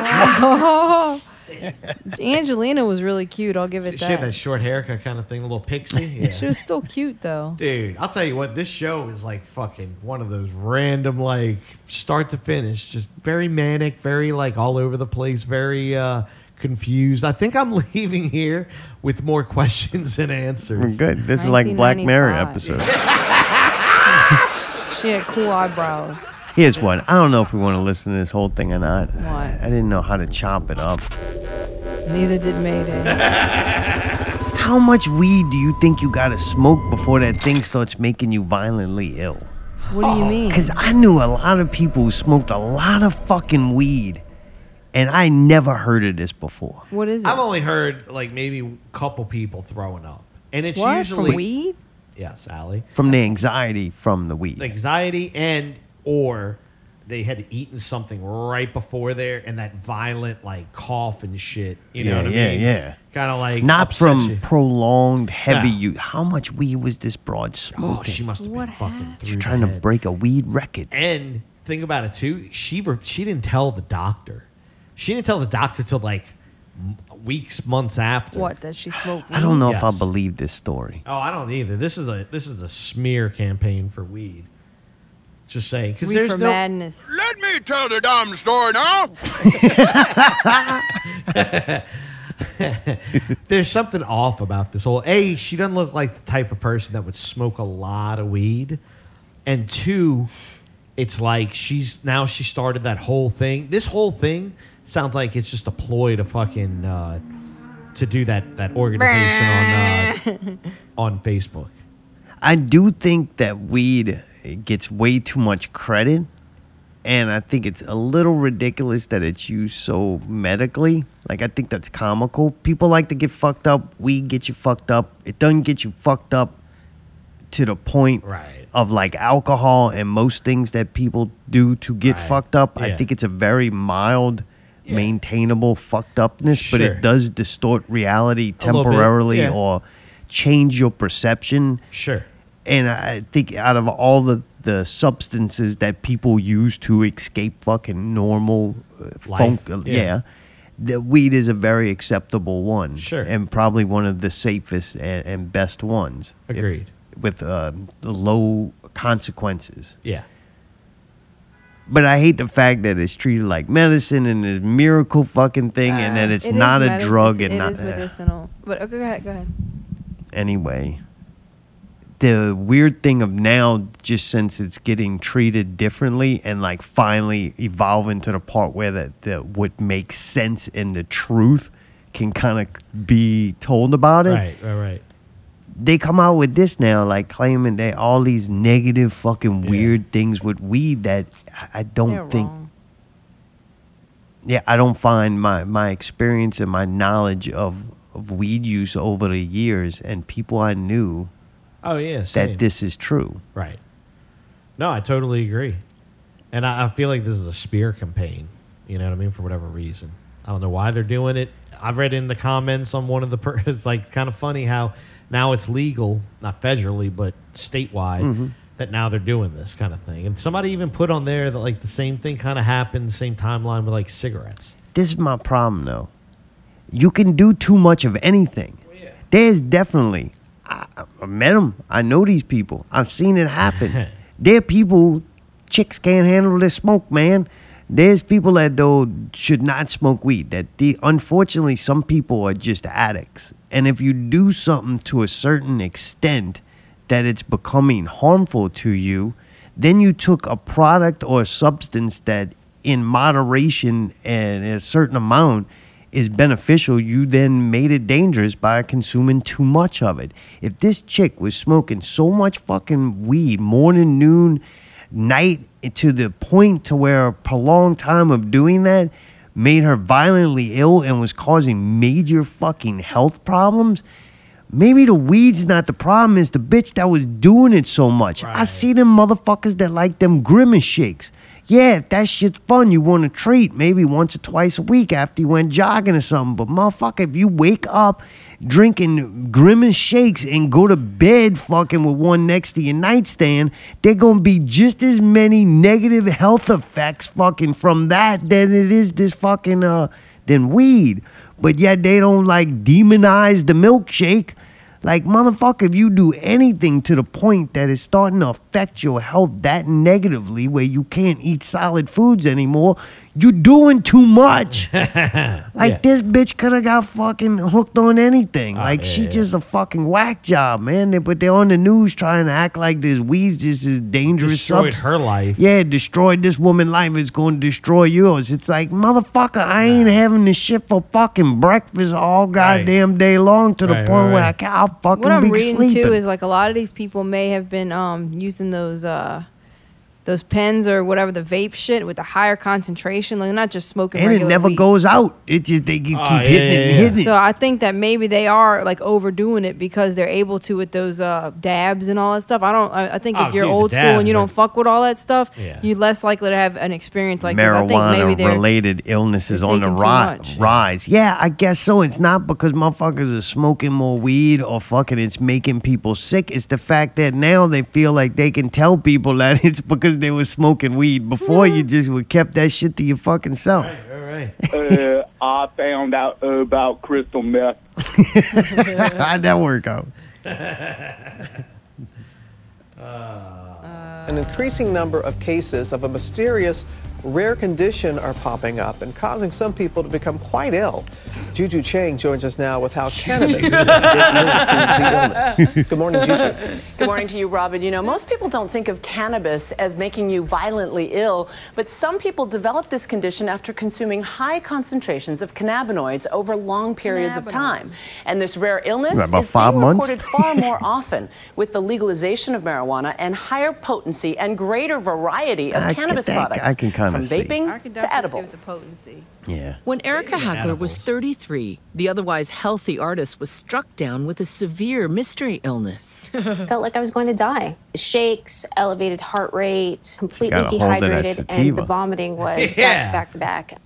Oh. Angelina was really cute. I'll give it She had that. that short haircut kind of thing, a little pixie. She Yeah. was still cute though. Dude, I'll tell you what, this show is like fucking one of those random, like start to finish, just very manic, very like all over the place, very uh, confused. I think I'm leaving here with more questions than answers. Good. This is like Black Mirror episode. She had cool eyebrows. Here's one. I don't know if we want to listen to this whole thing or not. What? I I didn't know how to chop it up. Neither did Mayday. How much weed do you think you gotta smoke before that thing starts making you violently ill? what do you mean? Because I knew a lot of people who smoked a lot of fucking weed, and I never heard of this before. What is it? I've only heard like maybe a couple people throwing up. And it's What? From usually weed? Yes, Allie. From the anxiety from the weed. Anxiety and or they had eaten something right before there, and that violent like cough and shit. You know Yeah, what I yeah, mean? yeah. Kind of like Not upsets from you. prolonged heavy No. use. How much weed was this broad smoking? Oh, she must have been fucking She's through the trying to head. break a weed record. And think about it too. She re- she didn't tell the doctor. She didn't tell the doctor till like m- weeks, months after. What? That she smoked? I don't know if I Yes. believe this story. Oh, I don't either. This is a this is a smear campaign for weed. Just saying, because Weed there's for no. madness. Let me tell the dumb story now. There's something off about this whole. A, she doesn't look like the type of person that would smoke a lot of weed, and two, it's like she's now she started that whole thing. This whole thing sounds like it's just a ploy to fucking uh, to do that that organization on uh, on Facebook. I do think that weed gets way too much credit, and I think it's a little ridiculous that it's used so medically. Like I think that's comical. People like to get fucked up. Weed gets you fucked up. It doesn't get you fucked up to the point of like alcohol and most things that people do to get Right. fucked up. I Yeah. think it's a very mild. Maintainable fucked upness, but Sure. it does distort reality A little bit, temporarily yeah. or change your perception. Sure. And I think out of all the, the substances that people use to escape fucking normal uh, Life, funk, uh, yeah. yeah. the weed is a very acceptable one. Sure. And probably one of the safest and, and best ones. if- Agreed. with uh, the low consequences. Yeah. But I hate the fact that it's treated like medicine and this miracle fucking thing and that it's Uh, It is not a medic- drug it's- and It not. is medicinal. But okay, go ahead. Go ahead. anyway. The weird thing of now, just since it's getting treated differently and like finally evolving to the part where that, that what makes sense and the truth can kind of be told about it. Right. Right. Right. They come out with this now, like claiming that all these negative fucking weird things with weed that I- I don't They're think. Yeah, I don't find my my experience and my knowledge of of weed use over the years and people I knew Oh yeah. same. that this is true. Right. No, I totally agree. And I, I feel like this is a spear campaign. You know what I mean? For whatever reason. I don't know why they're doing it. I've read in the comments on one of the. Per- it's like kind of funny how now it's legal, not federally, but statewide, Mm-hmm. Mhm. that now they're doing this kind of thing. And somebody even put on there that like the same thing kind of happened, same timeline with like cigarettes. This is my problem though. You can do too much of anything. There's definitely I, I met them. I know these people. I've seen it happen. there are people chicks can't handle their smoke, man. There's people that though should not smoke weed. That the unfortunately some people are just addicts. And if you do something to a certain extent, that it's becoming harmful to you, then you took a product or a substance that in moderation and a certain amount is beneficial, you then made it dangerous by consuming too much of it. If this chick was smoking so much fucking weed morning, noon, night to the point to where a prolonged time of doing that made her violently ill and was causing major fucking health problems, Maybe the weed's not the problem, it's the bitch that was doing it so much. I see them motherfuckers that like them grimace shakes. Yeah, if that shit's fun, you want to treat maybe once or twice a week after you went jogging or something. But motherfucker, if you wake up drinking grimace shakes and go to bed fucking with one next to your nightstand, there gonna be just as many negative health effects fucking from that than it is this fucking uh than weed. But yet they don't like demonize the milkshake. Like motherfucker, if you do anything to the point that it's starting to affect your health that negatively, where you can't eat solid foods anymore, you're doing too much. Like this bitch could have got fucking hooked on anything. Ah, like she just a fucking whack job, man. They- But they're on the news trying to act like this weed's just as dangerous. Destroyed substance. her life. Yeah, it destroyed this woman's life. It's going to destroy yours. It's like motherfucker, I ain't having this shit for fucking breakfast all goddamn day long to the Right, point right, where I right. can, I'll fucking What I'm be reading sleeping. too is like a lot of these people may have been um using those uh those pens or whatever the vape shit with the higher concentration. Like they're not just smoking. and it regular never weed. goes out. It just they keep Ah, hitting yeah, it, yeah, and yeah. hitting it. So I think that maybe they are like overdoing it because they're able to with those uh, dabs and all that stuff. I don't. I, I think Oh, if you're dude, the old school and you dabs are- don't fuck with all that stuff, Yeah. you're less likely to have an experience like this. I think maybe marijuana they're related illnesses on the taking too ri- much. rise. Yeah, I guess so. It's not because motherfuckers are smoking more weed or fucking it's making people sick. It's the fact that now they feel like they can tell people that it's because they were smoking weed. Before you just would kept that shit to your fucking self. All right. uh, I found out about crystal meth. How'd that work out? An increasing number of cases of a mysterious rare condition are popping up and causing some people to become quite ill. Juju Chang joins us now with how cannabis is linked to the illness. Good morning, Juju. Good morning to you, Robin. You know, most people don't think of cannabis as making you violently ill, but some people develop this condition after consuming high concentrations of cannabinoids over long periods of time. And this rare illness What, about is five being months? reported far more often with the legalization of marijuana and higher potency and greater variety of I can- cannabis I- products I can kinda from see. vaping to edibles. Yeah. When Erica Hacker was 33, the otherwise healthy artist was struck down with a severe mystery illness. Felt like I was going to die. Shakes, elevated heart rate, completely got a hold of that dehydrated, and sativa. the vomiting was Yeah. back to back to back.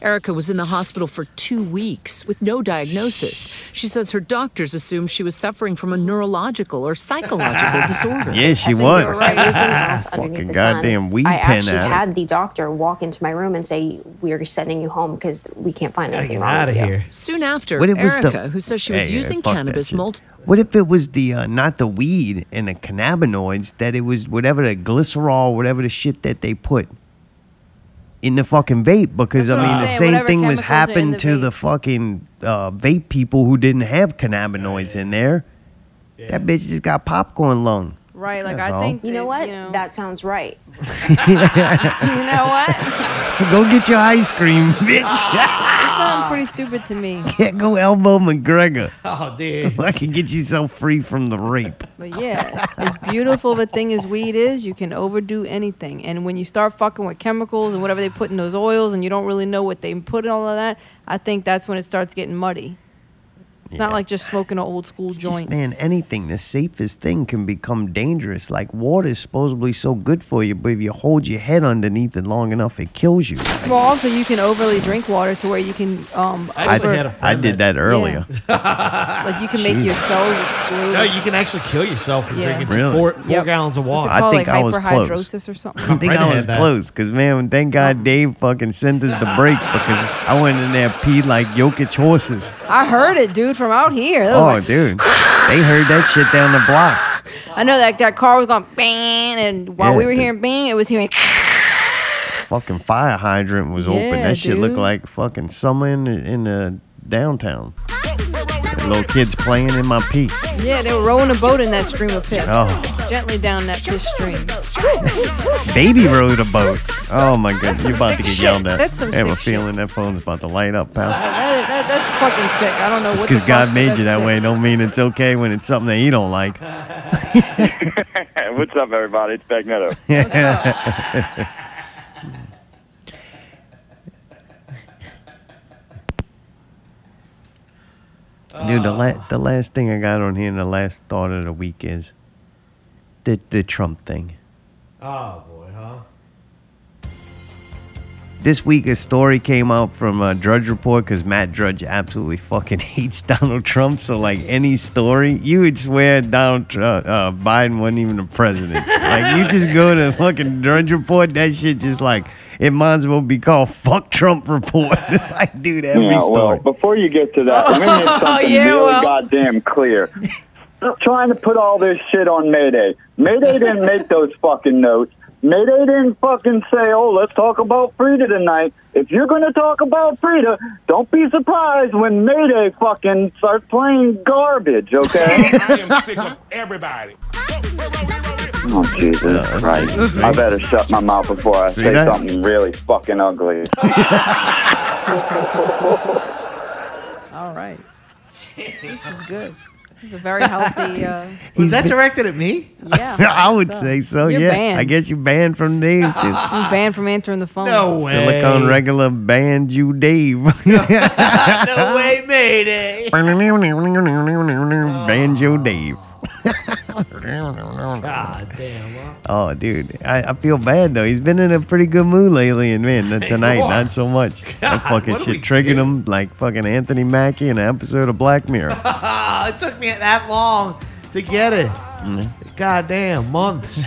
Erica was in the hospital for two weeks with no diagnosis. She says her doctors assumed she was suffering from a neurological or psychological disorder. Yeah, she Actually, was. they were right underneath the house, underneath fucking the sun. goddamn weed I pen actually addict. had the doctor walk into my room and say, "We're sending you home because we can't find anything wrong with you." Soon after, What it was the- Erica, who says she was Hey, using fuck that cannabis shit. multiple What if it was the uh, not the weed and the cannabinoids that it was whatever the glycerol, whatever the shit that they put in the fucking vape? Because That's I what mean, I'm the saying, same whatever thing chemicals was are in happened the to the fucking uh, vape people who didn't have cannabinoids in there. That bitch just got popcorn lung. Right, like, That's I all. think you know what? That sounds right. Go You know what? get your ice cream, bitch. That Ah. sounds pretty stupid to me. Can't go elbow McGregor. Oh, dude. I can get yourself free from the rape. But yeah, as beautiful of a thing as weed is, you can overdo anything. And when you start fucking with chemicals and whatever they put in those oils and you don't really know what they put in all of that, I think that's when it starts getting muddy. It's not like just smoking an old school Just, joint. man, anything, the safest thing can become dangerous. Like water is supposedly so good for you, but if you hold your head underneath it long enough, it kills you. Well, also you can overly drink water to where you can um over- I did that earlier. like you can make Jeez. your cells explode. No, you can actually kill yourself from Yeah. drinking Really? four, four Yep. gallons of water. I think I was close. hyperhidrosis or something. I think I was close, cause man, thank God Dave fucking sent us the break because I went in there peed like Jokic horses. I heard it, dude, from out here. That was Oh, like- dude, they heard that shit down the block. I know that that car was going bang, and while Yeah, we were dude. hearing bang, it was hearing. Fucking fire hydrant was open. Yeah, That shit looked dude. like fucking summer in the, in the downtown. Little kids playing in my pee. Yeah, they were rowing a boat in that stream of piss. Oh. Gently down that this stream. Baby rode a boat. Oh my goodness, some you're about sick to get shit. yelled at. That's some I have a sick shit. feeling that phone's about to light up, pal. That- that- that's fucking sick. I don't know Just what. the because fuck, God but made that's you that sick. way don't mean it's okay when it's something that you don't like. What's up, everybody? It's Magneto. Dude, Ah. the, la- the last thing I got on here and the last thought of the week is the, the Trump thing. Oh, boy, huh? This week, a story came out from uh, Drudge Report because Matt Drudge absolutely fucking hates Donald Trump. So, like any story, you would swear Donald Trump, uh, Biden wasn't even the president. like you just go to fucking Drudge Report, that shit just like it might as well be called "Fuck Trump Report." like, dude, every yeah, well, story. before you get to that, let me make something Oh, Yeah, really well. goddamn clear. Stop trying to put all this shit on Mayday. Mayday didn't make those fucking notes. Mayday didn't fucking say, oh, let's talk about Frida tonight. If you're going to talk about Frida, don't be surprised when Mayday fucking starts playing garbage, okay? I am sick of everybody. oh, Jesus Christ. I better shut my mouth before I Uh, See say that? something really fucking ugly. All right, this is good. It's a very healthy. Uh, Was that directed at me? Yeah. I would say so. You're yeah, banned. I guess you banned from Dave too. I'm banned from answering the phone. Silicone regular banned you, Dave. no way, Mayday. Banjo Dave. God damn. Oh, dude, I, I feel bad though. He's been in a pretty good mood lately, and man, the- tonight Lord. not so much. that fucking what do we shit triggered him like fucking Anthony Mackie in an episode of Black Mirror. Oh, it took me that long to get it. Mhm. God damn, months.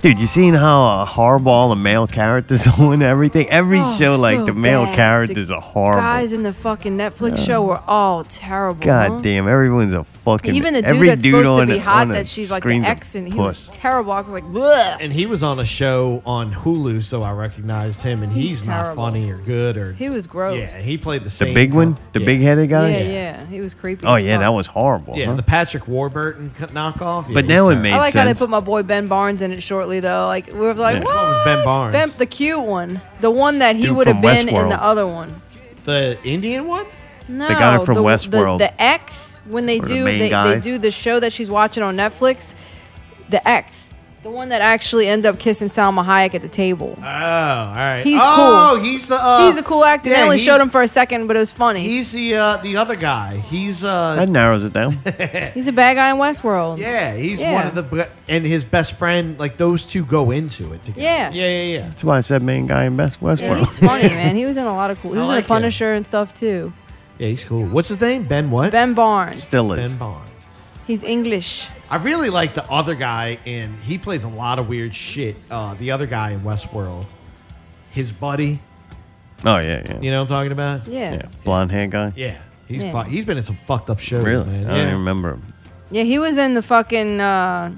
Dude, you seen how uh, horrible all the male characters are and everything? Every Oh, show, like so the male bad. The characters are horrible. Guys in the fucking Netflix show were all terrible. God huh? damn, everyone's a fucking. Uh-huh. Even the dude every that's dude supposed on to be it- hot, on it that she's like the screams a ex, and he puss. was terrible. I was like, Bleh. And he was on a show on Hulu, so I recognized him. And he's, He's not terrible. funny or good or he was gross. yeah. He played the The same big one, the big headed yeah, guy. yeah, He was creepy. Oh as yeah, fuck. that was horrible. Yeah, huh? the Patrick Warburton co- knockoff. Yeah, But he's now it terrible. made I like how they sense. put my boy Ben Barnes in it shortly though. Like we were like, Which what? one was Ben Barnes? Oh. Ben, the cute one, the one that he Dude would have from been in Westworld. the other one. the Indian one. No, guy from the, Westworld. The, the ex when they Or the do main they, they guys. do the show that she's watching on Netflix. The ex, the one that actually ends up kissing Salma Hayek at the table. Uh, Oh, all right. He's oh, cool. he's the. Uh, he's a cool actor. yeah, they only he's- showed him for a second, but it was funny. He's the uh, the other guy. He's uh. That narrows it down. He's a bad guy in Westworld. Yeah, he's one of the bre- and his best friend. Like those two go into it together. Yeah. yeah, yeah, yeah. That's why I said main guy in Best Westworld. Yeah, he's funny, man. He was in a lot of cool. He I was in like the him. Punisher and stuff too. Yeah, he's cool. What's his name? Ben what? Ben Barnes. Still is. Ben Barnes. He's English. I really like the other guy, and he plays a lot of weird shit. Uh, the other guy in Westworld, his buddy. oh yeah, yeah. You know what I'm talking about? Yeah. Yeah. Blonde hair guy. Yeah. He's Yeah. fu- he's been in some fucked up shows, Really? man. I don't Yeah. even remember him. Yeah, he was in the fucking. Uh,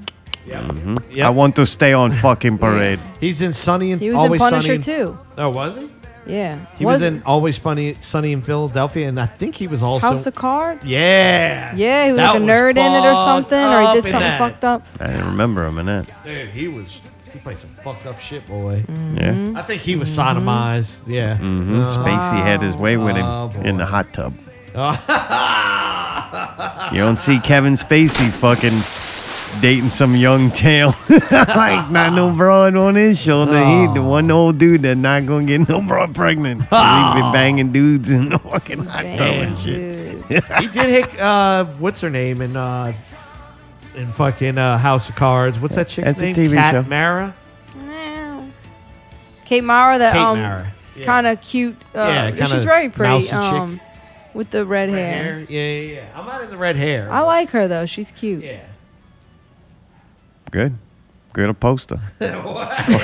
Mhm. I want to stay on fucking parade. He's in Sunny and he was Always in Punisher Sunny. in- too. Oh, was he? Yeah, He was, in Always Funny Sunny in Philadelphia, and I think he was also House of Cards. Yeah. Yeah, he was That like a nerd in it or fucked something, or he up did in something that. fucked up. I didn't remember him in that. Dude, he was he played some fucked up shit, boy. Mm-hmm. Yeah. I think he was sodomized. Yeah. hmm Spacey had his way with him Oh, boy. in the hot tub. Oh. You don't see Kevin Spacey fucking dating some young tail. like, not no broad on his shoulder. He the one old dude that not going to get no broad pregnant. He's been banging dudes in the fucking hot tub and shit. he did hit uh what's her name in uh in fucking uh, House of Cards. What's that chick's That's a name? TV Kat show. Mara? Kate Mara, that Kate um, Mara, yeah. kind of cute. Yeah, Uh, kinda she's very mousy pretty. chick. Um, with the red, hair. Yeah, yeah, yeah. I'm not in the red hair. I like her though. She's cute. Yeah. Good. Good a poster.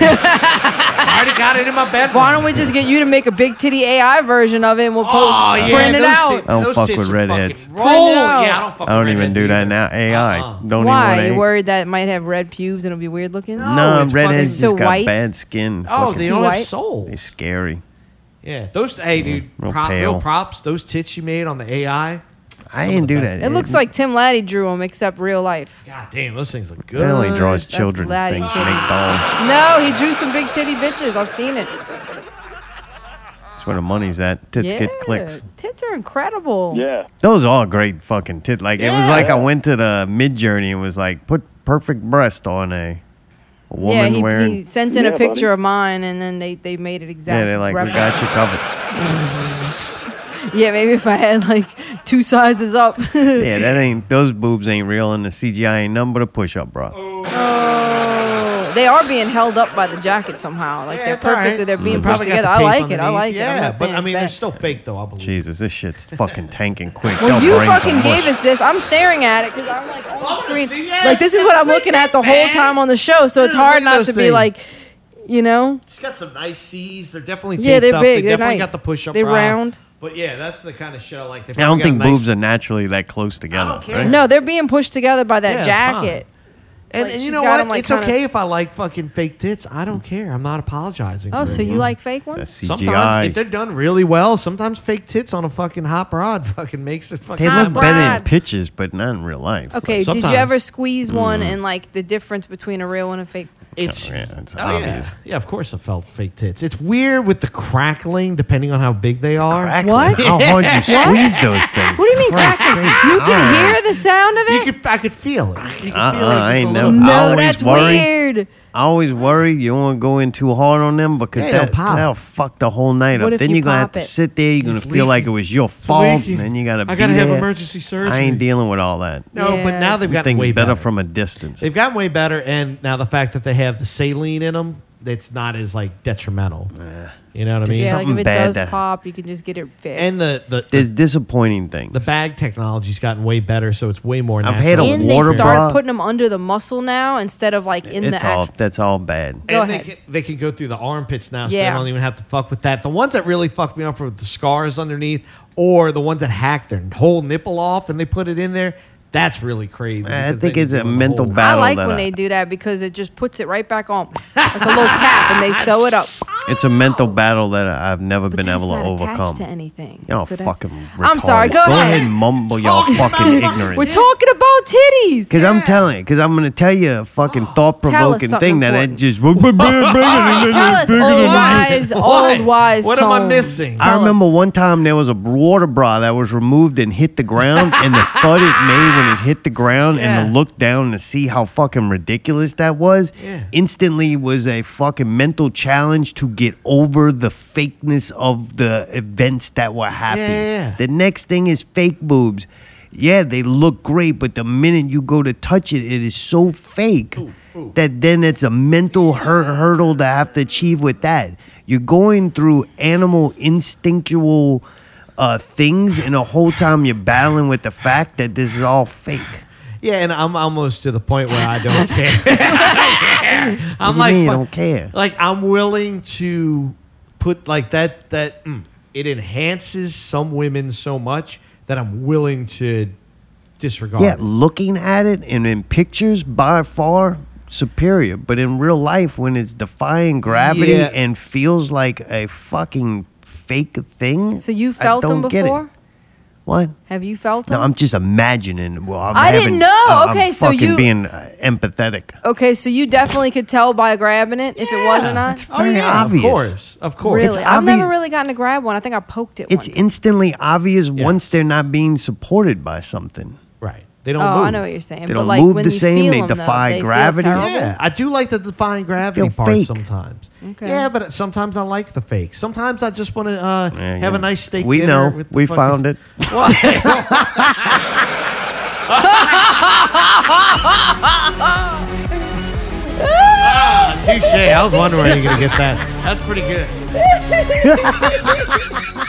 I already got it in my bedroom. Why don't we just get you to make a big titty AI version of it and we'll po- Oh, yeah, print it those out? I don't Those fuck tits with are redheads. fucking roll. Yeah, I don't I don't even do that now. AI. Uh-uh. Don't Why? even you want to. worried that it might have red pubes and it'll be weird looking? No, redheads so just got white. bad skin. Oh, Fucking they don't have s- soul. They scary. Yeah, those. Hey, dude, real prop, pale. real props. Those tits you made on the AI. I didn't do that. It looks like Tim Laddie drew them, except real life. God damn, those things look good. It only draws That's children Laddie things, titties. make dolls. No, he drew some big titty bitches. I've seen it. That's where the money's at. Tits get clicks. Tits are incredible. Yeah. Those are great fucking tit. Like it was like I Yeah. went to the mid journey and was like, put perfect breast on a, a woman yeah, he, wearing. he sent in a picture of mine, and then they, they made it Yeah, exactly. they're like, we replica. got you covered. Yeah, maybe if I had like two sizes up. yeah, that ain't those boobs ain't real, and the CGI ain't nothing but a push up bra. Oh, they are being held up by the jacket somehow. Like they're it's all perfectly, right. they're being Mhm. put Probably together. I like it. I like it. I'm yeah, not but saying I it's mean, bad. they're still fake though. I believe. Jesus, this shit's fucking tanking quick. Well, They'll you bring fucking some gave mush. us this. I'm staring at it because I'm like on the screen. yeah, like this is what I'm looking at the whole time on the show, so Dude, it's look hard at not those to be things. like, you know. It's got some nice C's. They're definitely Yeah, taped they're up. big. They They're definitely nice. got the push up. They're round. But yeah, that's the kind of shit I like. They I probably don't got think nice- boobs are naturally that close together. right? No, they're being pushed together by that Yeah, it's fine. jacket. And, Like, and you she's know got what? 'em, like, it's kinda- okay if I like fucking fake tits. I don't care. I'm not apologizing. Oh, for so it, you know? like fake ones? Sometimes if they're done really well, sometimes fake tits on a fucking hot broad fucking makes it fucking. They look better in Brad. pictures, but not in real life. Okay, Like, did you ever sometimes- squeeze one Mm. and like the difference between a real one and a fake? It's Oh, yeah, it's oh, obvious. Yeah. yeah, of course I felt fake tits. It's weird with the crackling depending on how big they are. What? How hard you What? squeeze those things? What do you mean Christ's crackling? sake. You All can right. hear the sound of it. You could, I could feel it. You could Uh-uh, feel it. I ain't Just a never. little- I No, always that's worry, weird. I always worry you don't want to go in too hard on them because Yeah, it'll that, pop. that'll fuck the whole night What up. if Then you you're going to have pop to it? sit there. You're going to feel like it was your fault. leaking. And then you got to I gotta be have there. emergency I surgery. ain't dealing with all that. No, but now they've Them gotten things way better, better. from a distance. They've gotten way better, and now the fact that they have the saline in them, it's not as like detrimental. You know what I mean? yeah, like if it does that- pop, you can just get it fixed. And the the, There's disappointing things. the bag technology's gotten way better, so it's way more. I've natural. had a and water they start bra. putting them under the muscle now instead of like in it's the all act- that's all bad. Go and they ahead. can, they can go through the armpits now, so Yeah. they don't even have to fuck with that. The ones that really fucked me up were the scars underneath, or the ones that hacked their whole nipple off and they put it in there. That's really crazy. I because think they it's do the a mental whole- battle. I like that when I- they do that because it just puts it right back on, like a little cap, and they sew it up. It's a mental battle that I- I've never been That's able to not overcome. attached to anything. Y'all so that's- fucking. I'm sorry. retarded. Go, Go ahead. ahead and mumble y'all fucking ignorance. We're talking about titties. Because I'm telling you, because I'm going to tell you a fucking thought Tell us provoking something thing that I important. just. Tell us, old wise, old wise. What am I Tone. missing? I remember one time there was a water bra that was removed and hit the ground, and the thud it made when it hit the ground, and to look down to see how fucking ridiculous that was, instantly was a fucking mental challenge to get over the fakeness of the events that were happening. yeah, yeah. The next thing is fake boobs. Yeah, they look great, but the minute you go to touch it, it is so fake that then it's a mental hur- hurdle to have to achieve with that. You're going through animal instinctual uh, things, and the whole time you're battling with the fact that this is all fake. Yeah, and I'm almost to the point where I don't care. I'm you like, mean you fuck- don't care? Like I'm willing to put like that that mm, it enhances some women so much that I'm willing to disregard. Yeah, it. looking at it and in pictures, by far superior. But in real life, when it's defying gravity Yeah. and feels like a fucking fake thing, So you I felt them don't get it. before? What? Have you felt them? No, I'm just imagining. Well, I'm I didn't having- know. I'm- Okay, I'm so fucking you- being uh, empathetic. okay, so you definitely could tell by grabbing it if it was or not. Very obvious. Oh, Of course, of course. It's Really, I've obvious- never really gotten to grab one. I think I poked it. It's instantly obvious once they're not being supported by something. Right. They don't once. Oh, move. I know what you're saying. They but don't like move when the you same, feel they them, though, defy they feel gravity. terrible. Yeah, I do like the defying gravity Feel part fake. sometimes. Okay. Yeah, but sometimes I like the fake. Sometimes I just want to uh, Yeah, have yeah. a nice steak. We dinner know. with the we fucking- found it. Ah, touche. I was wondering where you're gonna get that. That's pretty good.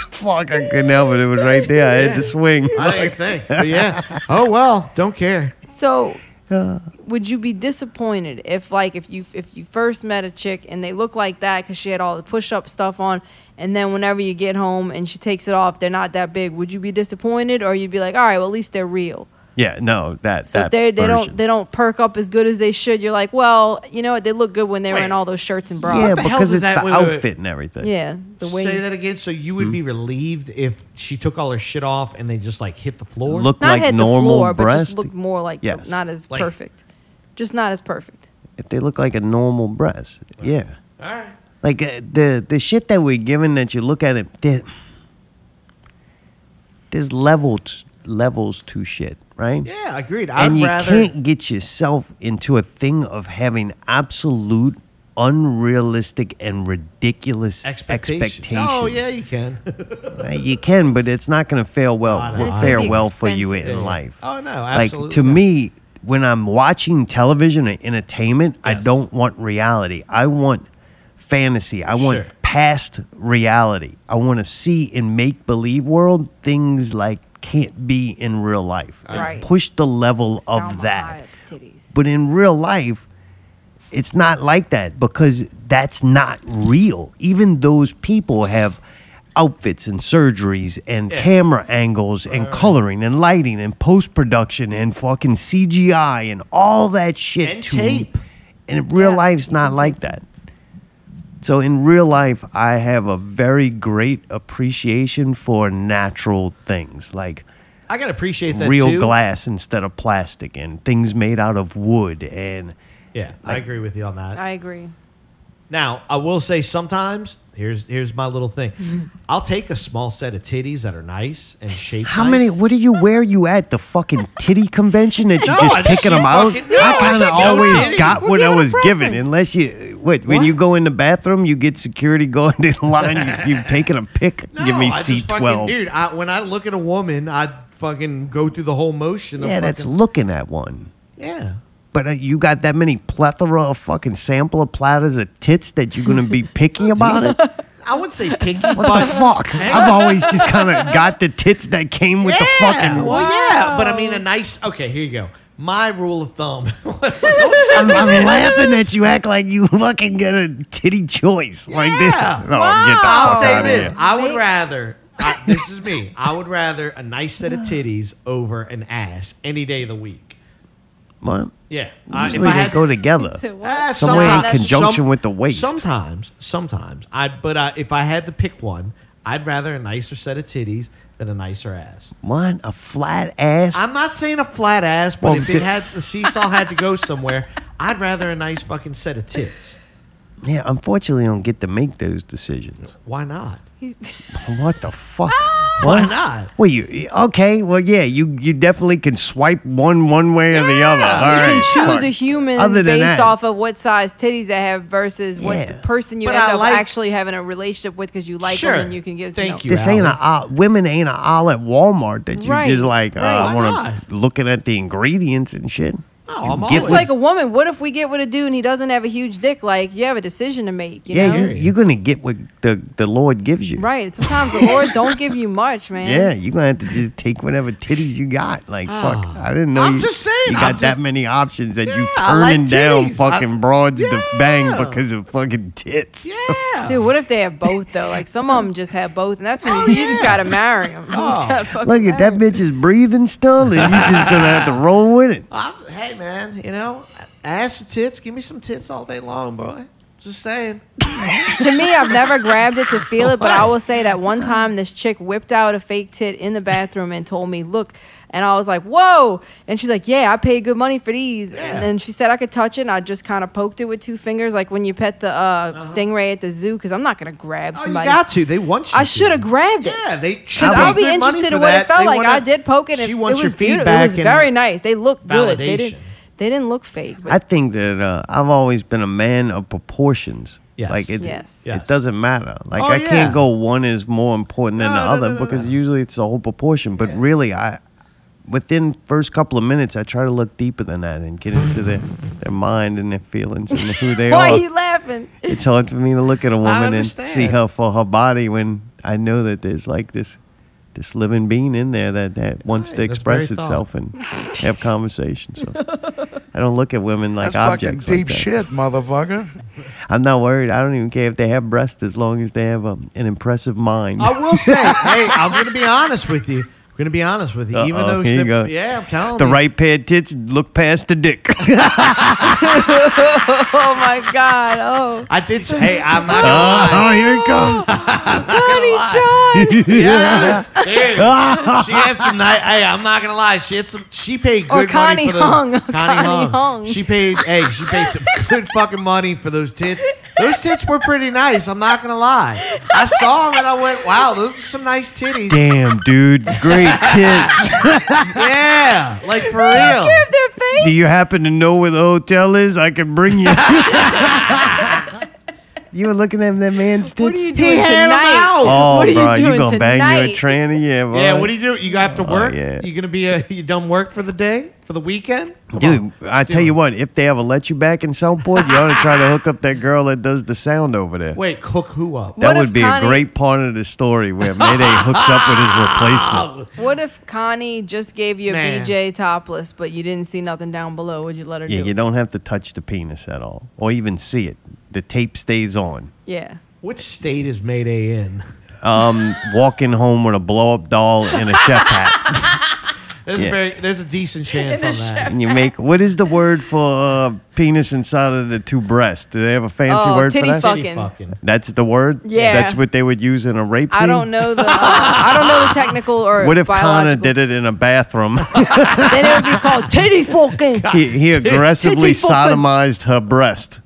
Fuck, I couldn't help it. It was right there. I had to swing. I didn't think. But yeah. Oh well. Don't care. So, would you be disappointed if, like, if you if you first met a chick and they look like that because she had all the push up stuff on, and then whenever you get home and she takes it off, they're not that big? Would you be disappointed, or you'd be like, all right, well, at least they're real. Yeah, no, that So that if they they version. don't they don't perk up as good as they should, you're like, well, you know what? They look good when they were in all those shirts and bras. yeah, the hell because does it's that- the wait, wait, wait. outfit and everything. Yeah, the way Say that again. So you would be relieved if she took all her shit off and they just like hit the floor. Look not like hit the normal floor, but breast. just look more like Yes. not as Like- perfect, just not as perfect. If they look like a normal breast, yeah. All right. Like uh, the the shit that we're given that you look at it, there, there's levels levels to shit, right? Yeah, agreed. and I'd you rather. can't get yourself into a thing of having absolute unrealistic and ridiculous expectations. Oh yeah, you can. Uh, You can, but it's not going to fare well. I know. will It's fare gonna be well for you in expensive. Yeah. life. Oh, no, Like absolutely to not. me, when I'm watching television and entertainment, I don't want reality. I want fantasy. I want Sure. past reality. I want to see in make believe world things like can't be in real life. And Right. Push the level of that. But in real life, it's not like that because that's not real. Even those people have outfits and surgeries and Yeah. camera angles and coloring and lighting and post production and fucking CGI and all that shit. And to- tape. And real life's not like that. So in real life, I have a very great appreciation for natural things like I can appreciate that real too. glass instead of plastic and things made out of wood and Yeah, I agree with you on that. I agree. Now, I will say sometimes here's here's my little thing. I'll take a small set of titties that are nice and shaped. How nice. many? What do you? Where you at? The fucking titty convention that you No, I just just see picking them out? fucking- No, I I kind of think no always titties. got We're what I giving a was given, preference. unless you. What, when you go in the bathroom, you get security going in line. You, you taking a pick. give me I just C fucking- twelve. dude. I, when I look at a woman, I fucking go through the whole motion. Of Yeah, that's fucking- looking at one. yeah. But uh, you got that many plethora of fucking sampler platters of tits that you're gonna be picky about it. I would say picky. What the fuck? I've always just kind of got the tits that came with the fucking. Well, yeah, but I mean a nice. Okay, here you go. My rule of thumb. I'm, I'm laughing that you act like you fucking get a titty choice like this. Yeah. No, get the I'll fuck say outta this. here. I would rather. I, this is me. I would rather a nice set of titties over an ass any day of the week. What? Yeah. I- Uh, if Usually I they had- go together. Ah, Somewhere in sometimes- conjunction some- with the waist. Sometimes, sometimes. I but I, if I had to pick one, I'd rather a nicer set of titties than a nicer ass. One, a flat ass. I'm not saying a flat ass, but Well, if di- it had the seesaw had to go somewhere, I'd rather a nice fucking set of tits. Yeah, unfortunately, I don't get to make those decisions. Why not? What the fuck? Why What? not? Well, you okay? Well, yeah, you you definitely can swipe one one way or the other. All you right, can choose fuck. a human Other than based that, off of what size titties they have versus Yeah. what the person you But end I up like- actually having a relationship with because you like Sure. them and you can get. Thank you. This ain't a aisle- women ain't an aisle at Walmart that you Right, just like. right. Uh, I Why want to looking at the ingredients and shit. Oh, I'm Just like a woman, what if we get with a dude and he doesn't have a huge dick? Like you have a decision to make. You yeah, know? you're, you're gonna get what the, the Lord gives you. Right. Sometimes the Lord don't give you much, man. Ah. Yeah, you're gonna have to just take whatever titties you got. Like fuck, I didn't know. I'm you, just saying, you I'm got that just- many options that you I turning like down titties. fucking I- broads to bang because of fucking tits. Yeah, Dude, what if they have both though? Like some of them just have both, and that's when you just gotta marry them. Oh, look at that bitch is breathing still, and you just gonna have to roll with it. I'm, hey man, you know, ass or tits, give me some tits all day long, boy. Just saying. Oh, to me, I've never grabbed it to feel it, but I will say that one time this chick whipped out a fake tit in the bathroom and told me, "Look," and I was like, "Whoa!" And she's like, "Yeah, I paid good money for these." And then she said I could touch it, and I just kind of poked it with two fingers, like when you pet the uh, stingray at the zoo, because I'm not gonna grab Uh-huh. Oh, You somebody. got to. They want you. I should have grabbed it. Yeah, they. Because I'll be interested in what it felt like. I did poke it. and She it wants your was beautiful. feedback It was and very nice. They looked good. They validation. didn't. They didn't look fake. But I think that uh, I've always been a man of proportions. Yes. Like it, Yes. it doesn't matter. Like Oh, I yeah. can't go one is more important than the other because usually it's the whole proportion. But really, I within first couple of minutes, I try to look deeper than that and get into their their mind and their feelings and who they why are. are you laughing? It's hard for me to look at a woman and see understand. her for her body when I know that there's like this this living being in there that, that wants to Right, that's express very thought. itself and have conversation. So I don't look at women like That's fucking objects. like deep that. shit, motherfucker. I'm not worried. I don't even care if they have breasts as long as they have um, an impressive mind. I will say, hey, I'm going to be honest with you. I'm going to be honest with you. Even Uh-oh, though, here you she- go. yeah, I'm telling the you. right pair of tits look past the dick. oh my god! Oh, I did say, hey, I'm not. oh, here it comes. honey, John. Yes, dude. she had some nice. Hey, I'm not gonna lie. She had some. She paid Or good money Connie for the Hung. Or Connie Hung. She paid. Hey, she paid some good fucking money for those tits. Those tits were pretty nice. I'm not gonna lie. I saw them and I went, wow, those are some nice titties. Damn, dude, great tits. yeah, like for real. Do you happen to know where the hotel is? I can bring you. you were looking at that man's tits. What are you doing He had 'em tonight? out. Oh, What are you bro, you doing gonna bang tonight? your tranny? Yeah, bro. Yeah, what do you do? You have to Oh, work. yeah. You gonna be a you done work for the day for the weekend? Dude, I tell you what, if they ever let you back in Southport, you ought to try to hook up that girl that does the sound over there. Wait, cook who up? that would be a great part of the story where Mayday hooks up with his replacement. What if Connie just gave you a Man. BJ topless, but you didn't see nothing down below? Would you let her Yeah, do? you it? don't have to touch the penis at all or even see it. The tape stays on. Yeah. What state is Mayday in? um, walking home with a blow up doll and a chef hat. There's, Yeah. a very, there's a decent And chance a on that. And you make what is the word for uh, penis inside of the two breasts? Do they have a fancy Oh, word titty for that? fucking. Titty fucking. That's the word. Yeah. That's what they would use in a rape scene. I don't know the uh, I don't know the technical or What if Connor biological. did it in a bathroom? then it would be called titty fucking. he, he Titty aggressively fucking. sodomized her breast.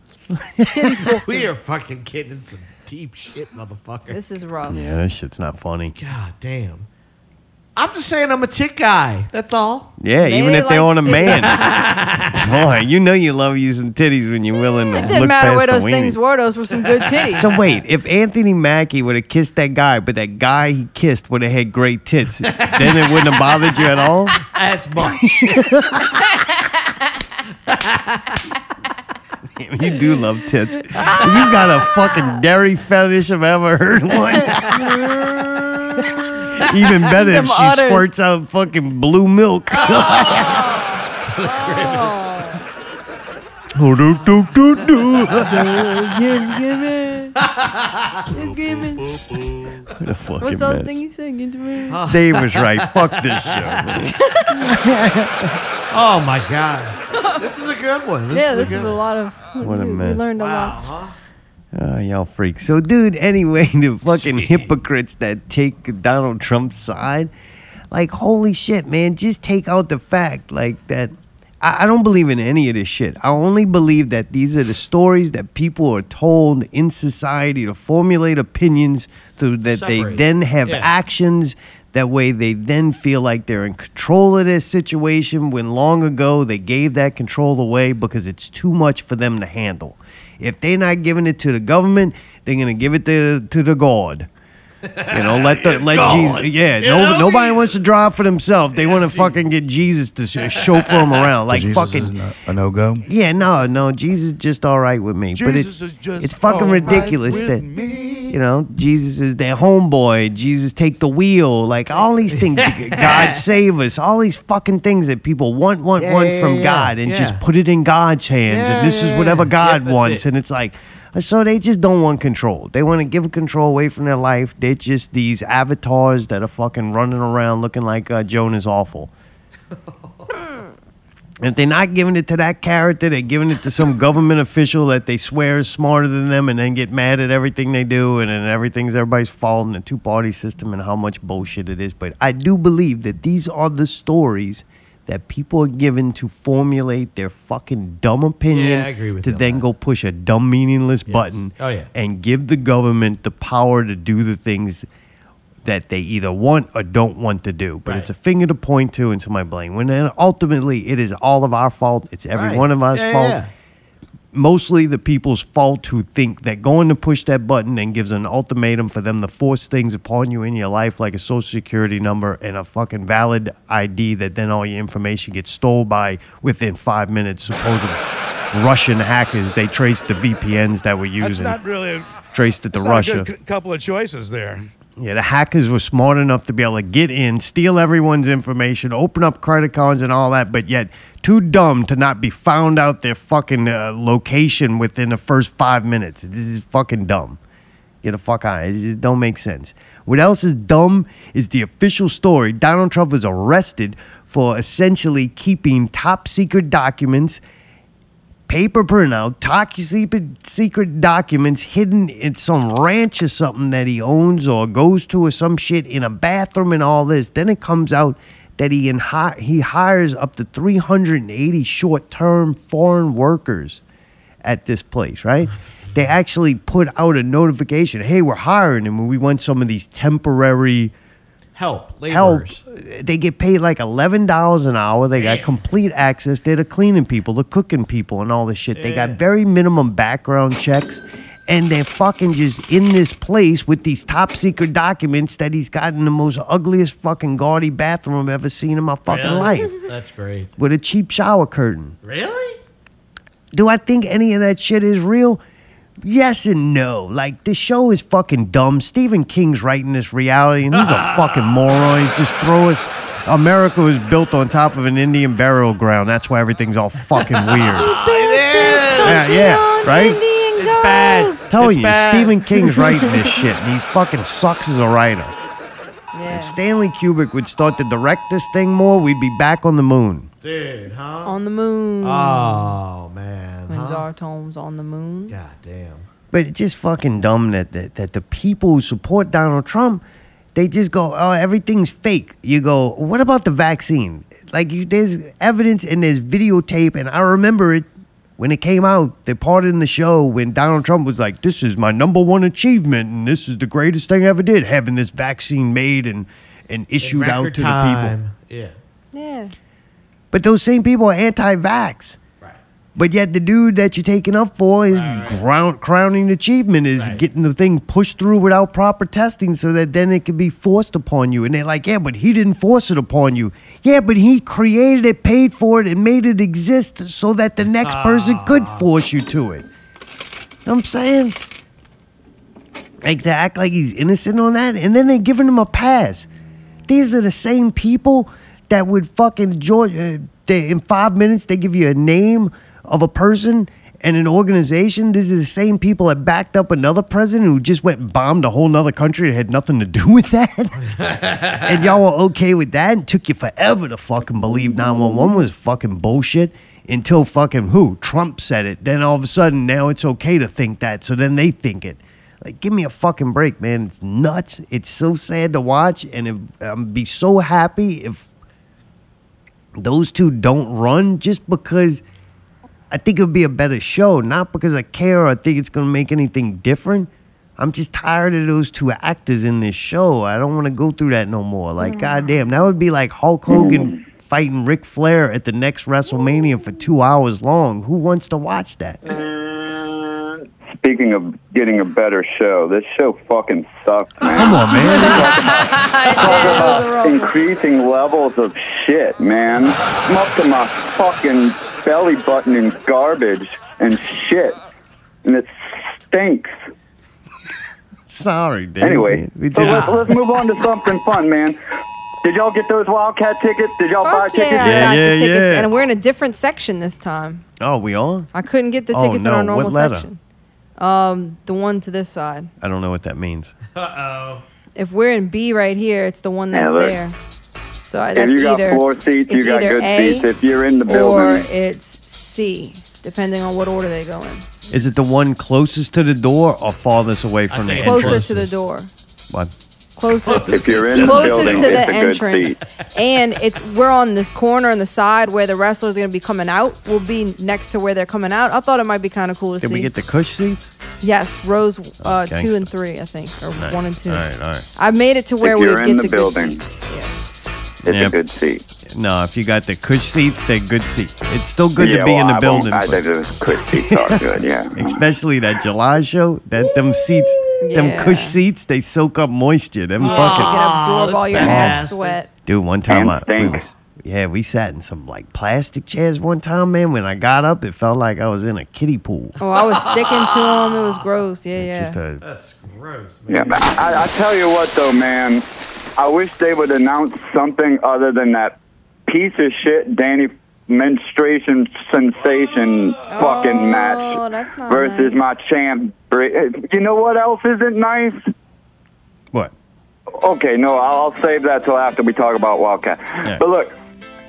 we are fucking getting in some deep shit, motherfucker. This is rough. Yeah, that shit's not funny. God damn. I'm just saying I'm a tick guy. That's all. Yeah, even if they own a man. Boy, you know you love you some titties when you're willing to It didn't look matter past where the those weenie. things were. Those were some good titties. So wait, if Anthony Mackie would have kissed that guy, but that guy he kissed would have had great tits, then it wouldn't have bothered you at all. That's much. Damn, you do love tits. You got a fucking dairy fetish if I ever heard one. Even better Them if she udders. squirts out fucking blue milk. Oh, do, do, do, do. What a fucking What's the other mess. thing you said? Get to Ah, me. Dave was right. Fuck this show. man. oh my god. This is a good one. yeah, is this a is good a lot of. What a we- We mess. learned a lot. Oh, y'all freaks. So, dude, anyway, the fucking hypocrites that take Donald Trump's side, like, holy shit, man, just take out the fact, like, that I, I don't believe in any of this shit. I only believe that these are the stories that people are told in society to formulate opinions through that they Separate. then have Yeah. actions. That way, they then feel like they're in control of this situation when long ago they gave that control away because it's too much for them to handle. If they're not giving it to the government, they're going to give it to, to the God. You know, let the let God. Jesus. Yeah, You no, know? nobody wants to drive for themselves. They want to fucking get Jesus to sh- chauffeur them around, like Jesus fucking. isn't a- a no go. Yeah, no, no, Jesus is just all right with me. Jesus but it, is just it's all fucking right ridiculous with that you know Jesus is their homeboy. Jesus take the wheel, like all these things. God save us. All these fucking things that people want, want, Yeah, want yeah, from yeah, God, and just yeah. put it in God's hands. Yeah, and this yeah, is whatever yeah. Yep, God that's wants, it. and it's like. So they just don't want control. They want to give control away from their life. They're just these avatars that are fucking running around looking like uh, Joan is awful. And if they're not giving it to that character, they're giving it to some government official that they swear is smarter than them and then get mad at everything they do and then everything's everybody's fault in the two party system and how much bullshit it is. But I do believe that these are the stories that people are given to formulate their fucking dumb opinion Yeah, I agree with to you on then go push a dumb meaningless button Oh, yeah. and give the government the power to do the things that they either want or don't want to do. But it's a finger to point to and somebody blame. When then ultimately it is all of our fault. It's every Right. one of us Yeah, yeah, fault. yeah. Mostly the people's fault who think that going to push that button and gives an ultimatum for them to force things upon you in your life, like a social security number and a fucking valid ID that then all your information gets stole by within five minutes. Supposed Russian hackers, they traced the VPNs that were That's used. not really. A, traced it to that's not Russia. A good c- couple of choices there. Yeah, the hackers were smart enough to be able to get in, steal everyone's information, open up credit cards and all that, but yet too dumb to not be found out their fucking uh, location within the first five minutes. This is fucking dumb. Get the fuck out. It just don't make sense. What else is dumb is the official story. Donald Trump was arrested for essentially keeping top secret documents paper printout, doc- secret- secret documents hidden at some ranch or something that he owns or goes to or some shit in a bathroom and all this. Then it comes out that he in hi- he hires up to 380 short-term foreign workers at this place, right? They actually put out a notification, "Hey, we're hiring and we want some of these temporary Help. help. Laborers. They get paid like eleven dollars an hour. They got complete access. They're the cleaning people, the cooking people, and all this shit. They got very minimum background checks, and they're fucking just in this place with these top secret documents that he's got in the most ugliest fucking gaudy bathroom I've ever seen in my fucking Really? life, That's great. with a cheap shower curtain. Really? Do I think any of that shit is real? Yes and no. Like the show is fucking dumb. Stephen King's writing this reality, and he's a fucking moron. He's just throw us. America was built on top of an Indian burial ground. That's why everything's all fucking weird. yeah, yeah, right. Stephen goes. Tell you, Stephen King's writing this shit, and he fucking sucks as a writer. Yeah. If Stanley Kubrick would start to direct this thing more, we'd be back on the moon. Dude, huh? On the moon. Oh, man, When huh? Zartom's on the moon. God damn. But it's just fucking dumb that, that that the people who support Donald Trump, they just go, oh, everything's fake. You go, what about the vaccine? Like, you, there's evidence and there's videotape, and I remember it when it came out. They parted in the show when Donald Trump was like, this is my number one achievement, and this is the greatest thing I ever did, having this vaccine made and and issued out to the people. Yeah. Yeah. But those same people are anti-vax. But yet the dude that you're taking up for his ground, crowning achievement is getting the thing pushed through without proper testing so that then it can be forced upon you. And they're like, yeah, but he didn't force it upon you. Yeah, but he created it, paid for it, and made it exist so that the next person could force you to it. Know what I'm saying? Like to act like he's innocent on that, and then they're giving him a pass. These are the same people that would fucking join. Uh, they, in five minutes, they give you a name of a person and an organization. These are the same people that backed up another president who just went and bombed a whole nother country that had nothing to do with that. and y'all were okay with that. It took you forever to fucking believe 911 was fucking bullshit until fucking who? Trump said it. Then all of a sudden, now it's okay to think that. So then they think it. Like, give me a fucking break, man. It's nuts. It's so sad to watch. And if, I'd be so happy if those two don't run just because I think it would be a better show, not because I care or I think it's going to make anything different. I'm just tired of those two actors in this show. I don't want to go through that no more. Like, goddamn, that would be like Hulk Hogan fighting Ric Flair at the next WrestleMania for two hours long. Who wants to watch that? Speaking of getting a better show, this show fucking sucks, man. Come on, man. Increasing levels of shit, man. I'm up to my fucking belly button in garbage and shit. And it stinks. Sorry, dude. Anyway, We so did- let's, let's move on to something fun, man. Did y'all get those Wildcat tickets? Did y'all buy Fuck yeah, tickets? I got the tickets. And we're in a different section this time. Oh, we on? I couldn't get the Oh, tickets in our no. What normal letter? section. Um, the one to this side. I don't know what that means. Uh oh. If we're in B right here, it's the one that's Yeah, look. there. So I- If that's you got either floor seats, you it's got either good A seats. If you're in the or building, it's C, depending on what order they go in. Is it the one closest to the door or farthest away from the entrance? Closer to the door. What? Closer. to- If you're in the closest building, to the it's a good entrance, and it's we're on the corner on the side where the wrestlers are going to be coming out. We'll be next to where they're coming out. I thought it might be kind of cool to Did see. we get the cush seats? Yes, rows uh, two gangsta. and three, I think, or Nice. one and two. All right, all right. I made it to where if we you're would get in the, the good building, seats. it's a good seat. No, if you got the cush seats, they're good seats. It's still good yeah, to be well, in the I building. Won't, I but- think those quick seats are good. Yeah. Especially that July show, that them seats, them Yeah. cush seats, they soak up moisture. Them You fucking can absorb all your ass bastard. sweat. Dude, one time I we was, yeah, we sat in some like plastic chairs one time, man. When I got up, it felt like I was in a kiddie pool. Oh, I was sticking to them. It was gross. Yeah, yeah. Just a, That's gross. Man. Yeah, but I, I- I tell you what, though, man, I wish they would announce something other than that piece of shit Danny menstruation sensation fucking match oh, that's not versus my champ. Bri- You know what else isn't nice? What? Okay, no, I'll I'll save that till after we talk about Wildcat. But look,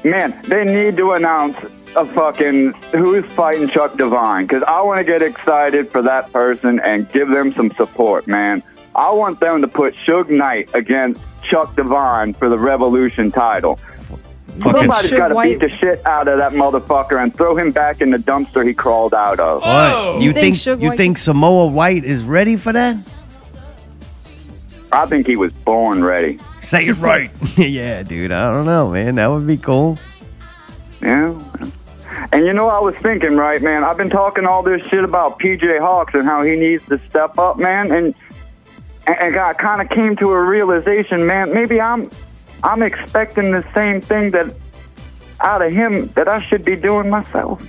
man, they need to announce a fucking who's fighting Chuck Devine because I want to get excited for that person and give them some support, man. I want them to put Suge Knight against Chuck Devine for the Revolution title. Fucking- Somebody's got to Suge beat the shit out of that motherfucker and throw him back in the dumpster he crawled out of. Uh, what? You think, you think Samoa White is ready for that? I think he was born ready. Say it right. yeah, dude. I don't know, man. That would be cool. Yeah. And you know, I was thinking, right, man. I've been talking all this shit about PJ Hawks and how he needs to step up, man. And and, and I kind of came to a realization, man. Maybe I'm I'm expecting the same thing that out of him that I should be doing myself.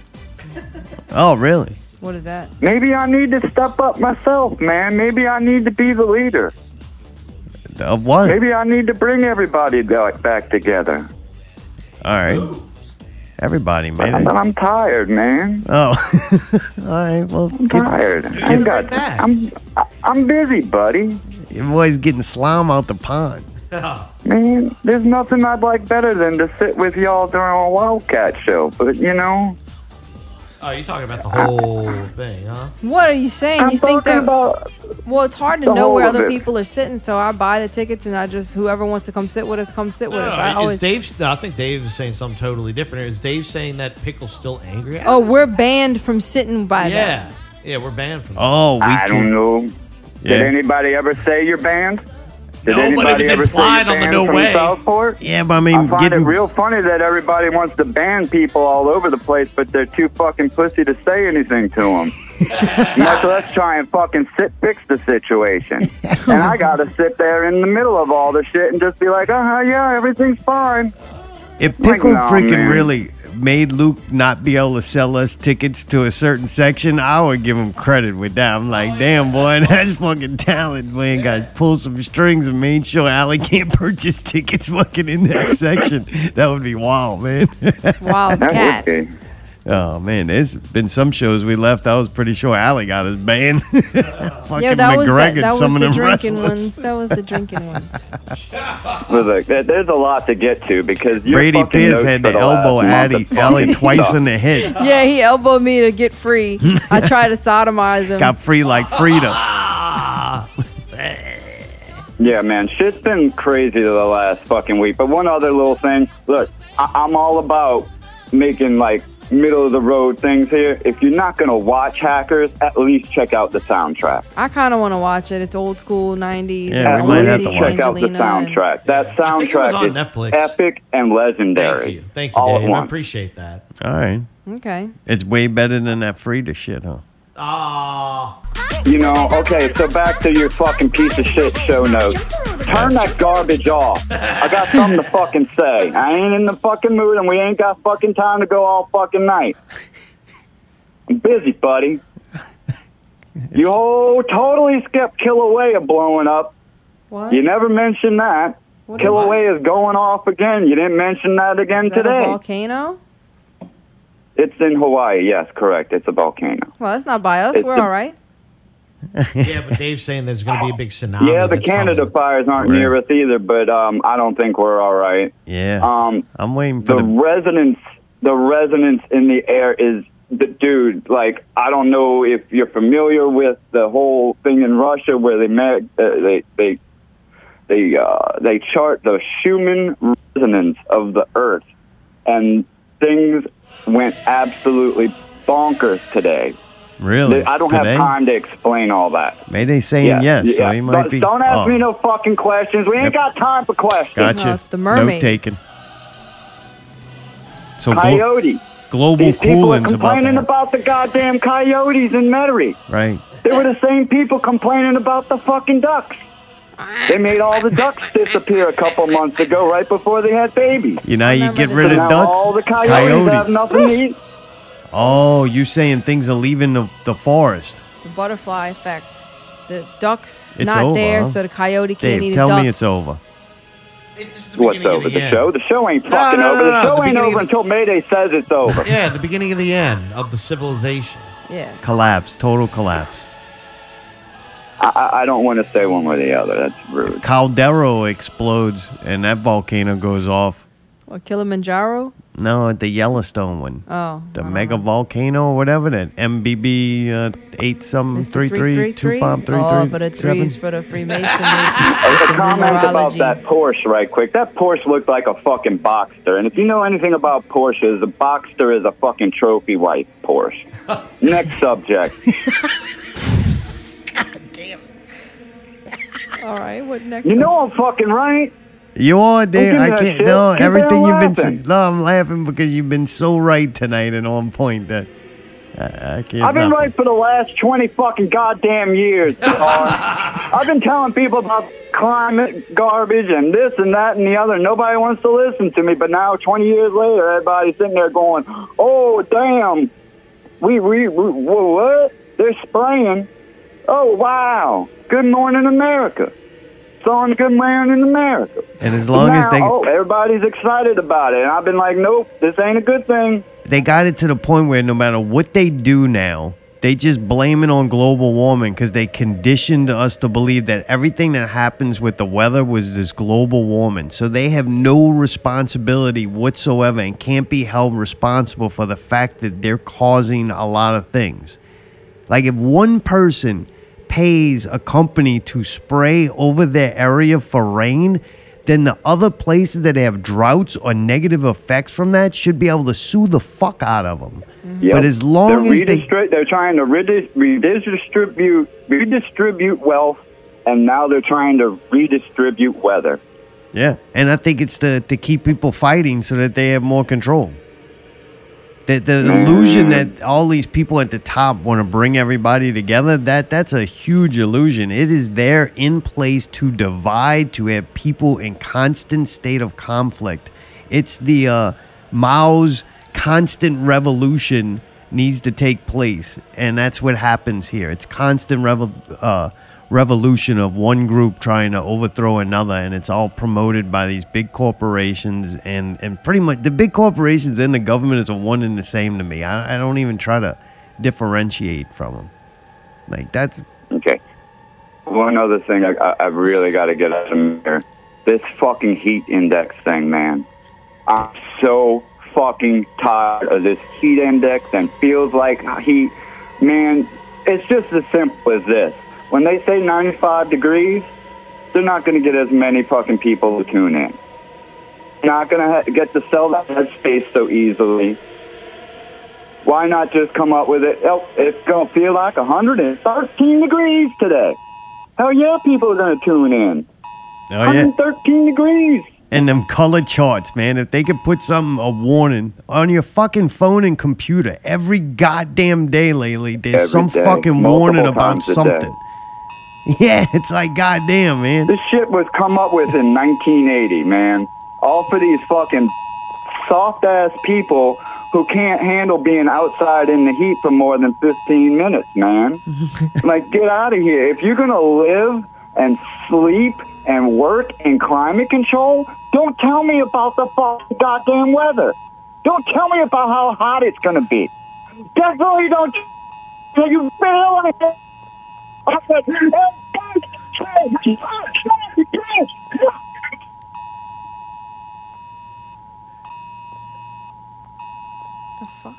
Oh, really? What is that? Maybe I need to step up myself, man. Maybe I need to be the leader. Of what? Maybe I need to bring everybody back back together. All right. Everybody, But man. I'm, I'm tired, man. Oh, all right. Well, I'm tired. I ain't got. I'm I- I'm busy, buddy. your boy's getting slime out the pond. Man, there's nothing I'd like better than to sit with y'all during a Wildcat show. But you know, Oh, you're talking about the whole thing, huh? What are you saying? I'm you think talking that? well, it's hard the to know where whole of other it. people are sitting, so I buy the tickets and I just whoever wants to come sit with us, come sit with us. I is always. Dave? no, I think Dave is saying something totally different. here. Is Dave saying that Pickle's still angry? at Oh, us? we're banned from sitting by that. yeah, yeah, we're banned from. Oh, we I can- don't know. Yeah. Did anybody ever say you're banned? Did No, but it anybody was ever say implied you're on the banned no from way. Southport? Yeah, but I mean, I find it getting- real funny that everybody wants to ban people all over the place, but they're too fucking pussy to say anything to them. Much less try and fucking sit fix the situation. and I gotta sit there in the middle of all the shit and just be like, uh huh, yeah, everything's fine. If Pickle Like, nah, freaking man. really made Luke not be able to sell us tickets to a certain section, I would give him credit with that. I'm like, damn, boy, that's fucking talent, man. Got pulled some strings and made sure Allie can't purchase tickets fucking in that section. That would be wild, man. Wild That would cat. be. Oh, man, there's been some shows we left. I was pretty sure Allie got his banned. fucking yeah, that was the, McGregor, that was some of the them drinking wrestlers. ones. That was the drinking ones. But look, there- there's a lot to get to because your Brady fucking Pierce notes had for to the last elbow month Addy- of Allie fucking twice suck. in the head. yeah, he elbowed me to get free. I tried to sodomize him. Got free like Frida. Yeah, man, shit's been crazy the last fucking week. But one other little thing, look, I- I'm all about making like middle of the road things here. If you're not gonna watch Hackers, at least check out the soundtrack. I kind of want to watch it. It's old school '90s. at I wanna least see check out the Angelina and- soundtrack. That soundtrack is epic and legendary. Thank you, Thank you, all Dave. I At once. appreciate that. All right. Okay. It's way better than that Frida shit, huh? You know, okay, so back to your fucking piece of shit show notes. Turn that garbage off. I got something to fucking say. I ain't in the fucking mood and we ain't got fucking time to go all fucking night. I'm busy, buddy. You whole totally skipped Kilauea blowing up. What? You never mentioned that. What is Kilauea is going off again. You didn't mention that again Is that a today. volcano? It's in Hawaii. Yes, correct. It's a volcano. Well, that's not by us. It's We're the- all right. yeah, but Dave's saying there's going to be Ah, a big tsunami. yeah, the Canada fires aren't near us either, but um, I don't think we're all right. Yeah. Um, I'm waiting the resonance. The resonance in the air is the dude. Like I don't know if you're familiar with the whole thing in Russia where they met, uh, they they they uh, they chart the Schumann resonance of the Earth, and things went absolutely bonkers today. Really? I don't Oh, Today? have time to explain all that. Maybe saying yes, so he might Don't- be. Don't ask oh, me no fucking questions. We ain't got time for questions. Gotcha. Note taken. So glo- Coyote. global These people are cooling's about complaining that. about, the goddamn coyotes in Metairie. Right. They were the same people complaining about the fucking ducks. They made all the ducks disappear a couple months ago, right before they had babies. You know, how you get rid So of now ducks. All the coyotes, have nothing to eat. Oh, you saying things are leaving the, the forest. The butterfly effect. The ducks It's not over, there, huh? so the coyote can't Dave, eat tell a duck. me it's over. What's over? The, end. show? The show ain't fucking no, over. no, the no, the show ain't beginning of over until Mayday says it's over. Yeah, the beginning of the end of the civilization. Yeah. Collapse. Total collapse. I, I- I don't want to say one way or the other. That's rude. Caldero explodes and that volcano goes off. Or Kilimanjaro? No, the Yellowstone one. Oh. the mega volcano or whatever that MBB uh, eight some three three two five three Oh, three for the seven. threes for the Freemasonry. A comment about numerology. that Porsche, right quick. That Porsche looked like a fucking Boxster, and if you know anything about Porsches, a Boxster is a fucking trophy wife Porsche. Next subject. All right, what next? You know I'm fucking right. You are Don't there. give me I that can't. shit. No, Keep on everything you've been. laughing. s- No, I'm laughing because you've been so right tonight and on point that uh, I, I can't. I've been nothing. right for the last 20 fucking goddamn years, Tar. I've been telling people about climate garbage and this and that and the other. Nobody wants to listen to me, but now 20 years later, everybody's sitting there going, oh, damn, we, we, we wha- what? They're spraying. Oh, wow. Good morning, America. song good man in America. And as long now, as they oh, everybody's excited about it, and I've been like, nope, this ain't a good thing. they got it to the point where no matter what they do now, they just blame it on global warming because they conditioned us to believe that everything that happens with the weather was this global warming. So they have no responsibility whatsoever and can't be held responsible for the fact that they're causing a lot of things. Like if one person pays a company to spray over their area for rain, then the other places that have droughts or negative effects from that should be able to sue the fuck out of them. Yep. But as long they're as they redistri- they're trying to redis- redistribute redistribute wealth, and now they're trying to redistribute weather. Yeah, and I think it's to to keep people fighting so that they have more control. The the illusion that all these people at the top want to bring everybody together that that's a huge illusion. It is there in place to divide, to have people in constant state of conflict. It's the uh, Mao's constant revolution needs to take place, and that's what happens here. It's constant revol- uh, revolution of one group trying to overthrow another, and it's all promoted by these big corporations. And, and pretty much the big corporations and the government is a one and the same to me. I, I don't even try to differentiate from them. Like that's Okay. One other thing I, I- I really got to get out of here. This fucking heat index thing, man. I'm so fucking tired of this heat index and feels like heat. Man, it's just as simple as this. When they say 95 degrees, they're not going to get as many fucking people to tune in. Not going to ha- get to sell that space so easily. Why not just come up with it? Oh, it's going to feel like 113 degrees today. Hell yeah, people are going to tune in. oh yeah. 113 degrees. And them color charts, man. If they could put something, a warning on your fucking phone and computer every goddamn day lately, there's Every some day, fucking multiple warning about times a day. something. Yeah, it's like goddamn, man. This shit was come up with in 1980, man. All for these fucking soft ass people who can't handle being outside in the heat for more than 15 minutes, man. like, get out of here. If you're going to live and sleep and work in climate control, don't tell me about the fucking goddamn weather. Don't tell me about how hot it's going to be. Definitely don't. You feel it. I said, The fuck?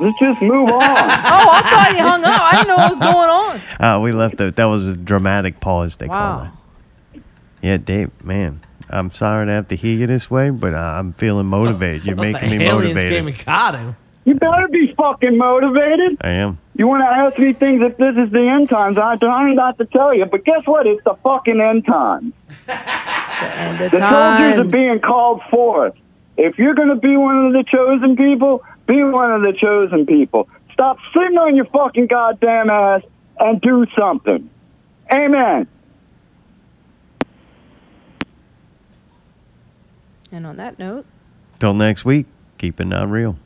Let's just move on. oh, I thought he hung up. I didn't know what was going on. Uh, we left it. That was a dramatic pause. They call Wow. it. Yeah, Dave. Man, I'm sorry to have to hear you this way, but uh, I'm feeling motivated. You're making me motivated. got him. You better be fucking motivated. I am. You want to ask me things if this is the end times? I trying not to tell you, but guess what? It's the fucking end times. the soldiers are times. being called forth. If you're going to be one of the chosen people, be one of the chosen people. Stop sitting on your fucking goddamn ass and do something. Amen. And on that note, Till next week. Keep it not real.